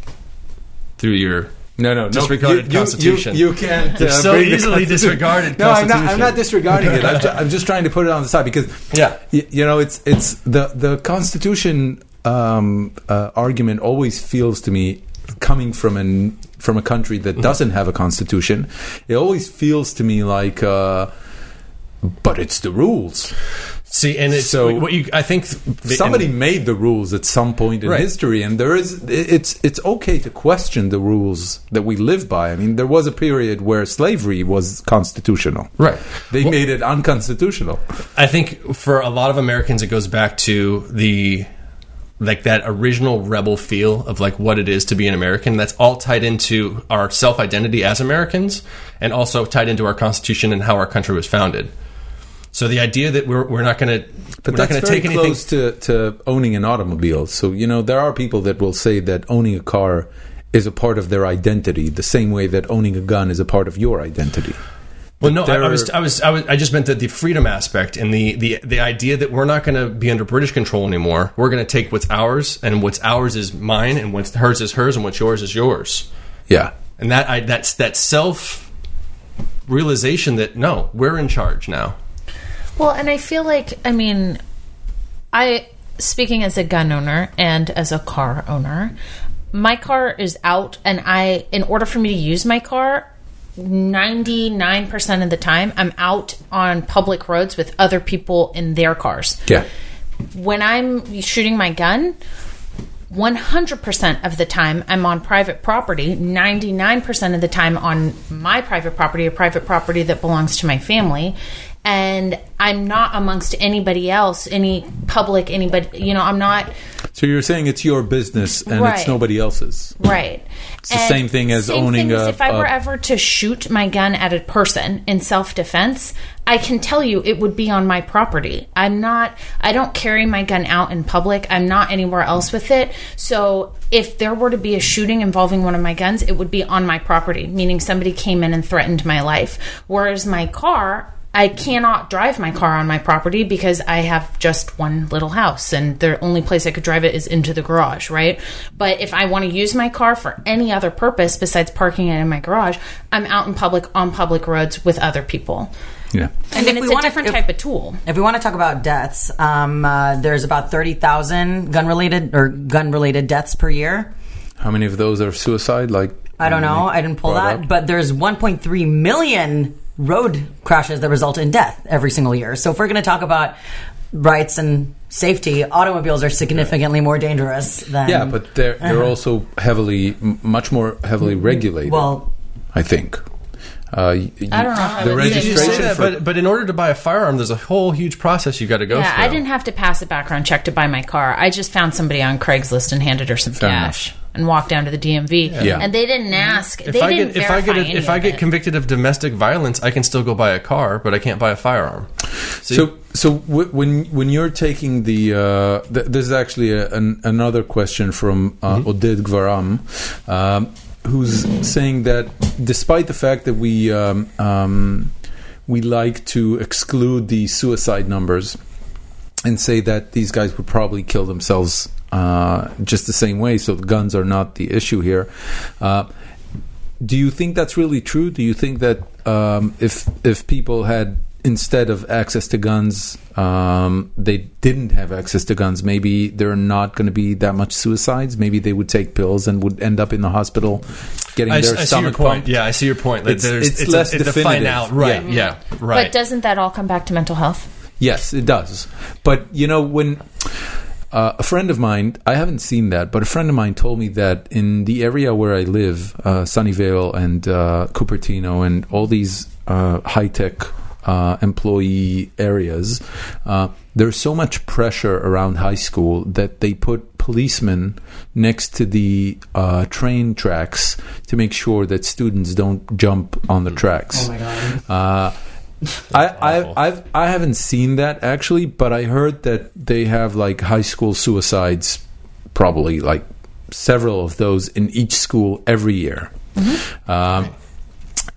S3: through your
S1: No, no, no.
S3: disregarded
S1: You- you-
S3: constitution
S1: You, you can't. Uh,
S3: It's so
S1: bring the
S3: easily
S1: constitu-
S3: disregarded
S1: No, I'm not. I'm
S3: Constitution.
S1: not disregarding it. I'm, ju- I'm just trying to put it on the side because,
S3: Yeah.
S1: y- you know, it's it's the the Constitution um, uh, argument always feels to me coming from an from a country
S3: Mm-hmm.
S1: that doesn't have a constitution. It always feels to me like, uh, but it's the rules.
S3: see and it's
S1: So-
S3: so what you i think th-
S1: Somebody
S3: and-
S1: made the rules at some point in
S3: Right.
S1: history, and there is it's it's okay to question the rules that we live by. I mean, there was a period where slavery was constitutional.
S3: Right.
S1: They
S3: Well-
S1: made it unconstitutional.
S3: I think for a lot of Americans, it goes back to the like that original rebel feel of like what it is to be an American. That's all tied into our self identity as Americans, and also tied into our Constitution and how our country was founded. So the idea that we're we're not going to we're
S1: But
S3: not
S1: that's
S3: going to
S1: very
S3: take anything
S1: close to, to owning an automobile. So, you know, there are people that will say that owning a car is a part of their identity, the same way that owning a gun is a part of your identity.
S3: Well, no, I, I
S1: there-
S3: was, I was, I was, I just meant that the freedom aspect and the the the idea that we're not going to be under British control anymore. We're going to take what's ours, and what's ours is mine, and what's hers is hers, and what's yours is yours.
S1: Yeah.
S3: And that I that's that self realization that no, we're in charge now.
S5: Well, and I feel like, I mean, I, speaking as a gun owner and as a car owner, my car is out, and I, in order for me to use my car, 99% of the time, I'm out on public roads with other people in their cars.
S1: Yeah.
S5: When I'm shooting my gun, 100% of the time I'm on private property, 99% of the time on my private property, a private property that belongs to my family, and I'm not amongst anybody else, any public, anybody, you know, I'm not
S1: So you're saying it's your business and
S5: Right.
S1: it's nobody else's.
S5: right. It's
S1: the same thing as owning a-
S5: if I were
S1: a-
S5: ever to shoot my gun at a person in self-defense, I can tell you it would be on my property. I'm not. I don't carry my gun out in public. I'm not anywhere else with it. So if there were to be a shooting involving one of my guns, it would be on my property, meaning somebody came in and threatened my life. Whereas my car. I cannot drive my car on my property because I have just one little house and the only place I could drive it is into the garage, right? But if I want to use my car for any other purpose besides parking it in my garage, I'm out in public on public roads with other people.
S1: Yeah.
S5: I mean,
S2: if
S5: it's
S2: we
S5: a
S2: wanna-
S5: different
S2: if-
S5: type of tool.
S2: If we want to talk about deaths, um, uh, there's about thirty thousand gun related or gun related deaths per year.
S1: How many of those are suicide? Like,
S2: I don't know. I didn't pull
S1: Mm-hmm. brought
S2: that,
S1: up?
S2: but there's 1.3 million road crashes that result in death every single year. So if we're going to talk about rights and safety, automobiles are significantly more dangerous than
S1: Yeah, but they're, they're also heavily, m- much more heavily regulated,
S2: well,
S1: I think. Uh, y-
S5: I don't know if I
S1: The
S5: would say
S3: You say
S1: registration
S3: that,
S1: for-
S3: but but in order to buy a firearm, there's a whole huge process you got to go
S5: Yeah,
S3: through.
S5: I didn't have to pass a background check to buy my car. I just found somebody on Craigslist and handed her some cash and walked down to the DMV.
S1: Yeah.
S5: And they didn't ask.
S3: If
S5: they
S3: I
S5: didn't
S3: get if I get
S5: verify
S3: a,
S5: any
S3: if I
S5: of
S3: get
S5: it.
S3: convicted of domestic violence, I can still go buy a car, but I can't buy a firearm.
S1: So, so wh- when when you're taking the, uh, th- this is actually a, an, another question from uh, Oded Gvaram, um, who's saying that despite the fact that we um, um, we like to exclude the suicide numbers and say that these guys would probably kill themselves uh, just the same way, so the guns are not the issue here. Uh, do you think that's really true? Do you think that um, if if people had instead of access to guns, um, they didn't have access to guns, maybe there are not going to be that much suicides. Maybe they would take pills and would end up in the hospital getting
S3: I,
S1: their
S3: I see your
S1: stomach
S3: point.
S1: pumped.
S3: Yeah, I see your point. Like,
S1: It's-
S3: there's,
S1: it's less
S3: a,
S1: definitive.
S3: Find out, right?
S1: Yeah.
S3: Yeah, right.
S5: But doesn't that all come back to mental health?
S1: Yes, it does. But you know, when uh, a friend of mine, I haven't seen that, but a friend of mine told me that in the area where I live, uh, Sunnyvale and uh, Cupertino and all these uh, high tech. Uh, employee areas. Uh, there's so much pressure around high school that they put policemen next to the uh, train tracks to make sure that students don't jump on the tracks.
S2: oh my god.
S1: Uh, I,
S3: awful.
S1: I I've I haven't seen that actually, but I heard that they have like high school suicides, probably like several of those in each school every year. Um,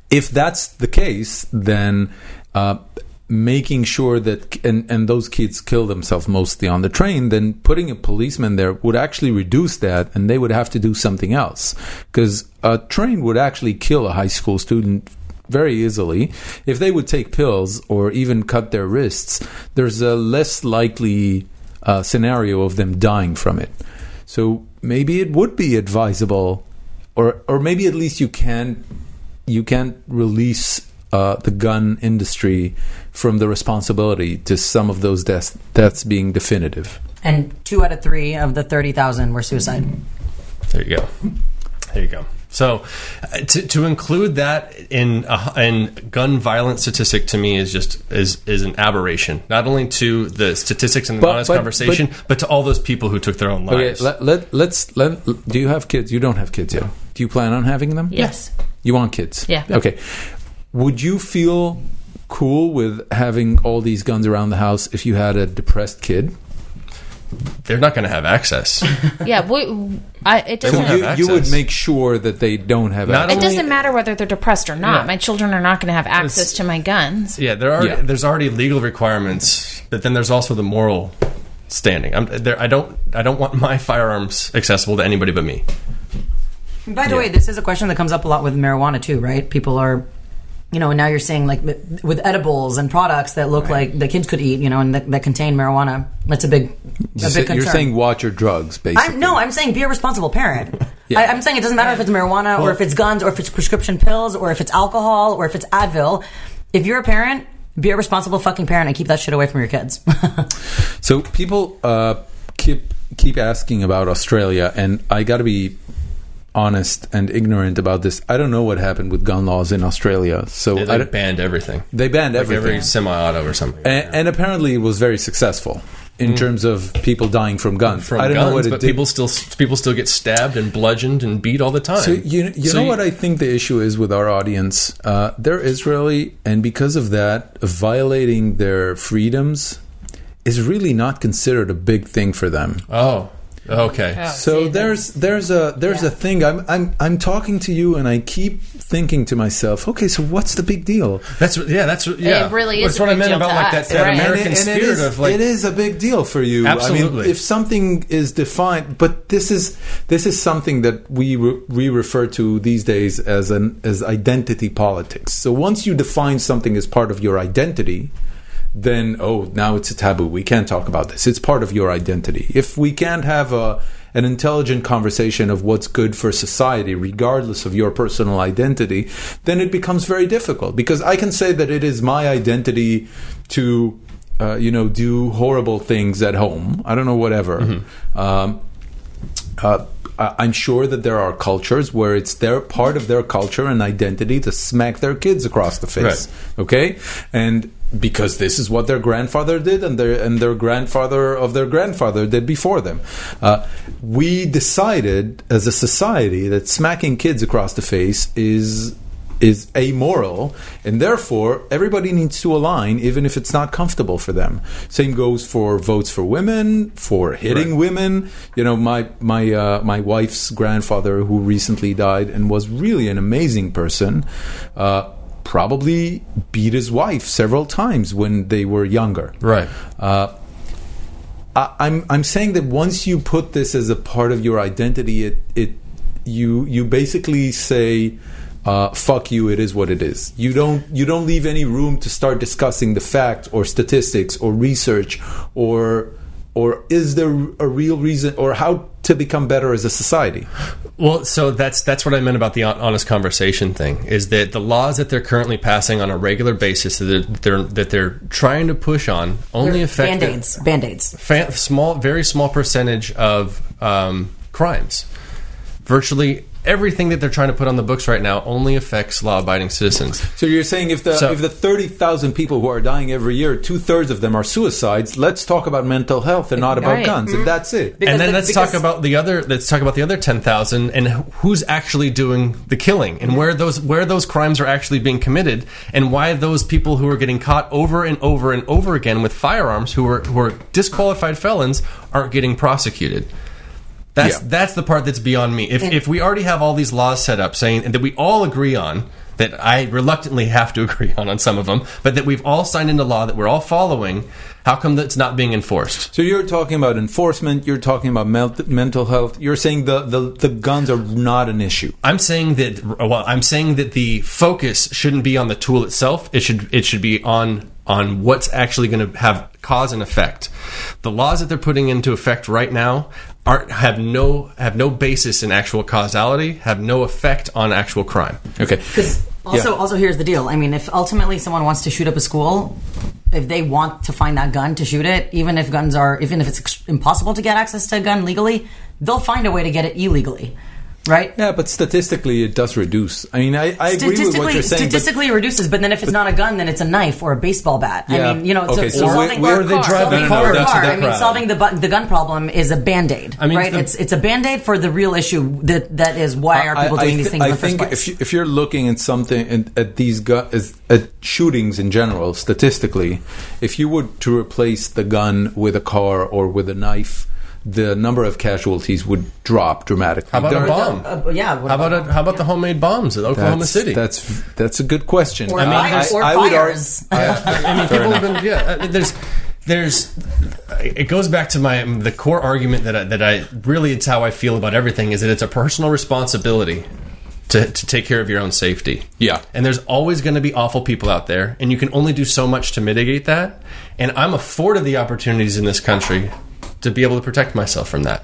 S1: if that's the case, then uh, making sure that and and those kids kill themselves mostly on the train, then putting a policeman there would actually reduce that, and they would have to do something else because a train would actually kill a high school student very easily if they would take pills or even cut their wrists. There's a less likely uh, scenario of them dying from it. So maybe it would be advisable, or or maybe at least you can you can't release uh, the gun industry from the responsibility to some of those deaths deaths being definitive.
S2: And 2 out of 3 of the 30,000 were suicide.
S3: there you go. There you go. So, uh, to, to include that in a, in gun violence statistic to me is just is is an aberration. Not only to the statistics and the
S1: But-
S3: honest
S1: but-
S3: conversation, but, to all those people who took their own
S1: Okay,
S3: lives.
S1: let, let, let's. Let, do you have kids? You don't have kids yet. Do you plan on having them?
S5: Yes.
S1: You want kids?
S5: Yeah.
S1: Okay. Would you feel cool with having all these guns around the house if you had a depressed kid?
S3: They're not going to have access.
S5: Yeah, we, I, it doesn't.
S3: have
S1: you, you would
S3: access.
S1: make sure that they don't have
S3: Not
S1: access.
S5: it doesn't matter whether they're depressed or not.
S3: Yeah.
S5: My children are not going to have access to my guns.
S3: Yeah, there are.
S1: Yeah.
S3: There's already legal requirements, but then there's also the moral standing. I'm, there, I don't. I don't want my firearms accessible to anybody but me.
S2: By the way, this is a question that comes up a lot with marijuana too, right? People are, you know, and now you're seeing like with edibles and products that look like the kids could eat, you know, and that, that contain marijuana. That's a big, a big concern.
S1: You're saying watch your drugs, basically.
S2: I'm, no, I'm saying be a responsible parent. I, I'm saying it doesn't matter if it's marijuana or
S3: Well-
S2: if it's guns or if it's prescription pills or if it's alcohol or if it's Advil. If you're a parent, be a responsible fucking parent and keep that shit away from your kids.
S1: So people uh, keep keep asking about Australia, and I got to be honest and ignorant about this. I don't know what happened with gun laws in Australia. So
S3: They
S1: I
S3: like,
S1: don't-
S3: banned everything.
S1: they banned
S3: Like
S1: everything,
S3: every semi-auto or something.
S1: and, and apparently it was very successful in terms of people dying from guns.
S3: Mm. from
S1: I don't
S3: guns,
S1: know what it
S3: but
S1: did.
S3: people still people still get stabbed and bludgeoned and beat all the time.
S1: So you, you
S3: So
S1: know what I think the issue is with our audience? Uh, they're Israeli, and because of that, violating their freedoms is really not considered a big thing for them.
S3: Oh, okay.
S1: So there's there's a there's a thing. I'm I'm I'm talking to you, and I keep thinking to myself, okay, so what's the big deal?
S3: That's what- yeah. That's what- yeah.
S5: It really
S3: That's
S5: is a
S3: what I
S5: big
S3: meant
S5: deal
S3: about
S5: to
S3: like that,
S5: us,
S3: that
S5: right.
S3: American spirit
S1: it is,
S3: of like
S1: it is a big deal for you. I mean,
S3: Absolutely.
S1: if something is defined, but this is this is something that we re- we refer to these days as an as identity politics. So once you define something as part of your identity, then oh, now it's a taboo. We can't talk about this. It's part of your identity. If we can't have a an intelligent conversation of what's good for society, regardless of your personal identity, then it becomes very difficult. Because I can say that it is my identity to uh, you know, do horrible things at home. I don't know, whatever. Um, uh, I- I'm sure that there are cultures where it's their part of their culture and identity to smack their kids across the face. Okay, and because this is what their grandfather did, and their and their grandfather of their grandfather did before them. Uh, we decided as a society that smacking kids across the face is is amoral, and therefore everybody needs to align, even if it's not comfortable for them. Same goes for votes for women, for hitting women. You know, my my uh, my wife's grandfather, who recently died and was really an amazing person. Uh, Probably beat his wife several times when they were younger.
S3: right.
S1: I- I'm I'm saying that once you put this as a part of your identity, it it you you basically say. Uh, fuck you! It is what it is. You don't you don't leave any room to start discussing the fact or statistics or research or or is there a real reason or how to become better as a society?
S3: Well, so that's that's what I meant about the hon- honest conversation thing. Is that the laws that they're currently passing on a regular basis that they're, they're that they're trying to push on only affect the-
S2: Band-aids. Band-aids.
S3: fa- small, very small percentage of um, crimes. Virtually everything that they're trying to put on the books right now only affects law-abiding citizens.
S1: So you're saying if the
S3: So-
S1: if the thirty thousand people who are dying every year, two thirds of them are suicides. Let's talk about mental health and not about
S5: Right.
S1: guns, and that's it.
S3: and then
S2: the-
S3: let's
S2: because-
S3: talk about the other. Let's talk about the other ten thousand and who's actually doing the killing and where those where those crimes are actually being committed and why those people who are getting caught over and over and over again with firearms who are who are disqualified felons aren't getting prosecuted. That's
S1: Yeah.
S3: that's the part that's beyond me. If if we already have all these laws set up saying and that we all agree on that I reluctantly have to agree on on some of them, but that we've all signed into law that we're all following, how come that's not being enforced?
S1: So you're talking about enforcement. You're talking about mel- mental health. You're saying the, the, the guns are not an issue.
S3: I'm saying that well, I'm saying that the focus shouldn't be on the tool itself. It should it should be on on what's actually going to have cause and effect. The laws that they're putting into effect right now aren't have no have no basis in actual causality, have no effect on actual crime.
S1: Okay.
S2: Because also,
S1: Yeah.
S2: also here's the deal. I mean, if ultimately someone wants to shoot up a school, if they want to find that gun to shoot it, even if guns are, even if it's ex- impossible to get access to a gun legally, they'll find a way to get it illegally. right?
S1: Yeah, but statistically, it does reduce. I mean, I, I agree with what
S2: Statistically,
S1: you're saying. but-
S2: statistically it reduces, but then if it's not a gun, then it's a knife or a baseball bat.
S1: Yeah.
S2: I mean, you know,
S1: Okay,
S2: so,
S1: so
S2: solving
S1: where-
S2: or
S1: where
S2: a
S1: they
S2: car,
S1: drive
S2: solving
S1: the
S2: for
S1: car,
S2: a
S1: that's
S2: car.
S4: their
S2: I mean,
S4: problem.
S2: solving the bu- the gun problem is a band aid,
S4: I mean,
S2: right?
S4: the-
S2: It's it's a band aid for the real issue that that is why are people
S1: I- I
S2: doing these
S1: thi-
S2: things in the
S1: I
S2: first
S1: think
S2: place?
S1: if, you, if you're looking at something and at these gu- as- at shootings in general, statistically, if you were to replace the gun with a car or with a knife, the number of casualties would drop dramatically.
S3: How about
S1: There-
S3: a bomb?
S2: Uh, uh, yeah, what
S3: How about a, how about the homemade bombs at Oklahoma
S1: That's,
S3: City?
S1: That's that's a good question.
S2: Or
S1: I mean,
S2: fires-
S1: I-
S2: or
S1: I would ar-
S2: fires.
S3: I mean, people have been. Yeah, uh, there's, there's. It goes back to my um, the core argument that I, that I really it's how I feel about everything is that it's a personal responsibility to to take care of your own safety.
S1: Yeah.
S3: and there's always going to be awful people out there, and you can only do so much to mitigate that. And I'm afforded the opportunities in this country to be able to protect myself from that.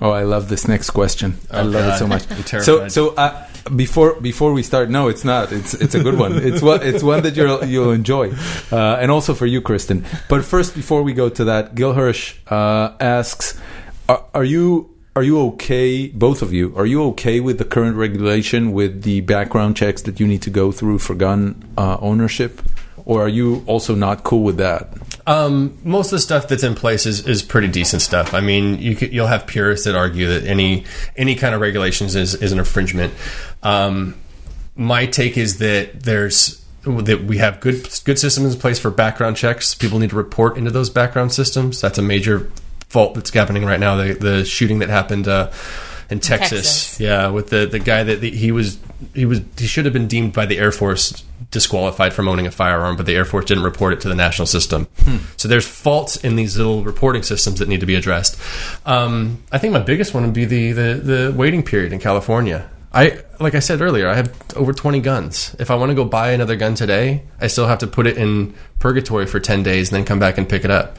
S1: Oh, I love this next question. I
S3: Oh,
S1: love it
S3: God.
S1: so much.
S3: I'm
S1: so,
S3: terrified.
S1: so uh, before before we start, no, it's not. It's it's a good one. It's one it's one that you'll you'll enjoy, uh, and also for you, Kristen. But first, before we go to that, Gil Hirsch uh, asks, are, are you are you okay? Both of you, are you okay with the current regulation with the background checks that you need to go through for gun uh, ownership, or are you also not cool with that?
S3: Um, most of the stuff that's in place is, is pretty decent stuff. I mean, you could, you'll have purists that argue that any any kind of regulations is, is an infringement. Um, my take is that there's that we have good good systems in place for background checks. People need to report into those background systems. That's a major fault that's happening right now. The the shooting that happened uh, in
S5: Texas.
S3: Texas, yeah, with the the guy that the, he was he was he should have been deemed by the Air Force disqualified from owning a firearm, but the Air Force didn't report it to the national system. So there's faults in these little reporting systems that need to be addressed. Um, I think my biggest one would be the, the the waiting period in California. I like I said earlier, I have over 20 guns. If I want to go buy another gun today, I still have to put it in purgatory for 10 days and then come back and pick it up.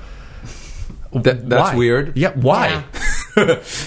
S1: That, that's
S3: Why?
S1: weird.
S3: Yeah, why?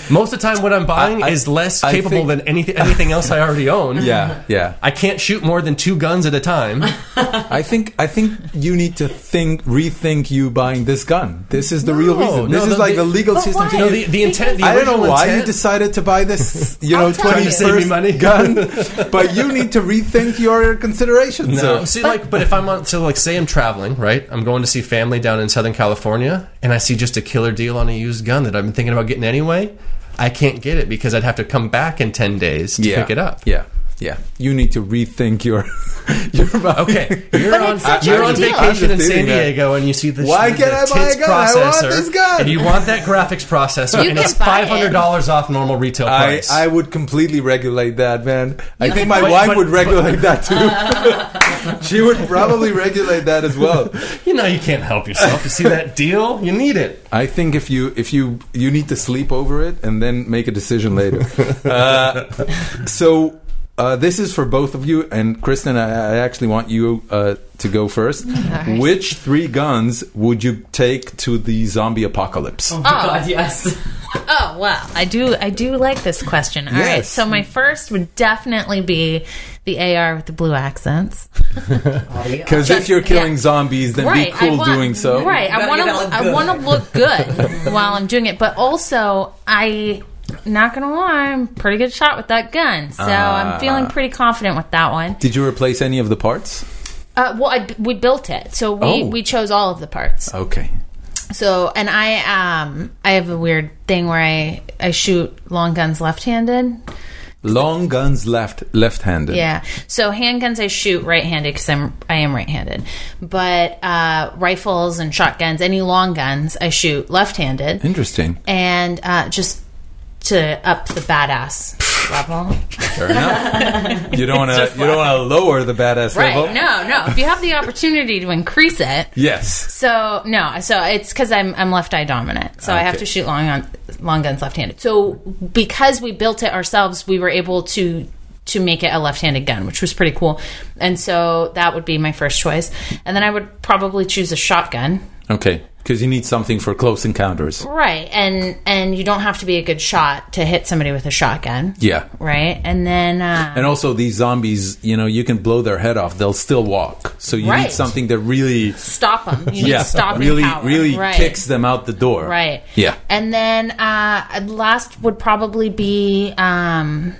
S3: Most of the time, what I'm buying
S1: I- I-
S3: is less
S1: I
S3: capable
S1: think-
S3: than anything anything else I already own.
S1: Yeah, yeah.
S3: I can't shoot more than two guns at a time.
S1: I think I think you need to think rethink you buying this gun. This is the real
S3: No,
S1: reason. This
S3: no,
S1: is
S3: the-
S1: like the
S3: the-
S1: legal
S5: But
S1: system.
S5: why?
S3: No, the, the intent. The
S1: I don't know
S3: original
S1: why you
S3: intent-
S1: decided to buy this, you know,
S5: I'll tell
S1: twenty
S5: you. Trying to
S3: save me
S1: first
S3: money.
S1: gun, but you need to rethink your considerations.
S3: No,
S1: sir.
S3: see, like, but if I'm on, so like, say I'm traveling, right? I'm going to see family down in Southern California, and I see just a killer deal on a used gun that I've been thinking about getting anyway. I can't get it because I'd have to come back in ten days to
S1: yeah.
S3: pick it up.
S1: Yeah, yeah. You need to rethink your your buying.
S3: Okay, you're
S5: But
S3: on
S5: it's such a
S3: you're
S5: good
S3: on
S5: deal.
S1: I'm just
S3: vacation in
S1: doing
S3: San
S1: that.
S3: Diego and you see the
S1: Why
S3: the
S1: can't I buy a
S3: tits
S1: gun? I want this gun.
S3: and you want that graphics processor,
S5: You
S3: and
S5: can
S3: it's
S5: buy
S3: five
S5: it.
S3: hundred dollars off normal retail
S1: I,
S3: price.
S1: I would completely regulate that, man. I think my
S3: But-
S1: wife
S3: but-
S1: would
S3: but-
S1: regulate that too. she would probably regulate that as well.
S3: you know you can't help yourself. You see that deal, you need it.
S1: I think if you if you you need to sleep over it and then make a decision later. uh, so uh, this is for both of you and Kristen. I, I actually want you uh, to go first.
S5: right.
S1: Which three guns would you take to the zombie apocalypse?
S2: oh, God, yes.
S5: Oh well, I do. I do like this question. All right,
S1: Yes.
S5: So my first would definitely be the AR with the blue accents.
S1: Because if you're killing
S5: yeah.
S1: zombies, then
S5: right.
S1: be cool
S5: I want,
S1: doing so.
S5: Right. I
S2: Gotta
S5: want
S2: get out
S5: to. I
S2: good.
S5: want to look good while I'm doing it, but also I. Not gonna lie, I'm pretty good shot with that gun, so
S1: Ah.
S5: I'm feeling pretty confident with that one.
S1: Did you replace any of the parts?
S5: Uh, well, I, we built it, so we,
S1: Oh.
S5: we chose all of the parts.
S1: Okay.
S5: So, and I um I have a weird thing where I I shoot long guns left-handed,
S1: Long guns left left-handed.
S5: Yeah. So handguns I shoot right-handed because I'm I am right-handed, but uh, rifles and shotguns, any long guns, I shoot left-handed,
S1: Interesting.
S5: and uh, just to up the badass level.
S1: Fair enough. you don't want to you don't want to lower the badass
S5: right?
S1: level.
S5: No, no. If you have the opportunity to increase it,
S1: Yes.
S5: so no. So it's because I'm I'm left-eye dominant, so I have
S1: Okay.
S5: to shoot long on long guns left-handed. So because we built it ourselves, we were able to. To make it a left-handed gun, which was pretty cool, and so that would be my first choice, and then I would probably choose a shotgun.
S1: Okay. Because you need something for close encounters.
S5: Right. And and you don't have to be a good shot to hit somebody with a shotgun.
S1: Yeah.
S5: Right. And then uh,
S1: And also, these zombies, you know, you can blow their head off; they'll still walk. So you need
S5: Right.
S1: something that really,
S5: stop them. You need
S1: yeah,
S5: stopping
S1: really,
S5: power.
S1: really
S5: right.
S1: kicks them out the door.
S5: Right.
S1: Yeah.
S5: And then uh, last would probably be um,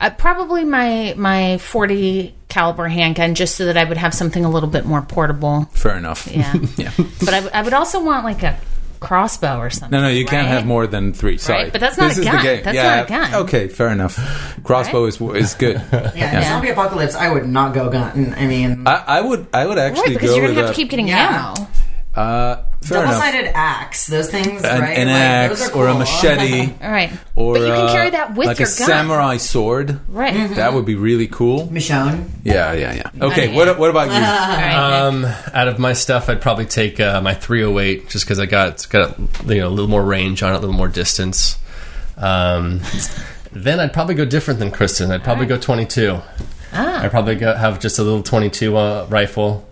S5: uh, probably my my forty caliber handgun, just so that I would have something a little bit more portable.
S1: Fair enough.
S5: Yeah.
S1: yeah.
S5: but I, w- I would also want like a crossbow or something.
S1: No, no, you can't
S5: right?
S1: have more than three. Sorry,
S5: But that's not
S1: this
S5: a
S1: is
S5: gun.
S1: The game.
S5: That's
S1: yeah.
S5: not a gun.
S1: Okay, fair enough. Crossbow is is good.
S2: Yeah, in a zombie apocalypse, I would not go gun. I mean,
S1: I, I would I would
S5: Right,
S1: actually
S5: because
S1: go
S5: you're gonna
S1: with
S5: have
S1: a,
S5: to keep getting
S2: Yeah.
S5: ammo.
S1: uh, fair
S2: double
S1: enough.
S2: sided axe, those things,
S1: an,
S2: right?
S1: an
S2: Like,
S1: axe
S2: those are
S1: or a
S2: cool.
S1: machete.
S5: All right.
S1: Or
S5: but you can
S1: uh,
S5: carry that with
S1: like
S5: your
S1: a
S5: gun.
S1: samurai sword.
S5: Right.
S3: Mm-hmm.
S1: That would be really cool.
S2: Michonne.
S1: Yeah, yeah, yeah. Okay,
S5: yeah.
S1: what what about you?
S5: All right.
S1: Uh,
S3: Um, out of my stuff, I'd probably take uh, my 308 just because I got it's got you know a little more range on it, a little more distance. Um, then I'd probably go different than Kristen. I'd
S1: Ah.
S3: probably go 22. I'd probably go, have just a little 22 uh, rifle,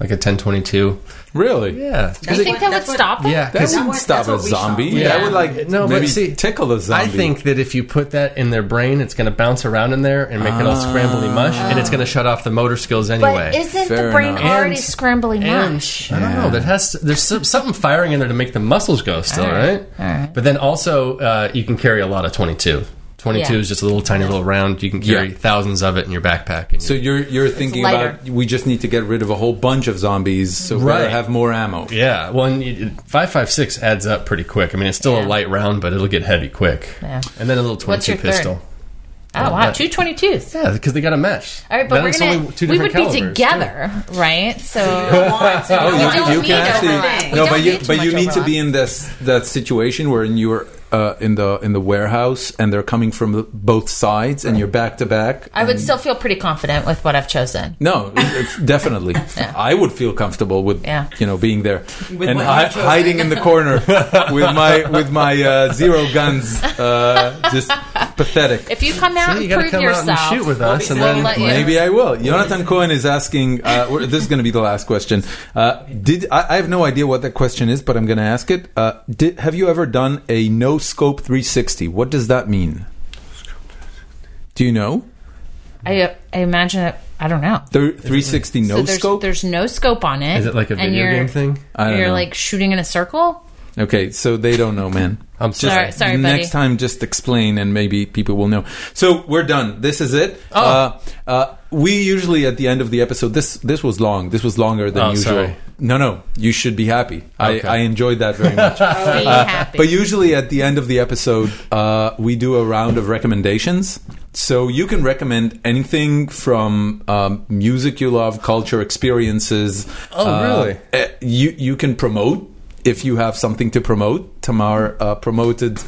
S3: like a 1022.
S1: Really?
S3: Yeah,
S5: Do you think that would
S2: That's what-
S5: stop them?
S3: yeah.
S1: That
S3: 'cause
S1: wouldn't
S2: what-
S1: stop
S2: that's
S1: a
S2: what we saw.
S1: zombie.
S2: Yeah.
S1: That would like
S3: No, but
S1: maybe
S3: see,
S1: tickle a zombie.
S3: I think that if you put that in their brain, it's going to bounce around in there and make it all scrambly mush, and it's going to shut off the motor skills anyway.
S5: But isn't
S1: Fair
S5: the brain
S1: enough.
S5: already
S3: And-
S5: scrambly
S3: and-
S5: mush?
S2: Oh,
S3: I don't know. That has to, there's some, something firing in there to make the muscles go still, right? But then also uh, you can carry a lot of 22. 22
S5: Yeah.
S3: is just a little tiny little round. You can carry
S1: Yeah.
S3: thousands of it in your backpack. And
S1: so. You're you're thinking
S5: lighter.
S1: about we just need to get rid of a whole bunch of zombies, so we better
S3: Right.
S1: have more ammo.
S3: yeah, well, and you, five five six adds up pretty quick. I mean, it's still a
S5: Yeah.
S3: light round, but it'll get heavy quick.
S5: Yeah.
S3: And then a little 22
S5: What's your third?
S3: pistol.
S5: Oh wow, two twenty twos.
S3: Yeah, because they got a mesh.
S5: All right, but
S3: Then
S5: we're
S3: it's
S5: gonna
S3: only two
S5: we would
S3: different calibers,
S5: be
S3: too.
S5: together, right? So
S2: Want to-
S5: you
S2: want
S5: don't
S2: to
S5: need
S2: be
S5: actually-
S2: everything.
S5: We
S1: no,
S5: don't
S1: but you
S5: need too
S1: but you
S5: much
S1: need to
S5: overlap.
S1: be in this that situation where you're uh, in the in the warehouse and they're coming from the- both sides and you're back to back.
S5: I would still feel pretty confident with what I've chosen.
S1: No, it's definitely. I would feel comfortable with
S5: Yeah.
S1: you know being there and
S2: what
S1: hi-
S2: you've chosen.
S1: hiding in the corner with my with my uh, zero guns, uh, just pathetic.
S5: If you come out
S3: See, you
S5: and
S3: gotta
S5: prove
S3: come out
S5: yourself,
S3: and shoot with us, and
S5: we'll
S3: then
S5: let you-
S1: Maybe I will. Jonathan Cohen is asking. Uh, we're- this is going to be the last question. Uh, did I, I have no idea what that question is, but I'm going to ask it. Uh, did, have you ever done a no scope 360? What does that mean? Do you know?
S5: I, I imagine that I don't know.
S1: Thir 360 no
S5: so there's,
S1: scope.
S5: There's no scope on it.
S3: Is it like a
S5: and
S3: video
S5: you're-
S3: game thing?
S1: I don't
S5: you're
S1: know.
S5: like shooting in a circle.
S1: Okay, so they don't know, man.
S3: I'm
S1: Just
S5: Sorry, sorry, buddy.
S1: next time, just explain, and maybe people will know. So we're done. This is it. Uh, uh, we usually at the end of the episode. This this was long. This was longer than
S3: Oh,
S1: usual.
S3: sorry.
S1: No, no, you should be happy.
S3: Okay.
S1: I, I enjoyed that very much.
S5: Be happy.
S1: But usually at the end of the episode, uh, we do a round of recommendations. So you can recommend anything from um, music you love, culture, experiences.
S3: Oh, really?
S1: eh, You you can promote if you have something to promote. Tamar uh, promoted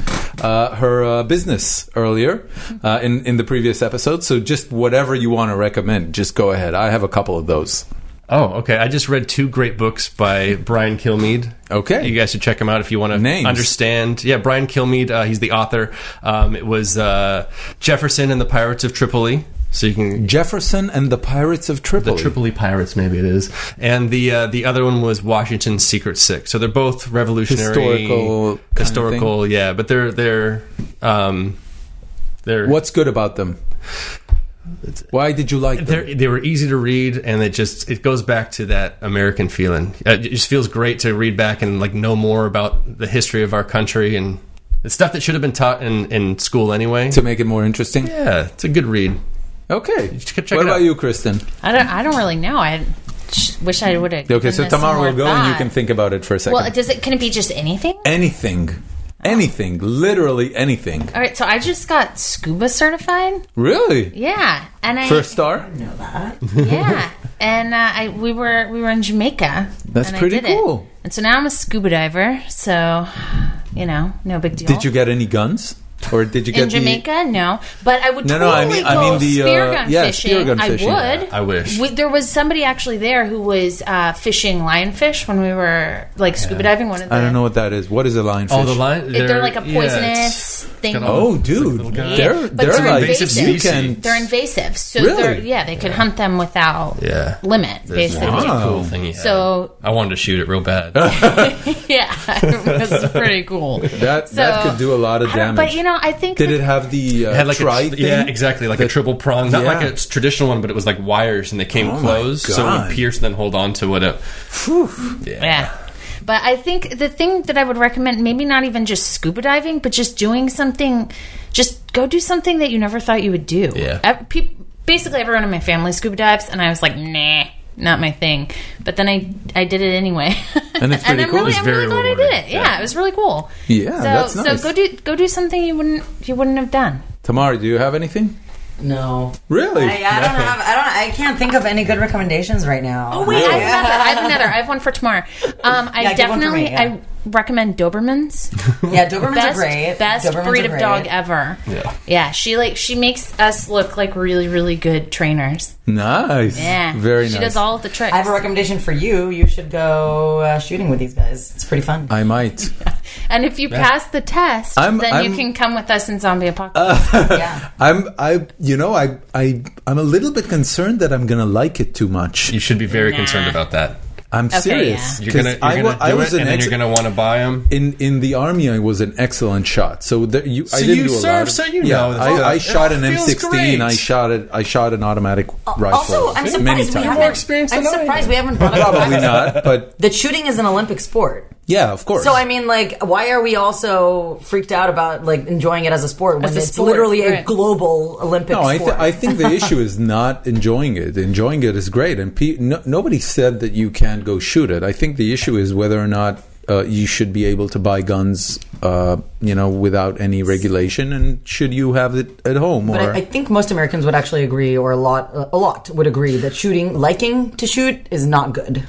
S1: uh, her uh, business earlier uh, in in the previous episode. So just whatever you want to recommend, just go ahead. I have a couple of those.
S3: Oh, okay. I just read two great books by Brian Kilmeade.
S1: Okay.
S3: You guys should check him out if you want to
S1: Names.
S3: understand. Yeah, Brian Kilmeade, uh, he's the author. Um, it was uh, Jefferson and the Pirates of Tripoli. So you can.
S1: Jefferson and the Pirates of Tripoli.
S3: The Tripoli Pirates, maybe it is, and the uh, the other one was Washington's Secret Six. So they're both revolutionary,
S1: Historical kind of
S3: historical, yeah. But they're they're um, they're
S1: What's good about them? Why did you like them?
S3: They're, they were easy to read, and it just it goes back to that American feeling. Uh, It just feels great to read back and like know more about the history of our country and the stuff that should have been taught in in school anyway.
S1: To make it more interesting?
S3: yeah, it's a good read.
S1: Okay.
S3: Check it
S1: what
S3: out.
S1: about you, Kristen?
S5: I don't. I don't really know. I sh- wish I would have.
S1: Okay, so tomorrow we'll go and you can think about it for a second.
S5: Well, does it? Can it be just anything?
S1: anything. Anything. Literally anything.
S5: All right, so I just got scuba certified.
S1: Really?
S5: Yeah, and I
S1: First star?
S5: yeah, and uh, I we were we were in Jamaica.
S1: That's
S5: and I
S1: pretty
S5: did it.
S1: cool.
S5: And so now I'm a scuba diver. So you know, no big deal.
S1: Did you get any guns? Or did you get
S5: in Jamaica? No, but I would
S1: No, no, I
S5: totally
S1: mean- I
S5: go
S1: mean the,
S5: spear
S1: uh,
S5: gun
S1: yeah,
S5: fishing.
S1: spear gun fishing.
S5: I would.
S3: I wish.
S5: We, there was somebody actually there who was uh, fishing lionfish when we were like scuba diving. One of
S1: The,
S5: the
S1: I don't know what that is. What is a lionfish?
S3: Oh, the line
S5: They're, like a poisonous thing.
S3: Got all
S1: Oh, dude,
S3: Like little guy.
S1: they're
S5: But
S1: they're
S5: they're
S1: like
S5: invasive
S1: you
S3: species.
S1: can.
S5: They're invasive, so
S1: Really?
S5: they're yeah they could hunt them without
S3: Yeah.
S5: limit basically.
S1: one Wow.
S4: cool thing. he had.
S5: So-
S4: I wanted to shoot it real bad.
S5: Yeah, it was pretty cool.
S1: That that
S5: So-
S1: could do a lot of
S5: I don't-
S1: damage.
S5: But you know, I think
S1: Did
S5: the-
S1: it have the uh,
S4: It had like
S1: tri
S4: a,
S1: thing?
S4: yeah, exactly, like a triple prong, not
S1: Yeah.
S4: like a traditional one, but it was like wires and they came
S1: Oh my
S4: closed, so it
S1: God.
S4: would pierce and then hold on to it.
S5: Yeah. But I think the thing that I would recommend, maybe not even just scuba diving, but just doing something, just go do something that you never thought you would do.
S3: Yeah.
S5: Ev- peop- basically, everyone in my family scuba dives, and I was like, nah, not my thing. But then I I did it anyway.
S1: And it's pretty
S5: I'm
S1: cool.
S5: really,
S1: It's
S5: I'm
S3: very
S5: really glad I did
S3: rewarding.
S5: it. Yeah, it was really cool.
S1: Yeah,
S5: so,
S1: that's nice.
S5: So go do go do something you wouldn't you wouldn't have done.
S1: Tamara, do you have anything?
S2: No,
S1: Really?
S2: I, I don't have. I don't. I can't think of any good recommendations right now.
S5: Oh wait, I have another. I have another. I have one for tomorrow. Um, I
S2: Yeah, get one for
S5: definitely
S2: me, yeah.
S5: I recommend Dobermans.
S2: Yeah, Dobermans
S5: best,
S2: are great.
S5: best
S2: Dobermans
S5: breed
S2: are
S5: of
S2: great.
S5: dog ever. Yeah. Yeah. She like she makes us look like really really good trainers.
S1: Nice.
S5: Yeah.
S1: Very
S5: She
S1: nice.
S5: does all of the tricks.
S2: I have a recommendation for you. You should go uh, shooting with these guys. It's pretty fun.
S1: I might.
S5: and if you pass the test,
S1: I'm-
S5: then
S1: I'm-
S5: you can come with us in Zombie Apocalypse.
S2: yeah.
S1: I'm I you know I I I'm a little bit concerned that I'm gonna like it too much.
S4: You should be very
S5: Nah.
S4: concerned about that.
S1: I'm serious.
S5: yeah.
S4: You're
S1: 'Cause
S4: gonna, you're
S1: I
S4: gonna
S1: wa- I
S4: do
S1: was
S4: it,
S1: an
S4: and then
S1: ex-
S4: you're gonna want to buy them.
S1: in in the army. I was an excellent shot. So there, you I
S4: So
S1: didn't
S4: you
S1: do a lot
S4: served,
S1: of-
S4: so you
S1: yeah,
S4: know that
S1: I, I
S4: it
S1: shot an
S4: feels
S1: M16. I
S4: great.
S1: shot it. I shot an automatic rifle.
S2: Uh, Also, I'm
S1: many
S2: surprised we
S1: times.
S2: haven't.
S4: more experienced
S2: I'm
S4: than I am.
S2: surprised we haven't brought up the
S1: Probably
S2: fact
S1: not, but
S2: that shooting is an Olympic sport.
S1: yeah, of course.
S2: So I mean, like, why are we also freaked out about like enjoying it as a sport when
S5: As a
S2: it's
S5: sport,
S2: literally a
S5: right.
S2: global Olympic
S1: No, I, th-
S2: sport?
S1: I think the issue is not enjoying it. Enjoying it is great, and pe- no- nobody said that you can't go shoot it. I think the issue is whether or not uh, you should be able to buy guns, uh, you know, without any regulation, and should you have it at home
S2: But
S1: or
S2: I, I think most Americans would actually agree, or a lot, a lot would agree that shooting, liking to shoot, is not good.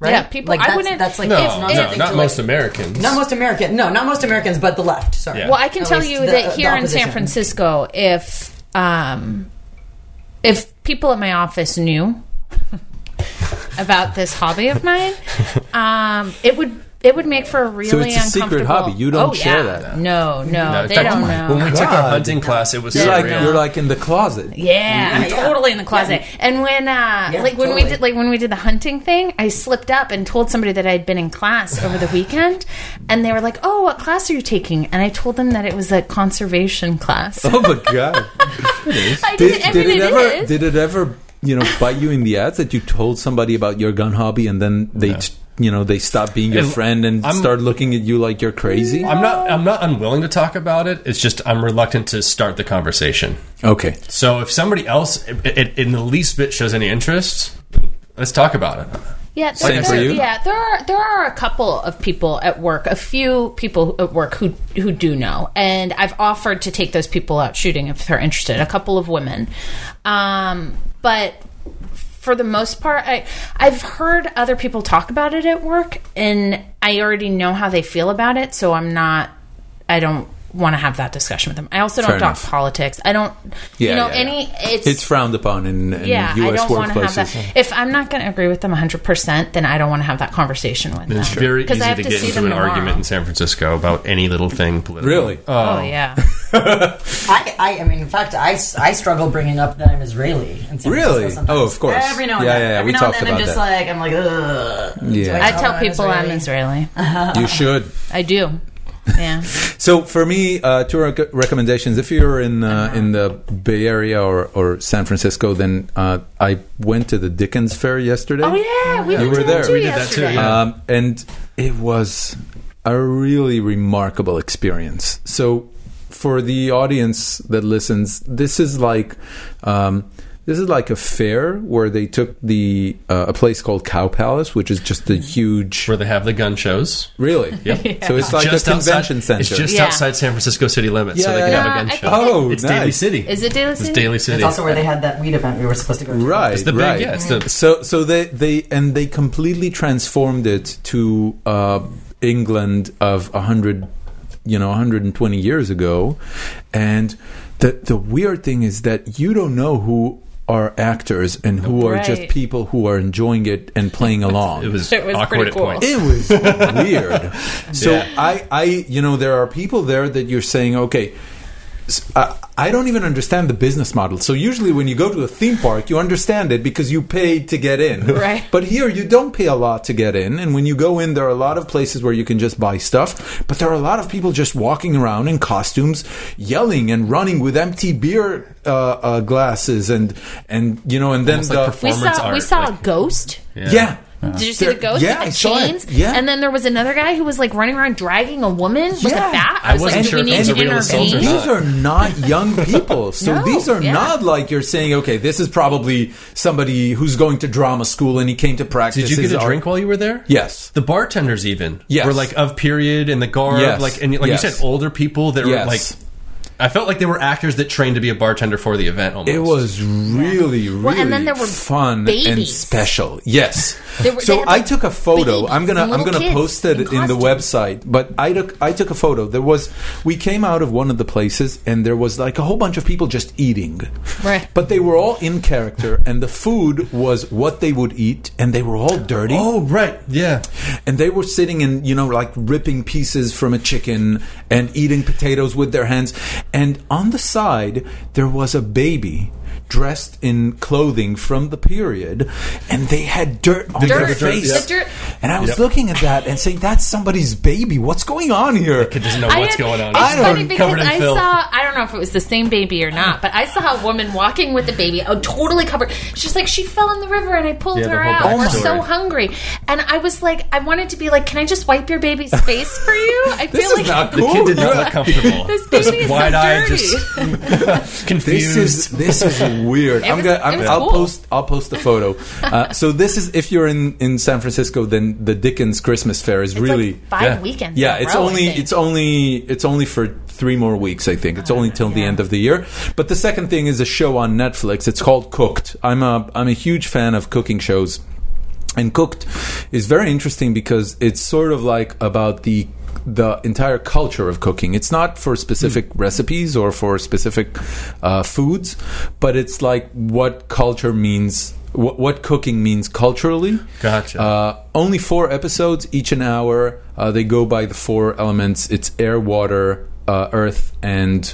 S2: Right?
S5: Yeah, people-
S2: Like
S5: I
S2: that's,
S5: wouldn't-
S2: That's like
S5: No,
S2: it's not
S5: no,
S2: something
S4: not
S2: to,
S4: most
S2: like,
S4: Americans.
S2: Not most American. No, not most Americans, but the left. Sorry.
S4: Yeah.
S5: Well, I can
S2: At
S5: tell
S2: least
S5: you
S2: the- uh,
S5: that
S2: the
S5: here in San
S2: opposition.
S5: Francisco, if um, if people at my office knew about this hobby of mine, um, it would it would make for a really
S1: So it's a secret
S5: uncomfortable-
S1: hobby. You don't
S5: Oh,
S1: share
S5: yeah.
S1: that.
S5: No, no,
S4: No, in
S5: they
S4: fact,
S5: don't know.
S4: When we took
S1: God.
S4: our hunting class, it was
S1: you're
S4: so
S1: like
S4: real.
S1: you're like in the closet?
S5: Yeah,
S2: Yeah, yeah.
S5: totally in the closet.
S2: Yeah.
S5: And when uh,
S2: Yeah,
S5: like when we
S2: totally.
S5: did like when we did the hunting thing, I slipped up and told somebody that I'd been in class over the weekend, and they were like, "Oh, what class are you taking?" And I told them that it was a conservation class.
S1: Oh my god!
S5: I
S1: did,
S5: did, I
S1: did
S5: mean,
S1: it
S5: it
S1: ever?
S5: is.
S1: Did it ever? You know, bite you in the ass that you told somebody about your gun hobby, and then they. T- you know, they stop being your
S4: And
S1: friend and
S4: I'm-
S1: start looking at you like you're crazy.
S4: I'm not. I'm not unwilling to talk about it. It's just I'm reluctant to start the conversation.
S1: Okay.
S4: So if somebody else, i- i- in the least bit, shows any interest, let's talk about it.
S5: Yeah, there,
S1: Same
S5: there,
S1: for you?
S5: Yeah, there are there are a couple of people at work, a few people at work who who do know, and I've offered to take those people out shooting if they're interested. A couple of women, um, but for the most part, I I've heard other people talk about it at work, and I already know how they feel about it, so I'm not. I don't want to have that discussion with them. I also don't
S1: Fair
S5: talk
S1: enough.
S5: politics. I don't.
S1: Yeah,
S5: you know
S1: yeah, yeah.
S5: any. It's
S1: It's frowned upon in, in
S5: yeah,
S1: U.S.
S5: I don't want to have
S1: workplaces.
S5: that. If I'm not going to agree with them 100%, then I don't want to have that conversation with them.
S4: It's very
S5: 'Cause
S4: easy
S5: I have
S4: to
S5: to
S4: get
S5: see
S4: into
S5: them
S4: an
S5: tomorrow.
S4: argument in San Francisco about any little thing. Uh, Political.
S1: Really?
S5: Oh, yeah.
S2: I, I, I mean, in fact, I, s- I struggle bringing up that I'm Israeli. In San Francisco
S1: Really?
S2: sometimes.
S1: Oh, of course.
S2: Every now and
S1: Yeah,
S2: then.
S1: yeah, yeah,
S2: Every
S1: we
S2: now and
S1: talked
S2: then, I'm
S1: about
S2: just
S1: that.
S2: like, I'm like, ugh. "Oh, Do
S1: Yeah.
S5: I
S2: tell
S5: tell
S2: them
S5: people I'm Oh, Israeli.
S1: you should.
S5: I do. Yeah.
S1: So for me, uh, two rec- recommendations. If you're in uh,
S5: Uh-huh.
S1: in the Bay Area or, or San Francisco, then uh, I went to the Dickens Fair yesterday.
S5: Oh, yeah. We
S1: You
S5: went
S1: were
S5: to
S1: there.
S5: Two
S1: We
S4: did that too,
S5: yesterday.
S4: yeah.
S1: Um, and it was a really remarkable experience. So, for the audience that listens, this is like um, this is like a fair where they took the uh, a place called Cow Palace, which is just
S5: Mm-hmm.
S1: a huge,
S4: Where they have the gun shows.
S1: really. So it's like
S4: Just
S1: a convention
S4: outside,
S1: center.
S4: It's just
S5: Yeah.
S4: outside San Francisco city limits, so
S1: Yeah,
S4: they can
S1: yeah,
S4: have
S5: yeah.
S4: a gun
S5: I
S4: show.
S5: think-
S1: oh,
S4: it's
S1: nice.
S4: Daily City.
S5: Is it Daily
S4: It's
S5: City?
S4: Daily City.
S2: It's also where they had that weed event we were supposed to go to.
S1: Right,
S4: It's the big.
S1: right.
S4: Yeah, it's the.
S1: So, so they they and they completely transformed it to uh, England of a hundred, you know, 120 years ago, and the the weird thing is that you don't know who are actors and who are just
S5: Right.
S1: people who are enjoying it and playing along.
S4: It was,
S5: It was
S4: awkward
S5: pretty
S4: at
S5: cool.
S4: points.
S1: It was weird. So
S4: Yeah.
S1: I, I, you know, there are people there that you're saying, okay, I, I don't even understand the business model. So usually when you go to a theme park, you understand it because you pay to get in.
S5: Right.
S1: But here you don't pay a lot to get in, and when you go in, there are a lot of places where you can just buy stuff. But there are a lot of people just walking around in costumes, yelling and running with empty beer uh, uh, glasses, and and you know, and then
S4: Almost
S1: the
S4: like
S5: We
S4: perform-
S5: saw
S4: Performance art,
S5: we saw
S4: like-
S5: a ghost.
S1: yeah.
S5: Did you see
S1: There-
S5: the ghost?
S1: yeah,
S5: with the
S1: I saw it.
S5: chains?
S1: Yeah.
S5: And then there was another guy who was like running around dragging a woman with
S1: Yeah.
S5: a bat.
S1: I
S5: I was
S3: wasn't
S5: like,
S3: sure
S5: do
S3: if
S5: we
S3: it
S5: need
S3: was
S5: to
S3: a real assault
S5: intervene?
S3: or not.
S1: These are not young people. So
S5: No,
S1: these are
S5: yeah.
S1: not like you're saying, okay, this is probably somebody who's going to drama school and he came to practice.
S4: Did you
S1: his
S4: get a
S1: art.
S4: drink while you were there?
S1: Yes.
S4: The bartenders even
S1: Yes.
S4: were like of period and the garb,
S1: Yes.
S4: like and like
S1: Yes.
S4: you said, older people that
S1: Yes.
S4: were like. I felt like they were actors that trained to be a bartender for the event. Almost.
S1: It was really, really
S5: Well, and then there were
S1: fun and
S5: babies.
S1: special. Yes.
S5: They were-
S1: so
S5: they had,
S1: I
S5: like,
S1: took a photo.
S5: babies
S1: I'm gonna
S5: and
S1: I'm
S5: little
S1: gonna
S5: kids
S1: post it
S5: in
S1: in, the
S5: costumes.
S1: website. But I took I took a photo. There was we came out of one of the places and there was like a whole bunch of people just eating.
S5: Right.
S1: But they were all in character and the food was what they would eat and they were all dirty.
S4: Oh right, yeah.
S1: And they were sitting and, you know, like ripping pieces from a chicken and eating potatoes with their hands. And on the side, there was a baby dressed in clothing from the period and they had dirt on
S5: dirt,
S1: their
S5: the
S1: face.
S5: dirt, yeah. The dirt.
S1: And I was looking at that and saying, that's somebody's baby. What's going on here?
S4: Kid doesn't know
S5: I
S4: Oh, what's
S5: had-
S4: going on.
S5: It's
S1: I don't-
S5: funny because
S4: covered in
S5: I
S4: filth.
S5: saw, I don't know if it was the same baby or not, but I saw a woman walking with a baby, oh, totally covered. She's like, she fell in the river and I pulled
S4: Yeah, the
S5: her
S4: whole
S5: out. We're
S4: backstory.
S5: so hungry. And I was like, I wanted to be like, can I just wipe your baby's face for you? I feel
S1: This is
S5: like
S1: not
S4: the
S1: cool.
S4: kid did not
S1: Yeah.
S4: look comfortable.
S5: this baby is so
S4: wide-eyed,
S5: dirty.
S4: just
S1: This
S4: confused.
S1: is this is weird. I'm
S5: was-
S1: gonna
S5: it
S1: I'm,
S5: was
S1: I'll
S5: cool.
S1: post I'll post the photo. Uh, so this is if you're in in San Francisco, then the Dickens Christmas Fair is
S5: It's like
S1: really
S5: five
S4: yeah.
S5: weekends.
S1: yeah
S5: in a
S1: it's
S5: row, I
S1: only
S5: think.
S1: it's only it's only for three more weeks i think it's only till the end of the year but the second thing is a show on netflix it's called cooked i'm a i'm a huge fan of cooking shows and cooked is very interesting because it's sort of like about the the entire culture of cooking it's not for specific recipes or for specific uh, foods but it's like what culture means what, what cooking means culturally
S4: Gotcha.
S1: uh, only four episodes, each an hour. Uh, they go by the four elements: it's air, water, uh, earth, and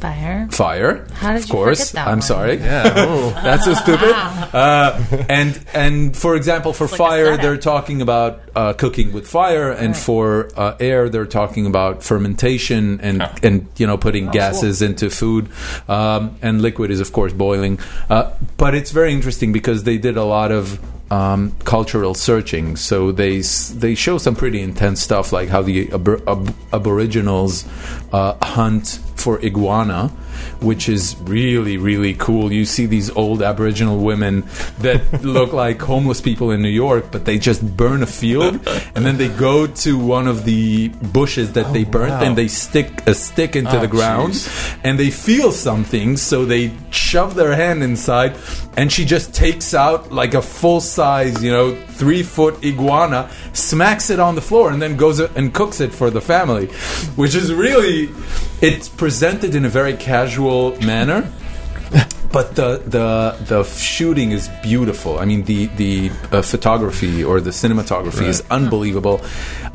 S5: fire.
S1: fire.
S5: How did
S1: of
S5: you
S1: course,
S5: forget that
S1: I'm
S5: one?
S1: sorry. Yeah, that's so stupid. Uh, and and for example, for
S5: like a
S1: fire,
S5: setup.
S1: they're talking about uh, cooking with fire, and for uh, air, they're talking about fermentation and and you know
S5: Oh,
S1: putting gases into food. Um, and liquid is of course boiling. Uh, but it's very interesting because they did a lot of. Um, cultural searching, so they s- they show some pretty intense stuff, like how the abor- ab- aboriginals uh, hunt for iguana, which is really really cool. You see these old Aboriginal women that look like homeless people in New York, but they just burn a field and then they go to one of the bushes that they burnt
S4: wow.
S1: and they stick a stick into the ground and they feel something, so they shove their hand inside and she just takes out like a full size, you know, three foot iguana, smacks it on the floor, and then goes and cooks it for the family, which is really it's presented in a very casual manner. But the the the shooting is beautiful. I mean, the the uh, photography or the cinematography is unbelievable.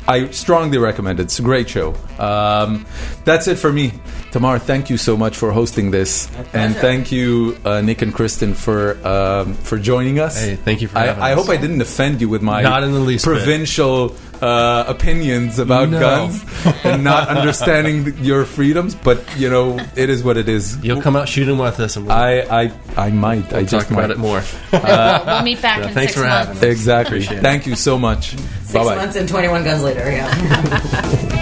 S1: I strongly recommend it. It's a great show. Um, that's it for me, Tamar. Thank you so much for hosting this, and thank you uh, Nick and Kristen for um, for joining us.
S4: Hey, thank you for
S1: I,
S4: having
S1: I
S4: us.
S1: hope I didn't offend you with my
S4: Not in the least bit.
S1: provincial uh, opinions about
S4: No.
S1: guns and not understanding th- your freedoms. But you know, it is what it is.
S4: You'll come out shooting with us, and we'll
S1: I I, I might. I just
S4: talk about
S1: might.
S4: it more.
S5: we'll, we'll meet back in
S4: Uh, thanks
S5: six
S4: for having
S5: months.
S1: Exactly.
S4: Appreciate it.
S1: Thank you so much.
S2: Six
S1: Bye bye.
S2: months and 21 guns later, yeah.